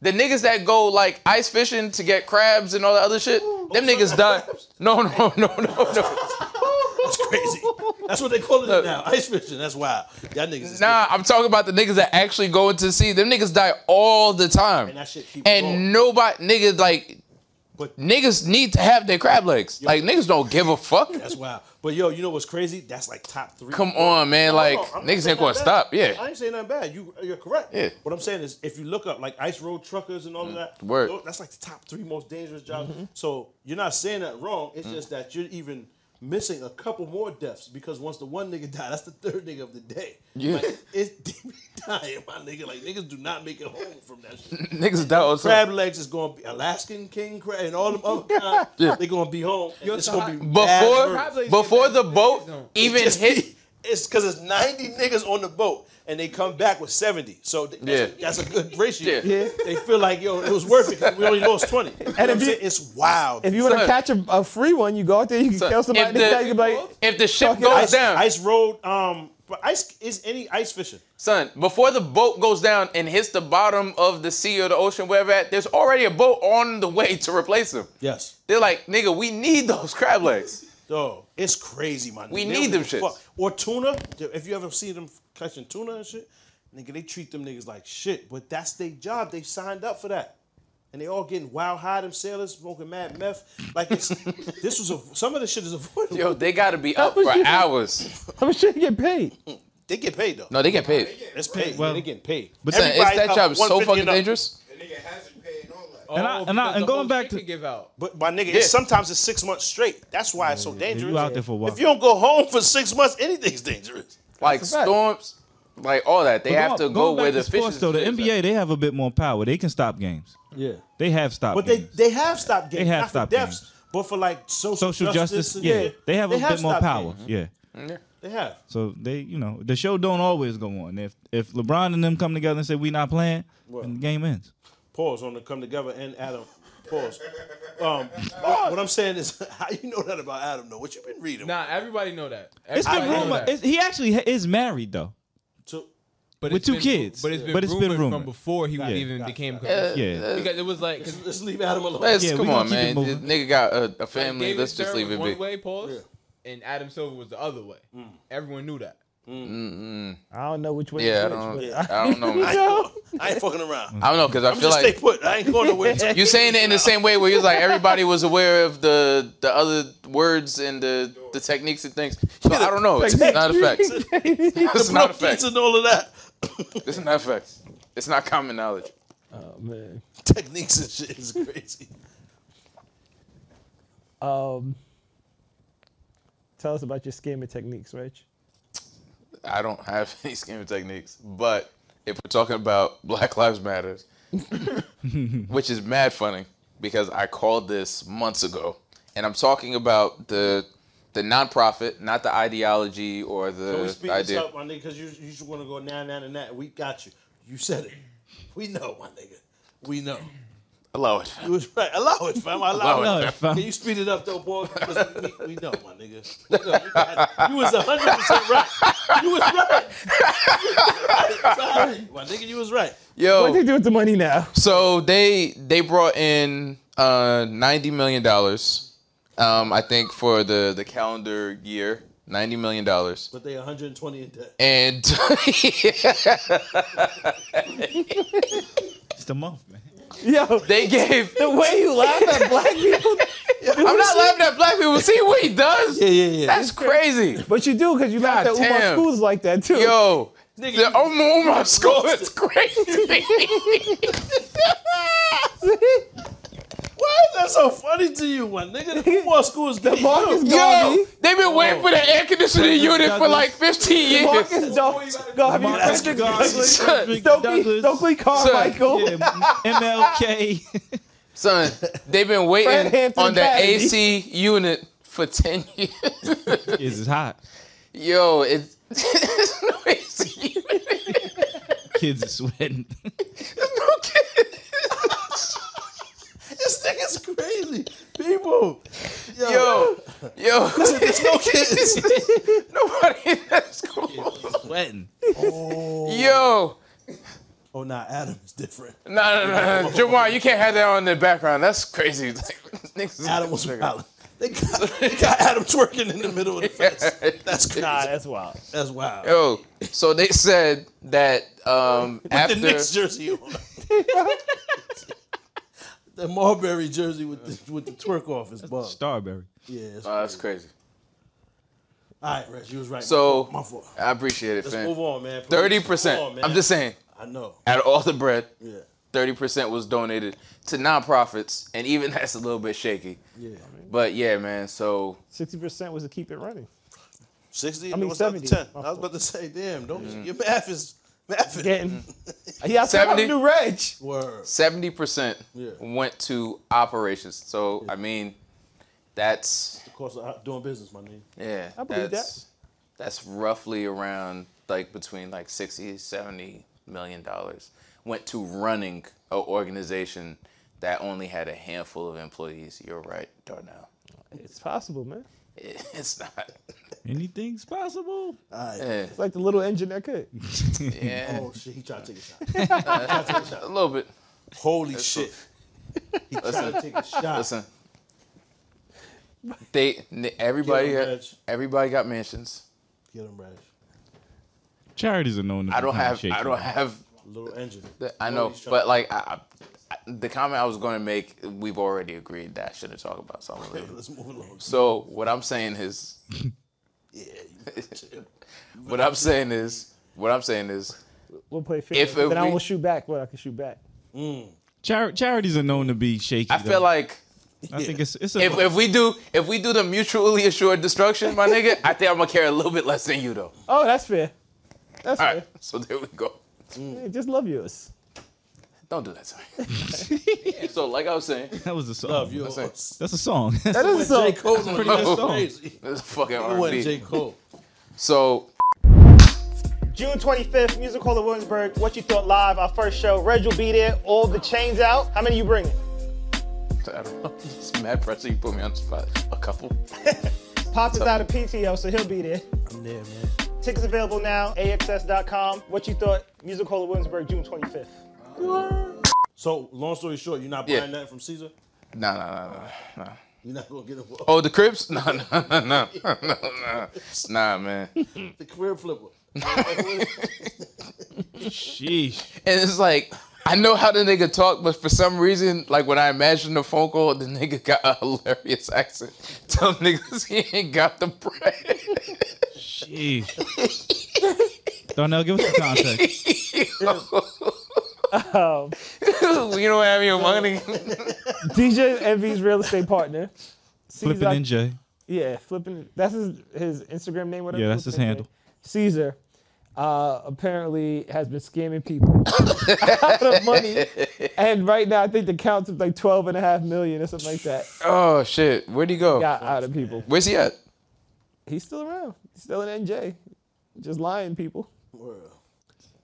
the niggas that go like ice fishing to get crabs and all that other shit, them niggas done. No, no, no, no, no.
that's crazy. That's what they call it now. Ice fishing. That's wild. Y'all niggas. Is
Nah, I'm talking about the niggas that actually go into the sea. Them niggas die all the time.
And that shit keep
And
going.
nobody niggas like
But-
niggas need to have their crab legs. Like niggas don't give a fuck.
That's wild. But yo, you know what's crazy? That's like top three.
Come on, man. Like
Hold on, I'm not
niggas
saying
ain't gonna
nothing
stop.
bad.
Yeah.
I ain't saying nothing bad. You you're correct.
Yeah. Mm-hmm.
What I'm saying is if you look up like ice road truckers and all of that,
Word. Mm-hmm.
tho- that's like the top three most dangerous jobs. So you're not saying that wrong.
Mm.
It's just that you're even missing a couple more deaths because once the one nigga [laughs] died, that's the third nigga of the day.
Yeah.
Like, it's [laughs] they be dying, my nigga. Like niggas do not make it home from
[laughs]
that shit.
[laughs] Niggas die all the time.
Crab legs is gonna be Alaskan king crab and all them
[laughs]
other kinds. They're gonna be home. and it's
so
gonna
how-
be mad murders.
Before
legs
before
get
the
that-
boat even
Just
hit
be- It's because it's 90 niggas on the boat and they come back with 70. So th- that's,
Yeah.
that's a good ratio.
Yeah.
They feel like, yo, it was worth it 'cause we only lost 20. You know what I'm
if you-
saying? it's wild.
If you want to
Son.
catch a, a free one, you go out there, you can
Son,
kill somebody.
if the-
you can be like,
if the ship
Fucking
goes
ice,
down.
ice road, um, but ice is any ice fishing.
Son, before the boat goes down and hits the bottom of the sea or the ocean, wherever at, there's already a boat on the way to replace them.
Yes.
They're like, nigga, we need those crab legs.
Yo, it's crazy, my nigga.
We
They
need
don't
them
give a
shits.
fuck. Or tuna. If you ever see them catching tuna and shit, nigga, they treat them niggas like shit. But that's their job. They signed up for that. And they all getting wild high, them sailors smoking mad meth. Like it's, [laughs] this was a some of this shit is avoidable.
[laughs] Yo, they gotta be up
was
for
you-
hours.
how much shit you get paid?
They get paid though.
No, they get paid.
It's paid.
Well-
they getting paid.
But
Son, it's
Everybody
that
up
job is so
150
fucking
and up.
dangerous.
The nigga hasn't paid and all that.
And I- and I-
because
and
the
going
whole
back
shit
to-
could give out.
But my nigga,
Yeah.
it's sometimes it's six months straight. That's why it's so dangerous.
out there for a while.
If you don't go home for six months, anything's dangerous.
Like
a fact.
storms, like all that. They have to
Going-
go
going back
where the
to sports,
fish is.
though, the
is at.
NBA, they have a bit more power. They can stop games.
Yeah.
They have stopped
But they
games.
they have stopped games.
have
not
stopped
for deaths,
games.
but for like social,
Social justice,
and
yeah,
shit.
they have a bit more
stopped
power.
games.
Yeah.
They have.
So they, you know, the show don't always go on. If if LeBron and them come together and say we not playing, then the game ends.
Pause on the come together and Adam. Pause. Um, what, what I'm saying is, [laughs] how you know that about Adam though? What you been reading?
Nah, everybody know that.
It's
Everybody
been
know
rumored.
that.
It's- He actually ha- is married though.
So,
But
with
it's
two
been-
kids.
But it's been
But it's been
rumored from
rumored.
before he even became.
Uh,
commissioner.
Yeah.
Because it was like 'cause
let's leave Adam alone.
Let's,
Yeah, we
come
gonna
on,
keep it
man. This
moving.
nigga got a, a family.
David
Let's just
Stern
leave
was
it
one
be.
way, pause, and Adam Silver was the other way.
Mm.
Everyone knew that.
I don't know which way.
Yeah, I
to switch,
don't.
but
I don't know.
I
Man.
ain't, I ain't fucking around.
I don't know because I
I'm
feel
just
like
stay put. I ain't going nowhere.
[laughs] you're saying it in the same way where you're like everybody was aware of the the other words and the the techniques and things. So I don't know. It's
[laughs]
not a fact. [laughs] It's not a fact.
and all of that [laughs]
It's not a fact. It's not common knowledge.
Oh man.
techniques and shit is [laughs] crazy.
Um, tell us about your scamming techniques, Rich.
I don't have [laughs] any scheming techniques, but if we're talking about Black Lives [laughs] Matters, which is mad funny because I called this months ago, and I'm talking about the the nonprofit, not the ideology or
Can we
the
speak this
idea.
up, my nigga? Because you you just want to go now, now, and that. We got you. You said it. We know, my nigga. We know.
Allow it.
You was right. Allow it, fam. Allow,
Allow
it.
it,
Can you speed it up, though, boy? 'Cause We, we know, my nigga. We know. You got- You was 100% right. You was right. You was right. [laughs] Sorry. My nigga, you was right.
What they
Yo,
do with the
[laughs]
money now?
so they they brought in uh, ninety million dollars, um, I think for the the calendar year, ninety million dollars.
But they 120 in debt.
And [laughs]
It's the month, man.
Yo,
they gave
the way you laugh at black
[laughs]
people,
I'm not laughing at black people. See what he does?
Yeah, yeah, yeah.
That's crazy.
but you do because you laugh at
God
Umar
damn.
schools like that
[laughs]
too. [laughs]
Yo,
Nigga,
the
you-
Omar Omar school is crazy.
[laughs] Why is that so funny to you, my nigga? The more school is [laughs] the
Marcus
Yo,
Garvey.
they've been waiting for the air conditioning unit for like 15
[laughs]
years.
Marcus
[laughs]
Douglas. Garvey.
Marcus Garvey,
Son,
Stokely, Stokely Carmichael.
[laughs] MLK.
son, they've been
Fred
waiting
Hampton
on that
Bagley.
AC unit for 10 years. [laughs]
Is it's hot.
Yo, it's. [laughs] There's no AC unit.
Kids are sweating. [laughs]
There's no kid.
This nigga's crazy. People.
[laughs]
Yo.
Yo, yo, [laughs]
There's no kids.
nobody in that school.
sweating.
Yo.
[laughs] Oh, nah, Adam is different.
No, no, no, no. Jamar, you can't have that on the background. That's crazy. [laughs] Niggas is-
Adam was wilding. They got, they got Adam twerking in the middle of
[laughs]
the fence. That's crazy.
Nah, that's wild.
That's wild.
Yo, so they said that
[laughs]
um, after
the Knicks jersey on. [laughs] the Marbury jersey with the, with the twerk off is bug.
Starberry.
Yeah. it's-
Oh, that's crazy.
all right, Reg, you was right.
So-
my fault.
I appreciate it,
Let's move
fam.
on, man. Please,
Thirty
come on,
percent.
man.
I'm just saying,
I know.
out of all the bread,
Yeah.
thirty percent was donated to nonprofits, and even [laughs] that's a little bit shaky.
Yeah.
But yeah, man. So
Sixty percent was to keep
[laughs]
it running.
Sixty.
I mean,
what's that,
70.
Ten. I was about to say, damn. Don't your math is math. is-
Getting. Yeah, I said I'm
70.
new Reg.
Word.
seventy percent
Yeah.
went to operations. So I mean, that's
Of course, I'm doing business, my nigga.
Yeah.
I believe that.
that's, That's roughly around like between like 60, 70 million dollars went to running an organization that only had a handful of employees. You're right, Darnell. [laughs]
It's possible, man.
It's not.
Anything's possible.
Yeah.
It's like the little engine that could.
yeah.
Oh shit, he tried to take a shot.
A little bit.
Holy shit. He tried to take a shot.
Listen. They n- everybody
Get 'em,
got,
Reg.
everybody got mentions.
Get him, Reg.
Charities are known. To
I
be
don't
kinda
have
shaky.
I don't have
Little engine.
The- I know,
Holy shit.
but like I, I, the comment I was going to make, we've already agreed that I shouldn't talk about. So I'm gonna
[laughs]
leave it.
Let's move along.
So what I'm saying is,
[laughs] Yeah.
[laughs]
you-
what I'm saying is, what I'm saying is,
We'll play fair.
If it
then I
we-
won't shoot back. What I can shoot back.
Chari- charities are known to be shaky.
I feel like
I think it's it's a
if, if we do if we do the mutually assured destruction, my nigga, I think I'm gonna care a little bit less than you
[laughs]
though.
Oh, that's fair. That's
All
fair.
right, so there we go.
Yeah, just love yours.
Don't do that, sorry. [laughs]
[laughs]
so like I was saying,
that was a song.
[laughs]
Love you.
Listen.
That's
That's a song. [laughs]
That is so.
J. Cole. That's pretty
good
That's
song.
crazy.
this is fucking
It wasn't
R&B.
J. Cole.
So
June 25th, Music Hall of Williamsburg. What you thought live, our first show. Reg will be there. All the chains out. How many you bringing?
[laughs] I don't know. It's mad pressure. You put me on the spot. A couple.
Pop is out of PTO, so he'll be there.
I'm there, man.
Tickets available now. AXS.com. What you thought? Music Hall of Williamsburg, June 25th.
So, long story short, you're not buying
Yeah.
nothing from Caesar.
Nah, nah, nah, nah, nah.
You're not gonna get a
Oh, the Crips? [laughs] Nah, nah, nah, nah, nah, nah. Nah, man. And
the career flipper. [laughs]
Sheesh.
it's like, I know how the nigga talk, but for some reason, like when I imagined the phone call, the nigga got a hilarious accent. Tell niggas [laughs] he ain't got the bread. [laughs]
Sheesh.
Darnell, give us some
[laughs]
context.
Um,
we don't have your money.
DJ Envy's real estate partner.
Flipping
Caesar-
NJ.
Yeah, flipping. That's his his Instagram name. Whatever.
Yeah, that's his
Flippin'
handle.
NJ. Caesar uh, apparently has been scamming people [laughs] out of
[laughs]
money, and right now I think the count's of like 12 and a half million or something like that.
Oh, shit. Where'd he go?
[laughs] Got out of people.
Where's he at?
He's still around. He's still in NJ, just lying people.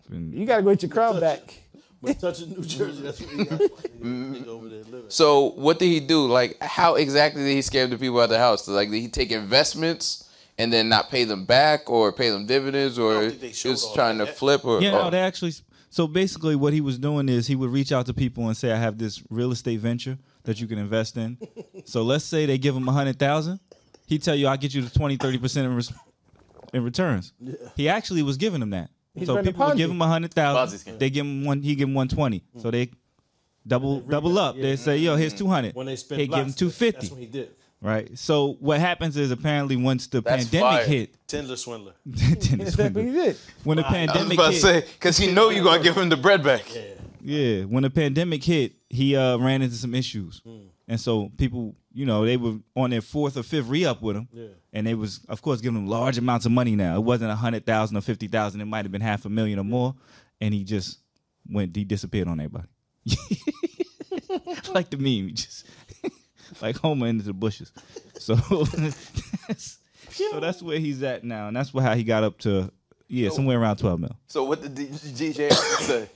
Been-
You gotta go get your crown back.
But touching New Jersey, that's what he got. Nigga over there living.
So what did he do? Like, how exactly did he scam the people out of the house? Like, did he take investments and then not pay them back, or pay them dividends, or
think they showed
just
all
trying to
that.
flip? Or oh.
Yeah, no,
Uh,
they actually. So basically, what he was doing is he would reach out to people and say, "I have this real estate venture that you can
[laughs]
invest in." so let's say they give him a hundred thousand, he tell you, "I'll get you the 20, 30 percent in, res- in returns." He actually was giving him that. so
running a
people would
Ponzi.
give him a hundred
Ponzi scheme.
thousand. They give him one. He give him one twenty.
Hmm.
So they double double up. They say, "Yo,
Hmm.
here's two hundred.
When they spent
They give him
blocks,
two fifty.
That's what he did.
Right. So what happens is apparently once the
That's fire.
pandemic hit, [laughs]
Tindler swindler.
[laughs]
Dennis
That's what he
Windler.
[laughs]
did.
when the
[laughs] I was
pandemic
about to
hit,
say because he know you gonna give him the bread back.
Yeah, when the pandemic hit, he uh, ran into some issues, and so people, you know, they were on their fourth or fifth re-up with him, and they was, of course, giving him large amounts of money. Now it wasn't a hundred thousand or fifty thousand; it might have been half a million or more, and he just went, he disappeared on everybody, [laughs] like the meme, he just [laughs] like Homer into the bushes. So, [laughs] that's, so that's where he's at now, and that's where how he got up to, yeah, somewhere around twelve mil.
So what did DJ say?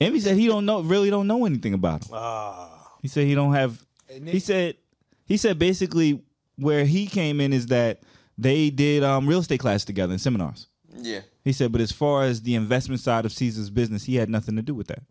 Envy said he don't know, really don't know anything about him.
Ah.
He said he don't have. He said he said basically where he came in is that they did um, real estate class together in seminars.
Yeah,
He said, but as far as the investment side of Caesar's business, he had nothing to do with that.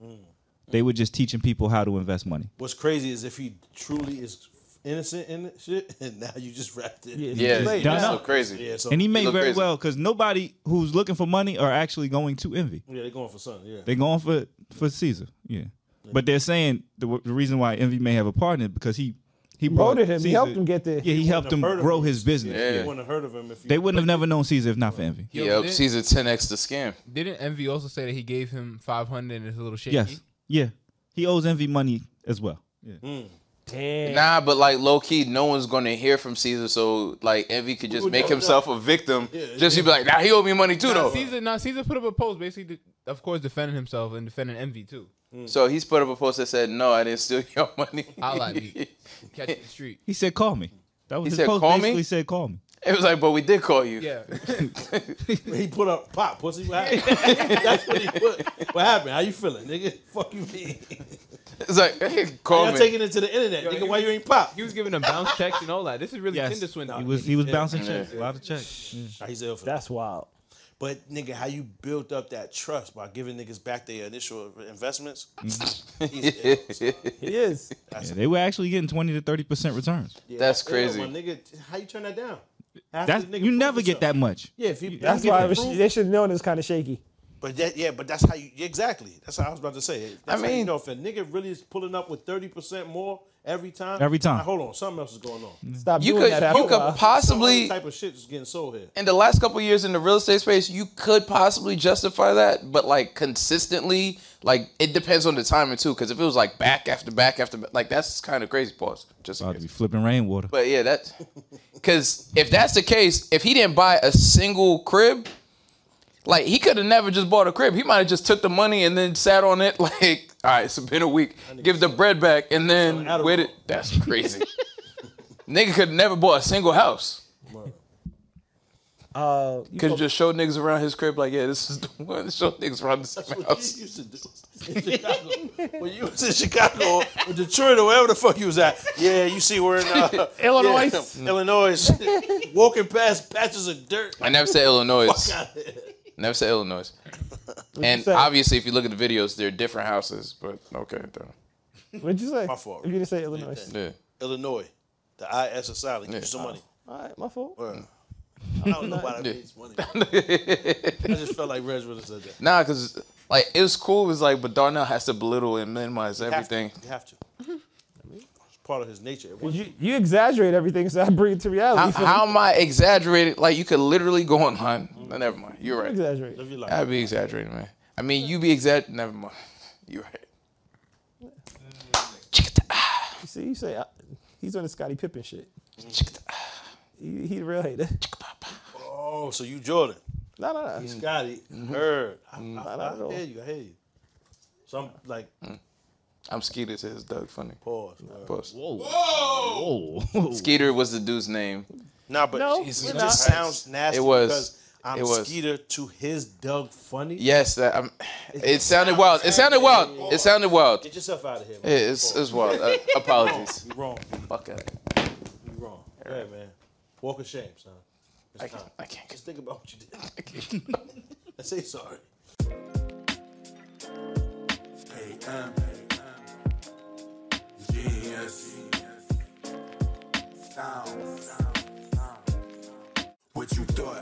They were just teaching people how to invest money.
What's crazy is if he truly is innocent in it, shit, [laughs] and now you just wrapped it. Yeah.
yeah,
Late.
that's
Done
so
up.
crazy.
so
And he made
look
very
crazy.
well because nobody who's looking for money are actually going to envy.
yeah, they're going for something. Yeah.
They're going for for Caesar, yeah. But they're saying the, w- the reason why Envy may have a partner is because he he brought
Voted him. He
Caesar-
helped him get there.
Yeah, he helped him
heard of
grow
him.
his business.
Yeah.
You wouldn't have heard of him if you
They wouldn't have never known Caesar if not for Envy.
He helped
didn't-
Caesar 10x the scam.
Didn't Envy also say that he gave him 500 and it's a little shaky?
Yes. Yeah. He owes Envy money as well. Yeah.
Damn.
Nah, but like low key, no one's gonna hear from Caesar, so like Envy could just make himself a victim. Just he be like, nah, he owe me money too
Now
though.
Caesar, now Caesar put up a post basically, de- of course, defending himself and defending Envy too.
So he's put up a post that said, "No, I didn't steal your [laughs] money."
I like me. Catch
[laughs]
it in the street.
He said, call me. That was
He
his
said,
post.
"Call me?"
basically said, call me.
It was like, but we did call you.
Yeah.
[laughs]
[laughs]
He put up pop pussy. What happened?
[laughs]
That's what he put. What happened? How you feeling, nigga? [laughs] Fuck you, mean.
It's like, hey, call
Y'all
me. [laughs]
taking it to the internet,
Yo,
nigga.
he
Why
was-
you ain't pop?
He was giving them bounce checks and all that. This is really
Yes.
Tinder swindle.
He was he was
Yeah.
bouncing checks, a lot of checks. Yeah.
Nah, He's ill for that.
That's wild.
But nigga, how you built up that trust by giving niggas back their initial investments? He's ill.
He
[laughs]
is.
Yeah, they were actually getting twenty to thirty percent returns.
That's
Yeah,
crazy.
my nigga, how you turn that down? After
That's
the nigga
you
proved
never get
himself.
that much.
Yeah, if he,
That's
he get
why it
the
was,
proof,
they should have known it was kind of shaky.
But that, yeah, but that's how you exactly. That's how I was about to say. That's how you
mean-
know if a nigga really is pulling up with thirty percent more every time.
Every time.
Now, hold on, something else is going on.
Stop
you
doing
could
that after
you
a
could
while.
Some
possibly
type of shit is getting sold here.
in the last couple of years in the real estate space, you could possibly justify that, but like consistently, like it depends on the timing too. Because if it was like back after back after back, like that's kind of crazy. Pause. Just in
About to
case.
be flipping rainwater.
But yeah, that's because if that's the case, if he didn't buy a single crib, like he could have never just bought a crib. He might have just took the money and then sat on it. [laughs] Like, all right, it's been a week. Give the bread back and then
Adderall.
with it. That's crazy. Nigga could never bought a single house.
Uh, you
Could
go-
just show niggas around his crib like, yeah, this is [laughs] the one. Show niggas around this
That's what you
house.
used to do [laughs] in Chicago. when you was in Chicago or Detroit or wherever the fuck you was at. Yeah, you see we're in uh,
Illinois.
yeah, Illinois. [laughs] Walking past patches of dirt.
I never said Illinois.
God,
Never said Illinois. And
say?
obviously, if you look at the videos, they're different houses. But okay, then.
What'd you say?
My fault.
You didn't say Illinois.
yeah.
Illinois. The IS is silent. Give you some money.
All right, my fault.
Word. I don't know why that
Uh-huh. Yeah.
means money. I just felt like Reg would have said that.
Nah, cause like it was cool. It was like, but Darnell has to belittle and minimize
You have to.
everything.
You have to. It's part of his nature. It was-
You, you exaggerate everything, so I bring it to reality.
How,
for you.
how am I exaggerated? Like you could literally go online. No, never mind. You're right.
exaggerate?
Live your life.
I'd be exaggerating, man. I mean, you be exact. Never mind. [laughs] You're right.
You see, you say I, he's on the Scottie Pippen shit. He, he the real hater. [laughs]
Oh, so you Jordan.
No, no, no.
Scotty.
Mm-hmm.
Heard. I,
Not
I,
at
I,
all.
hear you. I hear you. So I'm like,
Mm. I'm Skeeter. Says Doug. Funny.
pause. word.
Post.
Oh,
[laughs] Skeeter was the dude's name.
Nah, but
No,
Jesus,
we're
it
not.
just sounds nasty.
It was.
Because I'm
It was.
Skeeter to his Doug Funny.
Yes, that, um, it sounded wild. It sounded wild. It sounded wild.
Get yourself out of here.
Yeah,
Man.
It's, it's wild. Uh, apologies.
You're wrong.
[laughs] Fuck it.
You're wrong. Yeah, man. Walk of shame, son. It's
I
time.
can't. I can't. [laughs]
Just think about what you did. [laughs] I say sorry.
AM, genius, sound, sound, sound. What you thought?